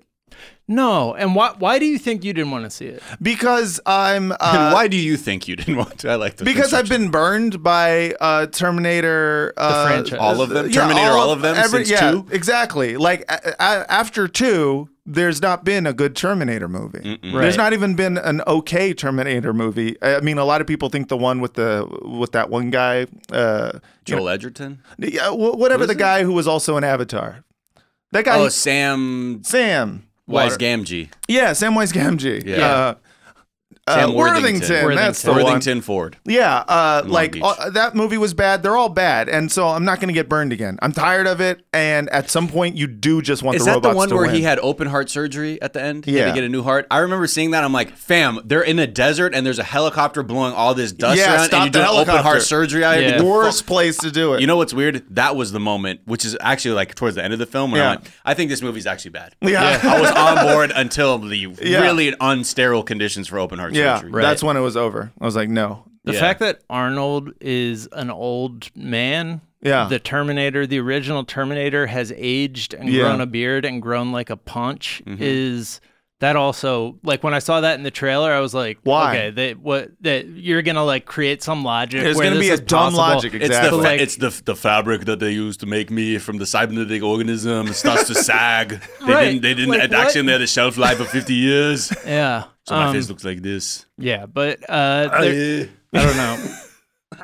[SPEAKER 1] No, and why why do you think you didn't want to see it?
[SPEAKER 3] because I'm. Uh,
[SPEAKER 2] and why do you think you didn't want to? I like the
[SPEAKER 3] because I've
[SPEAKER 2] construction.
[SPEAKER 3] been burned by uh, Terminator. Uh,
[SPEAKER 1] franchise.
[SPEAKER 2] All of them? Terminator, all of them since
[SPEAKER 3] yeah,
[SPEAKER 2] two?
[SPEAKER 3] exactly. Like a- a- after two, there's not been a good Terminator movie.
[SPEAKER 1] Right.
[SPEAKER 3] There's not even been an okay Terminator movie. I I mean, a lot of people think the one with the with that one guy, uh,
[SPEAKER 2] Joel Edgerton.
[SPEAKER 3] yeah, wh- whatever the guy who was also an Avatar, that guy,
[SPEAKER 2] Oh, Sam
[SPEAKER 3] Sam.
[SPEAKER 2] Wise Gamgee.
[SPEAKER 3] Yeah, Samwise Gamgee.
[SPEAKER 2] Yeah.
[SPEAKER 3] Uh,
[SPEAKER 2] Sam
[SPEAKER 3] uh,
[SPEAKER 2] Worthington.
[SPEAKER 3] Worthington, That's the one.
[SPEAKER 2] Worthington Ford.
[SPEAKER 3] Yeah, uh, like
[SPEAKER 2] Beach.
[SPEAKER 3] uh, that movie was bad. They're all bad, and so I'm not going to get burned again. I'm tired of it, and at some point, you do just want
[SPEAKER 2] Is
[SPEAKER 3] the
[SPEAKER 2] that the
[SPEAKER 3] robots
[SPEAKER 2] one
[SPEAKER 3] to
[SPEAKER 2] where
[SPEAKER 3] win.
[SPEAKER 2] he had open heart surgery at the end? He had
[SPEAKER 3] Yeah.
[SPEAKER 2] to get a new heart. I remember seeing that. I'm like, fam, they're in a desert and there's a helicopter blowing all this dust
[SPEAKER 3] Yeah,
[SPEAKER 2] around
[SPEAKER 3] stop
[SPEAKER 2] and
[SPEAKER 3] the
[SPEAKER 2] you do open heart
[SPEAKER 3] helicopter.
[SPEAKER 2] surgery. I
[SPEAKER 1] Yeah.
[SPEAKER 2] yeah.
[SPEAKER 3] worst place to do it.
[SPEAKER 2] You know what's weird? That was the moment, which is actually like towards the end of the film, where
[SPEAKER 3] Yeah.
[SPEAKER 2] I'm like, I think this movie's actually bad.
[SPEAKER 3] yeah,
[SPEAKER 2] I was on board until the really unsterile conditions for open heart
[SPEAKER 3] yeah.
[SPEAKER 2] surgery.
[SPEAKER 3] That's when it was over. I was like, no.
[SPEAKER 1] The
[SPEAKER 2] Yeah.
[SPEAKER 1] fact that Arnold is an old man,
[SPEAKER 3] Yeah.
[SPEAKER 1] the Terminator, the original Terminator, has aged and
[SPEAKER 3] Yeah.
[SPEAKER 1] grown a beard and grown like a punch is that also like when I saw that in the trailer, I was like,
[SPEAKER 3] Why?
[SPEAKER 1] Okay, that what that you're gonna like create some logic.
[SPEAKER 3] There's
[SPEAKER 1] where
[SPEAKER 3] gonna
[SPEAKER 1] this
[SPEAKER 3] be a
[SPEAKER 1] is
[SPEAKER 3] dumb
[SPEAKER 1] possible.
[SPEAKER 3] logic,
[SPEAKER 2] It's
[SPEAKER 3] exactly.
[SPEAKER 2] the
[SPEAKER 1] Like-
[SPEAKER 2] it's the the fabric that they use to make me from the cybernetic organism starts to sag. They
[SPEAKER 1] Right.
[SPEAKER 2] didn't they didn't
[SPEAKER 1] Like, what?
[SPEAKER 2] actually they had a shelf life of fifty years. So
[SPEAKER 1] Yeah.
[SPEAKER 2] my
[SPEAKER 1] um,
[SPEAKER 2] face looks like this.
[SPEAKER 1] yeah, but uh, there- I don't know.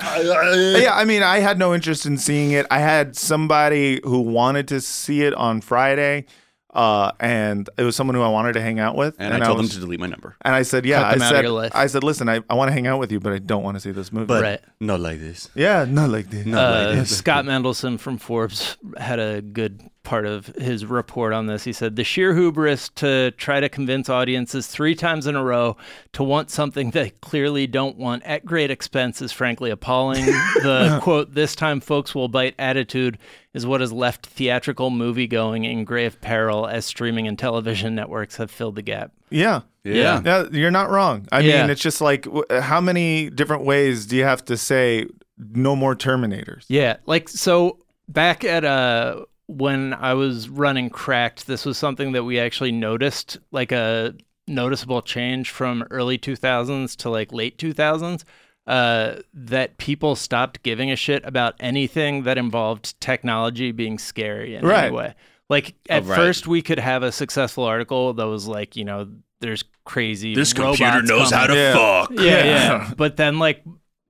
[SPEAKER 3] Yeah, I mean, I had no interest in seeing it. I had somebody who wanted to see it on Friday, uh, and it was someone who I wanted to hang out with.
[SPEAKER 2] and, I told
[SPEAKER 3] was-
[SPEAKER 2] them to delete my number.
[SPEAKER 3] And I said, yeah.
[SPEAKER 1] Cut them
[SPEAKER 3] I
[SPEAKER 1] out of
[SPEAKER 3] said,
[SPEAKER 1] your life.
[SPEAKER 3] I said, listen, I, I want to hang out with you, but I don't want to see this movie.
[SPEAKER 2] But
[SPEAKER 1] Right.
[SPEAKER 2] not like this.
[SPEAKER 3] yeah, not like this.
[SPEAKER 2] Not like
[SPEAKER 1] Uh,
[SPEAKER 2] this.
[SPEAKER 1] Scott Mendelson from Forbes had a good part of his report on this. He said the sheer hubris to try to convince audiences three times in a row to want something they clearly don't want at great expense is frankly appalling. the quote, this time folks will bite attitude is what has left theatrical movie going in grave peril as streaming and television networks have filled the gap.
[SPEAKER 3] Yeah.
[SPEAKER 2] Yeah.
[SPEAKER 3] Yeah, you're not wrong. I
[SPEAKER 1] Yeah.
[SPEAKER 3] mean, it's just like w- uh, how many different ways do you have to say no more Terminators?
[SPEAKER 1] Yeah, like so back at uh when I was running cracked, this was something that we actually noticed, like a noticeable change from early 2000s to like late 2000s. Uh, that people stopped giving a shit about anything that involved technology being scary in any
[SPEAKER 3] Right.
[SPEAKER 1] way. Like at
[SPEAKER 2] Oh, right.
[SPEAKER 1] first, we could have a successful article that was like, you know, there's crazy.
[SPEAKER 2] This computer
[SPEAKER 1] robots
[SPEAKER 2] knows
[SPEAKER 1] coming
[SPEAKER 2] how to
[SPEAKER 3] Yeah.
[SPEAKER 2] fuck.
[SPEAKER 1] yeah,
[SPEAKER 3] Yeah.
[SPEAKER 1] yeah. But then like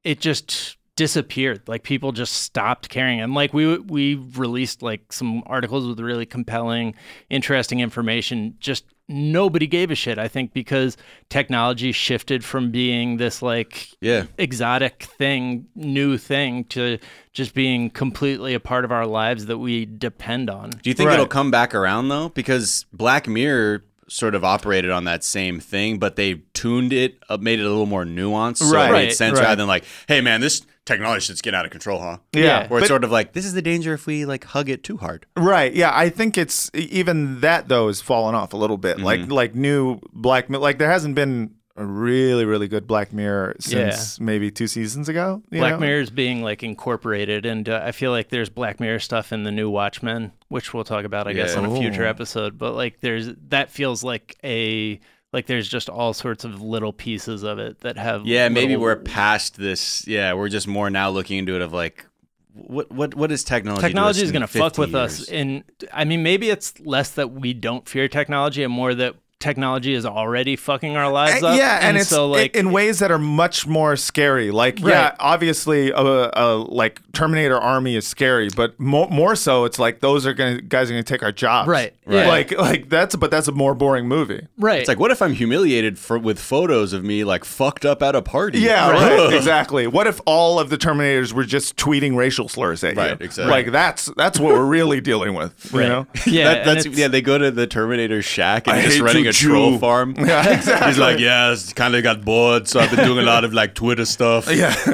[SPEAKER 1] it just disappeared. Like people just stopped caring. And like we we released like some articles with really compelling, interesting information. Just nobody gave a shit. I think because technology shifted from being this like
[SPEAKER 2] Yeah.
[SPEAKER 1] exotic thing, new thing to just being completely a part of our lives that we depend on.
[SPEAKER 2] Do you think
[SPEAKER 3] Right.
[SPEAKER 2] it'll come back around though? Because Black Mirror sort of operated on that same thing, but they tuned it, up, made it a little more nuanced, so
[SPEAKER 3] Right.
[SPEAKER 2] it
[SPEAKER 1] Right,
[SPEAKER 2] made sense
[SPEAKER 3] right.
[SPEAKER 2] rather than like, hey man, this technology shit's getting out of control, huh?
[SPEAKER 1] Yeah.
[SPEAKER 2] Or it's
[SPEAKER 3] But-
[SPEAKER 2] sort of like, this is the danger if we like hug it too hard.
[SPEAKER 3] Right. Yeah. I think it's e, even that though is fallen off a little bit.
[SPEAKER 1] Mm-hmm.
[SPEAKER 3] Like like new Black Mi- like there hasn't been a really really good Black Mirror since maybe two seasons ago. you
[SPEAKER 1] Black
[SPEAKER 3] know?
[SPEAKER 1] Mirror is being like incorporated, and uh, I feel like there's Black Mirror stuff in the new Watchmen, which we'll talk about, I guess,
[SPEAKER 2] Yeah.
[SPEAKER 1] on a future episode. But like, there's that feels like a like there's just all sorts of little pieces of it that have
[SPEAKER 2] Yeah, maybe
[SPEAKER 1] little-
[SPEAKER 2] we're past this. Yeah, we're just more now looking into it of like, what what what is technology? to
[SPEAKER 1] technology
[SPEAKER 2] us
[SPEAKER 1] is
[SPEAKER 2] in
[SPEAKER 1] going to fuck
[SPEAKER 2] 50
[SPEAKER 1] with us,
[SPEAKER 2] years?
[SPEAKER 1] and I mean, maybe it's less that we don't fear technology and more that technology is already fucking our lives
[SPEAKER 3] And-
[SPEAKER 1] up.
[SPEAKER 3] Eh, yeah, and, it's
[SPEAKER 1] so like
[SPEAKER 3] in ways that are much more scary. Like,
[SPEAKER 1] Right.
[SPEAKER 3] yeah, obviously, a, a like Terminator army is scary, but mo- more so, it's like those are gonna guys are gonna take our jobs.
[SPEAKER 1] Right, yeah.
[SPEAKER 3] Like, like that's but that's a more boring movie.
[SPEAKER 1] right.
[SPEAKER 2] It's like, what if I'm humiliated for with photos of me like fucked up at a party?
[SPEAKER 3] Yeah, right, exactly. What if all of the Terminators were just tweeting racial slurs at
[SPEAKER 2] Right,
[SPEAKER 3] you?
[SPEAKER 2] exactly.
[SPEAKER 3] Like that's that's what we're really dealing with. You know?
[SPEAKER 1] yeah,
[SPEAKER 2] That-
[SPEAKER 1] and
[SPEAKER 2] that's
[SPEAKER 1] it's-
[SPEAKER 2] yeah. They go to the Terminator shack and
[SPEAKER 3] I
[SPEAKER 2] just
[SPEAKER 3] hate
[SPEAKER 2] running
[SPEAKER 3] you,
[SPEAKER 2] a troll
[SPEAKER 3] Jew.
[SPEAKER 2] farm.
[SPEAKER 3] Yeah, exactly.
[SPEAKER 2] He's like, yeah, kind of got bored, so I've been doing a lot of like Twitter stuff.
[SPEAKER 3] Yeah.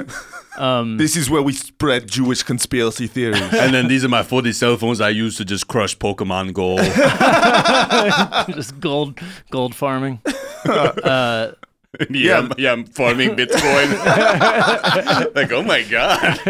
[SPEAKER 1] Um,
[SPEAKER 3] this is where we spread Jewish conspiracy theories.
[SPEAKER 2] And then these are my 40 cell phones I use to just crush Pokemon Go.
[SPEAKER 1] just gold gold farming. uh,
[SPEAKER 2] yeah, I'm, yeah, I'm farming Bitcoin. like, oh my god.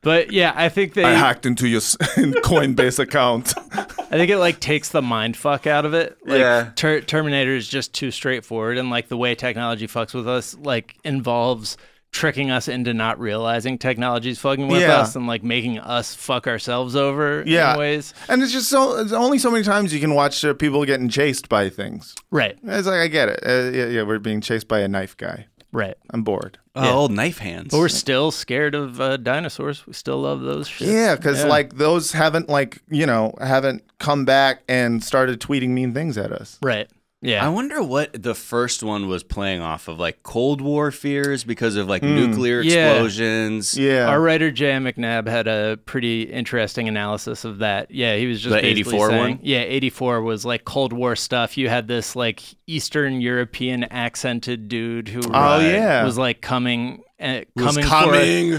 [SPEAKER 1] But yeah, I think they
[SPEAKER 3] I hacked into your s- Coinbase account.
[SPEAKER 1] I think it like takes the mind fuck out of it. Like
[SPEAKER 2] Yeah.
[SPEAKER 1] ter- Terminator is just too straightforward, and like the way technology fucks with us, like involves tricking us into not realizing technology's fucking with
[SPEAKER 3] Yeah.
[SPEAKER 1] us and like making us fuck ourselves over
[SPEAKER 3] Yeah.
[SPEAKER 1] in ways.
[SPEAKER 3] And it's just so, it's only so many times you can watch uh, people getting chased by things.
[SPEAKER 1] Right.
[SPEAKER 3] It's like, I get it. Uh, yeah, yeah, we're being chased by a knife guy.
[SPEAKER 1] Right.
[SPEAKER 3] I'm bored.
[SPEAKER 2] Oh, old knife hands.
[SPEAKER 1] But we're still scared of uh, dinosaurs. We still love those shit.
[SPEAKER 3] Yeah, because like those haven't like you know haven't come back and started tweeting mean things at us.
[SPEAKER 1] Right.
[SPEAKER 2] I
[SPEAKER 1] Yeah.
[SPEAKER 2] wonder what the first one was playing off of, like Cold War fears because of like nuclear
[SPEAKER 1] Yeah.
[SPEAKER 2] explosions.
[SPEAKER 3] Hmm. Yeah,
[SPEAKER 1] Our writer J.M. McNabb had a pretty interesting analysis of that. Yeah, he was just
[SPEAKER 2] The
[SPEAKER 1] basically
[SPEAKER 2] 84
[SPEAKER 1] saying,
[SPEAKER 2] one?
[SPEAKER 1] Yeah, eighty four was like Cold War stuff. You had this like Eastern European accented dude who uh,
[SPEAKER 3] Oh, yeah.
[SPEAKER 1] was like coming uh,
[SPEAKER 2] Was
[SPEAKER 1] coming, For,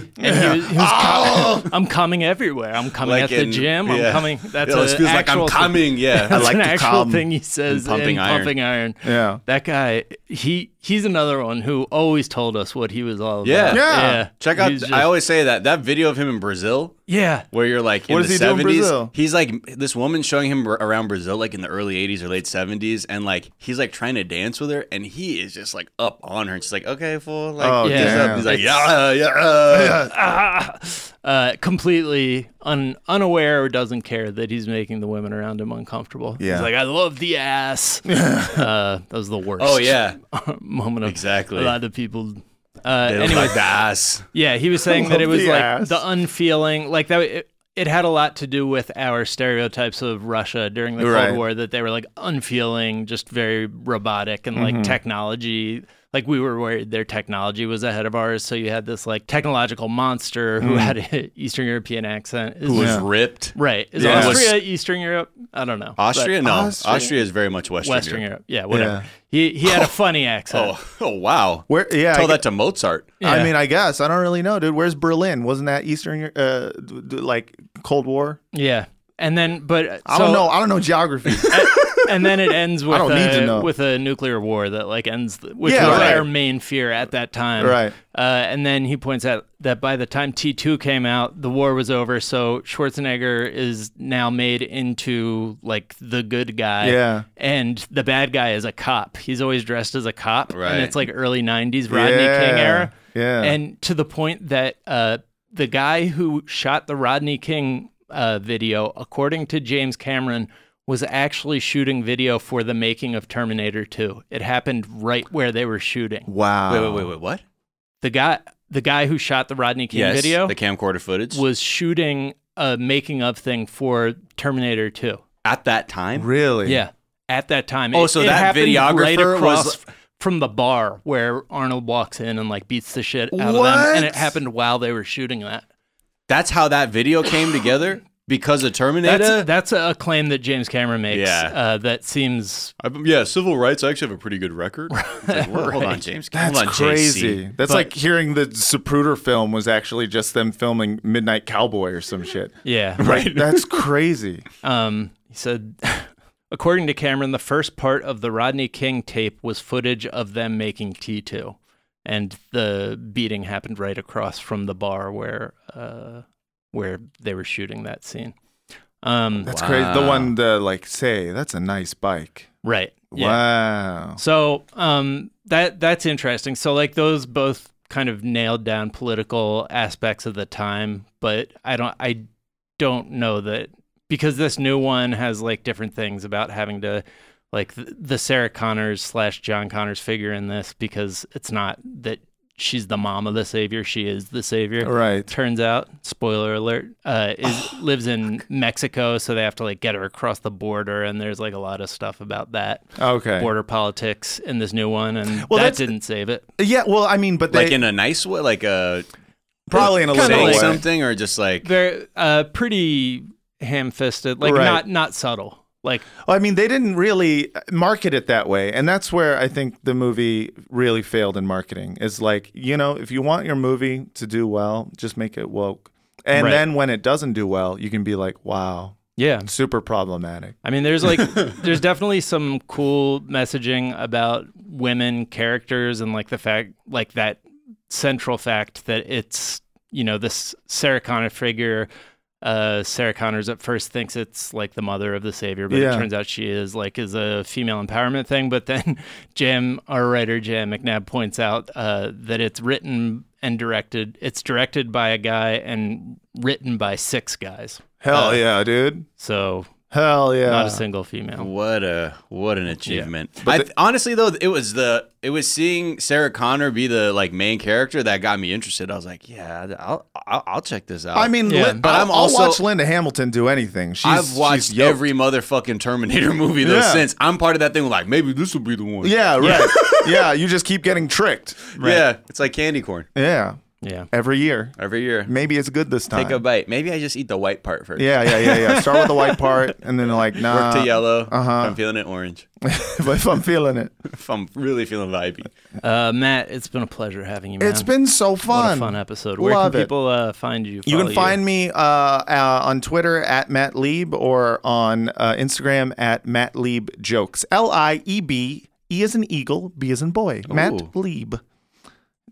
[SPEAKER 2] coming. Ah! Oh,
[SPEAKER 1] and he was, he was com- I'm coming everywhere. I'm coming
[SPEAKER 2] Like
[SPEAKER 1] at the
[SPEAKER 2] in-
[SPEAKER 1] gym.
[SPEAKER 2] yeah.
[SPEAKER 1] I'm coming. That's
[SPEAKER 2] it
[SPEAKER 1] a
[SPEAKER 2] feels like
[SPEAKER 1] actual thing.
[SPEAKER 2] I'm coming. Yeah,
[SPEAKER 1] That's
[SPEAKER 3] like
[SPEAKER 1] an
[SPEAKER 3] to
[SPEAKER 1] actual
[SPEAKER 3] come
[SPEAKER 1] thing he says
[SPEAKER 2] in Pumping
[SPEAKER 1] in
[SPEAKER 2] Iron.
[SPEAKER 1] Pumping Iron.
[SPEAKER 3] Yeah.
[SPEAKER 1] That guy, he he's another one who always told us what he was all about.
[SPEAKER 2] Yeah.
[SPEAKER 3] Yeah.
[SPEAKER 2] Check out.
[SPEAKER 1] He's just-
[SPEAKER 2] I always say that that video of him in Brazil.
[SPEAKER 1] yeah.
[SPEAKER 2] Where you're like in
[SPEAKER 3] What
[SPEAKER 2] the
[SPEAKER 3] does he do in
[SPEAKER 2] 70s,
[SPEAKER 3] Brazil?
[SPEAKER 2] he's like this woman showing him r- around Brazil, like in the early 80s or late 70s, and like he's like trying to dance with her, and he is just like up on her, and she's like, "Okay, fool," like
[SPEAKER 3] Oh,
[SPEAKER 2] "What's
[SPEAKER 1] damn.
[SPEAKER 2] up?" he's like, "Yeah, yeah, yeah."
[SPEAKER 1] uh, completely un- unaware or doesn't care that he's making the women around him uncomfortable.
[SPEAKER 3] Yeah.
[SPEAKER 1] He's like, I love the ass. uh, that was the worst
[SPEAKER 2] Oh yeah,
[SPEAKER 1] moment of
[SPEAKER 2] Exactly.
[SPEAKER 1] a lot of people. Uh,
[SPEAKER 2] They look
[SPEAKER 1] anyway,
[SPEAKER 2] like ass.
[SPEAKER 1] yeah, he was saying that
[SPEAKER 3] love
[SPEAKER 1] it was
[SPEAKER 3] the
[SPEAKER 1] like
[SPEAKER 3] ass.
[SPEAKER 1] the unfeeling, like that. It, it had a lot to do with our stereotypes of Russia during the Cold
[SPEAKER 3] Right.
[SPEAKER 1] War that they were like unfeeling, just very robotic and
[SPEAKER 3] Mm-hmm.
[SPEAKER 1] like technology. Like we were worried their technology was ahead of ours, so you had this like technological monster
[SPEAKER 3] Mm.
[SPEAKER 1] who had an Eastern European accent. Is
[SPEAKER 2] Who was
[SPEAKER 1] just-
[SPEAKER 2] ripped?
[SPEAKER 1] Right. Is
[SPEAKER 3] Yeah.
[SPEAKER 1] Austria Eastern Europe? I don't know.
[SPEAKER 2] Austria? No,
[SPEAKER 3] Austria-
[SPEAKER 2] Austria. is very much
[SPEAKER 1] But
[SPEAKER 2] Western,
[SPEAKER 1] Western
[SPEAKER 2] Europe.
[SPEAKER 1] Europe. Yeah, whatever. He he had a funny accent.
[SPEAKER 2] Oh, oh wow.
[SPEAKER 3] Where- yeah,
[SPEAKER 2] Tell
[SPEAKER 3] I
[SPEAKER 2] that to Mozart.
[SPEAKER 1] Yeah.
[SPEAKER 3] I mean, I guess I don't really know, dude. Where's Berlin? Wasn't that Eastern, Eu- uh, d- d- like Cold War?
[SPEAKER 1] Yeah. And then but uh,
[SPEAKER 3] I
[SPEAKER 1] so-
[SPEAKER 3] don't know. I don't know geography.
[SPEAKER 1] and then it ends with
[SPEAKER 3] don't need
[SPEAKER 1] a,
[SPEAKER 3] to know.
[SPEAKER 1] with a nuclear war that like ends th- which
[SPEAKER 3] Yeah,
[SPEAKER 1] was
[SPEAKER 3] right.
[SPEAKER 1] our main fear at that time.
[SPEAKER 3] Right.
[SPEAKER 1] Uh, and then he points out that by the time T2 came out, the war was over, so Schwarzenegger is now made into like the good guy.
[SPEAKER 3] Yeah.
[SPEAKER 1] And the bad guy is a cop. He's always dressed as a cop.
[SPEAKER 2] Right.
[SPEAKER 1] And it's like early 90s Rodney King
[SPEAKER 3] Yeah.
[SPEAKER 1] era.
[SPEAKER 2] Uh.
[SPEAKER 3] Yeah.
[SPEAKER 1] And to the point that uh, the guy who shot the Rodney King uh, video, according to James Cameron, was actually shooting video for the making of Terminator 2. It happened right where they were shooting.
[SPEAKER 3] wow.
[SPEAKER 2] Wait, wait, wait, wait. What?
[SPEAKER 1] The guy, the guy who shot the Rodney King
[SPEAKER 2] yes,
[SPEAKER 1] video
[SPEAKER 2] the camcorder footage
[SPEAKER 1] was shooting a making of thing for Terminator 2.
[SPEAKER 2] at that time.
[SPEAKER 3] Really?
[SPEAKER 1] Yeah, at that time.
[SPEAKER 2] Oh,
[SPEAKER 1] It-
[SPEAKER 2] so
[SPEAKER 1] it
[SPEAKER 2] that
[SPEAKER 1] happened right
[SPEAKER 2] videographer
[SPEAKER 1] across
[SPEAKER 2] was-
[SPEAKER 1] from the bar where Arnold walks in and like beats the shit out of them,
[SPEAKER 2] What?
[SPEAKER 1] and it happened while they were shooting that.
[SPEAKER 2] That's how that video came together because of Terminator.
[SPEAKER 1] That's that's a claim that James Cameron makes.
[SPEAKER 2] Yeah.
[SPEAKER 1] uh, that seems
[SPEAKER 2] I've- yeah, civil rights. I actually have a pretty good record. It's like, whoa, Hold on, James.
[SPEAKER 3] That's
[SPEAKER 2] hold on,
[SPEAKER 3] crazy.
[SPEAKER 2] JC.
[SPEAKER 3] That's like hearing the Zapruder film was actually just them filming Midnight Cowboy or some shit.
[SPEAKER 1] yeah.
[SPEAKER 3] Right. That's crazy.
[SPEAKER 1] Um, he said, according to Cameron, the first part of the Rodney King tape was footage of them making T two, and the beating happened right across from the bar where uh, where they were shooting that scene. Um,
[SPEAKER 3] That's crazy. The one the like say that's a nice bike.
[SPEAKER 1] right. Yeah.
[SPEAKER 3] Wow.
[SPEAKER 1] So um, that that's interesting. So like those both kind of nailed down political aspects of the time, but I don't I don't know that because this new one has like different things about having to like the, the Sarah Connors slash John Connors figure in this because it's not that she's the mom of the savior; she is the savior.
[SPEAKER 3] Right.
[SPEAKER 1] Turns out, spoiler alert, uh, is lives in Mexico, so they have to like get her across the border, and there's like a lot of stuff about that
[SPEAKER 3] Okay.
[SPEAKER 1] border politics in this new one, and that
[SPEAKER 3] Well, that's-
[SPEAKER 1] didn't save it.
[SPEAKER 3] Yeah. Well, I mean, but they
[SPEAKER 2] Like in a nice way, like a
[SPEAKER 3] probably in a
[SPEAKER 1] kinda
[SPEAKER 3] little
[SPEAKER 2] saying
[SPEAKER 1] like-
[SPEAKER 3] way.
[SPEAKER 2] something or just like
[SPEAKER 1] Very, uh, pretty ham-fisted, like
[SPEAKER 3] Right.
[SPEAKER 1] not not subtle. Like
[SPEAKER 3] Well, I mean, they didn't really market it that way, and that's where I think the movie really failed in marketing. Is like, you know, if you want your movie to do well, just make it woke, and
[SPEAKER 1] Right.
[SPEAKER 3] then when it doesn't do well, you can be like, "Wow,
[SPEAKER 1] Yeah.
[SPEAKER 3] Super problematic.
[SPEAKER 1] I mean, there's like, there's definitely some cool messaging about women characters and like the fact, like that central fact that it's, you know, this Sarah Connor figure. Uh, Sarah Connors at first thinks it's like the mother of the savior, but
[SPEAKER 3] Yeah.
[SPEAKER 1] it turns out she is like is a female empowerment thing. But then Jam, our writer Jam McNabb, points out uh, that it's written and directed. It's directed by a guy and written by six guys.
[SPEAKER 3] Hell
[SPEAKER 1] Uh,
[SPEAKER 3] yeah, dude.
[SPEAKER 1] So
[SPEAKER 3] Hell yeah.
[SPEAKER 1] not a single female.
[SPEAKER 2] What a what an achievement!
[SPEAKER 3] But
[SPEAKER 2] I,
[SPEAKER 3] the-
[SPEAKER 2] honestly, though, it was the it was seeing Sarah Connor be the like main character that got me interested. I was like, yeah, I'll I'll, I'll check this out.
[SPEAKER 3] I mean,
[SPEAKER 1] Yeah.
[SPEAKER 3] but
[SPEAKER 2] But
[SPEAKER 3] i
[SPEAKER 2] I'm
[SPEAKER 3] will
[SPEAKER 2] also-
[SPEAKER 3] watch Linda Hamilton do anything. She's,
[SPEAKER 2] I've watched
[SPEAKER 3] she's yoked.
[SPEAKER 2] every motherfucking Terminator movie though
[SPEAKER 3] Yeah.
[SPEAKER 2] since. I'm part of that thing. Like maybe this will be the one.
[SPEAKER 3] Yeah, right. yeah, you just keep getting tricked.
[SPEAKER 2] yeah. It's like candy corn
[SPEAKER 3] Yeah,
[SPEAKER 1] Yeah.
[SPEAKER 3] every year.
[SPEAKER 2] every year.
[SPEAKER 3] Maybe it's good this time.
[SPEAKER 2] Take a bite. Maybe I just eat the white part first.
[SPEAKER 3] yeah, yeah, yeah, yeah. Start with the white part, and then like nah.
[SPEAKER 2] Work to yellow.
[SPEAKER 3] uh-huh.
[SPEAKER 2] If I'm feeling it orange.
[SPEAKER 3] but if I'm feeling it,
[SPEAKER 2] If I'm really feeling vibey.
[SPEAKER 1] Uh, Matt, it's been a pleasure having you. Man.
[SPEAKER 3] it's been so fun.
[SPEAKER 1] what a fun episode. Where
[SPEAKER 3] Love
[SPEAKER 1] can
[SPEAKER 3] it.
[SPEAKER 1] people uh, find you?
[SPEAKER 3] You
[SPEAKER 1] follow
[SPEAKER 3] can find me uh, uh, on Twitter at Matt Lieb or on uh, Instagram at Matt Lieb Jokes. L I E B, E is an eagle, B is in boy. Matt Lieb.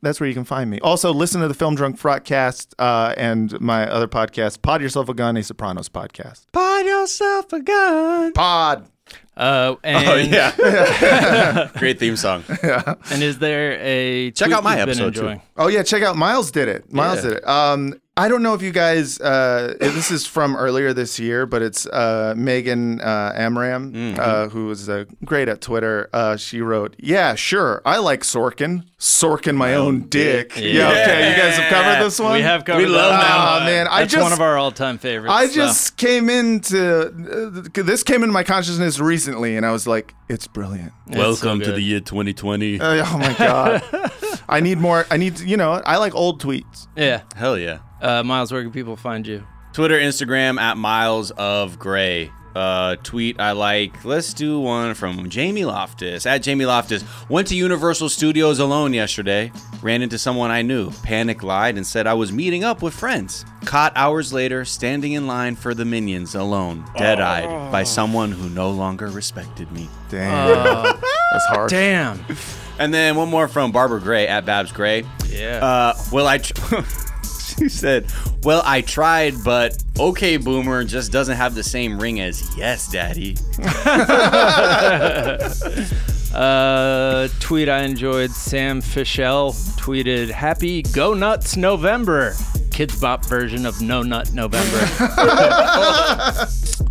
[SPEAKER 3] That's where you can find me. Also, listen to the Film Drunk Frotcast uh, and my other podcast, Pod Yourself a Gun, a Sopranos podcast.
[SPEAKER 2] Buy yourself a gun.
[SPEAKER 3] Pod.
[SPEAKER 1] Uh, and,
[SPEAKER 2] Oh yeah. Great theme song.
[SPEAKER 1] and is there a
[SPEAKER 2] Check
[SPEAKER 1] tweet
[SPEAKER 2] out my
[SPEAKER 1] you've been
[SPEAKER 2] episode, too.
[SPEAKER 1] enjoying?
[SPEAKER 3] Oh yeah, check out Miles did it. Miles
[SPEAKER 2] Yeah.
[SPEAKER 3] did it. Um, I don't know if you guys. Uh, this is from earlier this year, but it's uh, Megan uh, Amram, uh, who is uh, great at Twitter. Uh, she wrote, "Yeah, sure, I like Sorkin. Sorkin, my own dick. Yeah. okay, you guys have covered this one.
[SPEAKER 1] We have covered.
[SPEAKER 2] We love
[SPEAKER 1] that.
[SPEAKER 2] that
[SPEAKER 1] one. Uh,
[SPEAKER 3] one. man, I
[SPEAKER 1] That's
[SPEAKER 3] just-
[SPEAKER 1] one of our all-time favorites.
[SPEAKER 3] I
[SPEAKER 1] so.
[SPEAKER 3] just came into uh, this came into my consciousness recently, and I was like, it's brilliant.
[SPEAKER 1] It's so good.
[SPEAKER 2] year 2020.
[SPEAKER 3] Uh, oh my god, I need more. I need you know, I like old tweets.
[SPEAKER 1] yeah.
[SPEAKER 2] Hell yeah.
[SPEAKER 1] Uh, Miles, where can people find you?
[SPEAKER 2] Twitter, Instagram at Miles of Gray. Uh, tweet I like. Let's do one from Jamie Loftus at Jamie Loftus. Went to Universal Studios alone yesterday. Ran into someone I knew. Panic lied and said I was meeting up with friends. Caught hours later, standing in line for the Minions alone, dead-eyed by someone who no longer respected me.
[SPEAKER 3] Damn, that's hard.
[SPEAKER 1] Damn.
[SPEAKER 2] And then one more from Barbara Gray at Babs Gray.
[SPEAKER 1] Yeah.
[SPEAKER 2] Uh, well, I. Tr- she said, "Well, I tried, but okay, Boomer just doesn't have the same ring as yes, Daddy."
[SPEAKER 1] Uh, tweet I enjoyed. Sam Fischel tweeted, "Happy Go Nuts November." Kids Bop version of No Nut November.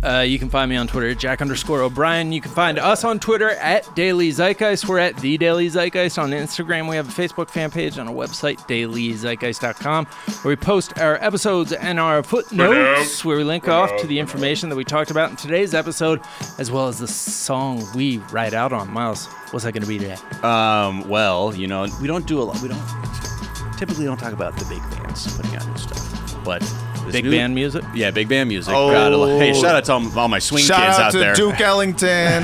[SPEAKER 1] Uh, you can find me on Twitter at Jack underscore O'Brien. You can find us on Twitter at Daily Zeitgeist. We're at The Daily Zeitgeist on Instagram. We have a Facebook fan page on our website, dailyzeitgeist.com, where we post our episodes and our footnotes, where we link off to the information that we talked about in today's episode, as well as the song we write out on. Miles, what's that going to be today?
[SPEAKER 2] Um, well, you know, we don't do a lot. We don't typically don't talk about the big bands putting out new stuff, but this
[SPEAKER 1] Big
[SPEAKER 2] new-
[SPEAKER 1] band music?
[SPEAKER 2] yeah, big band music. Gotta love- hey, shout out to all, all my swing
[SPEAKER 3] Shout
[SPEAKER 2] kids
[SPEAKER 3] out,
[SPEAKER 2] out
[SPEAKER 3] to
[SPEAKER 2] there.
[SPEAKER 3] Duke Ellington.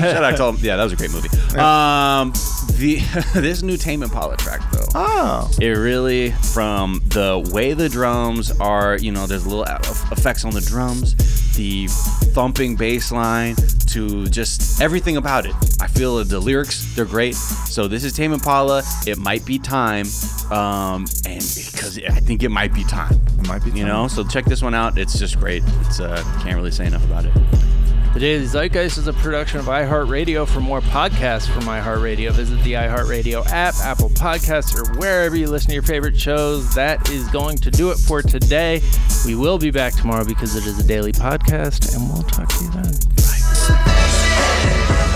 [SPEAKER 2] Shout out to all, yeah, that was a great movie. Um, the this new Tame Impala track though.
[SPEAKER 3] Oh,
[SPEAKER 2] It really, from the way the drums are, you know, there's little eff- effects on the drums, the thumping bass line, to just everything about it. I feel that the lyrics, they're great. So this is Tame Impala. It might be time, um, and because I think it might be time.
[SPEAKER 3] it might be.
[SPEAKER 2] You know, so check this one out. It's just great. It's uh, can't really say enough about it.
[SPEAKER 1] The Daily Zeitgeist is a production of iHeartRadio. For more podcasts from iHeartRadio, visit the iHeartRadio app, Apple Podcasts, or wherever you listen to your favorite shows. That is going to do it for today. We will be back tomorrow because it is a daily podcast, and we'll talk to you then.
[SPEAKER 5] This is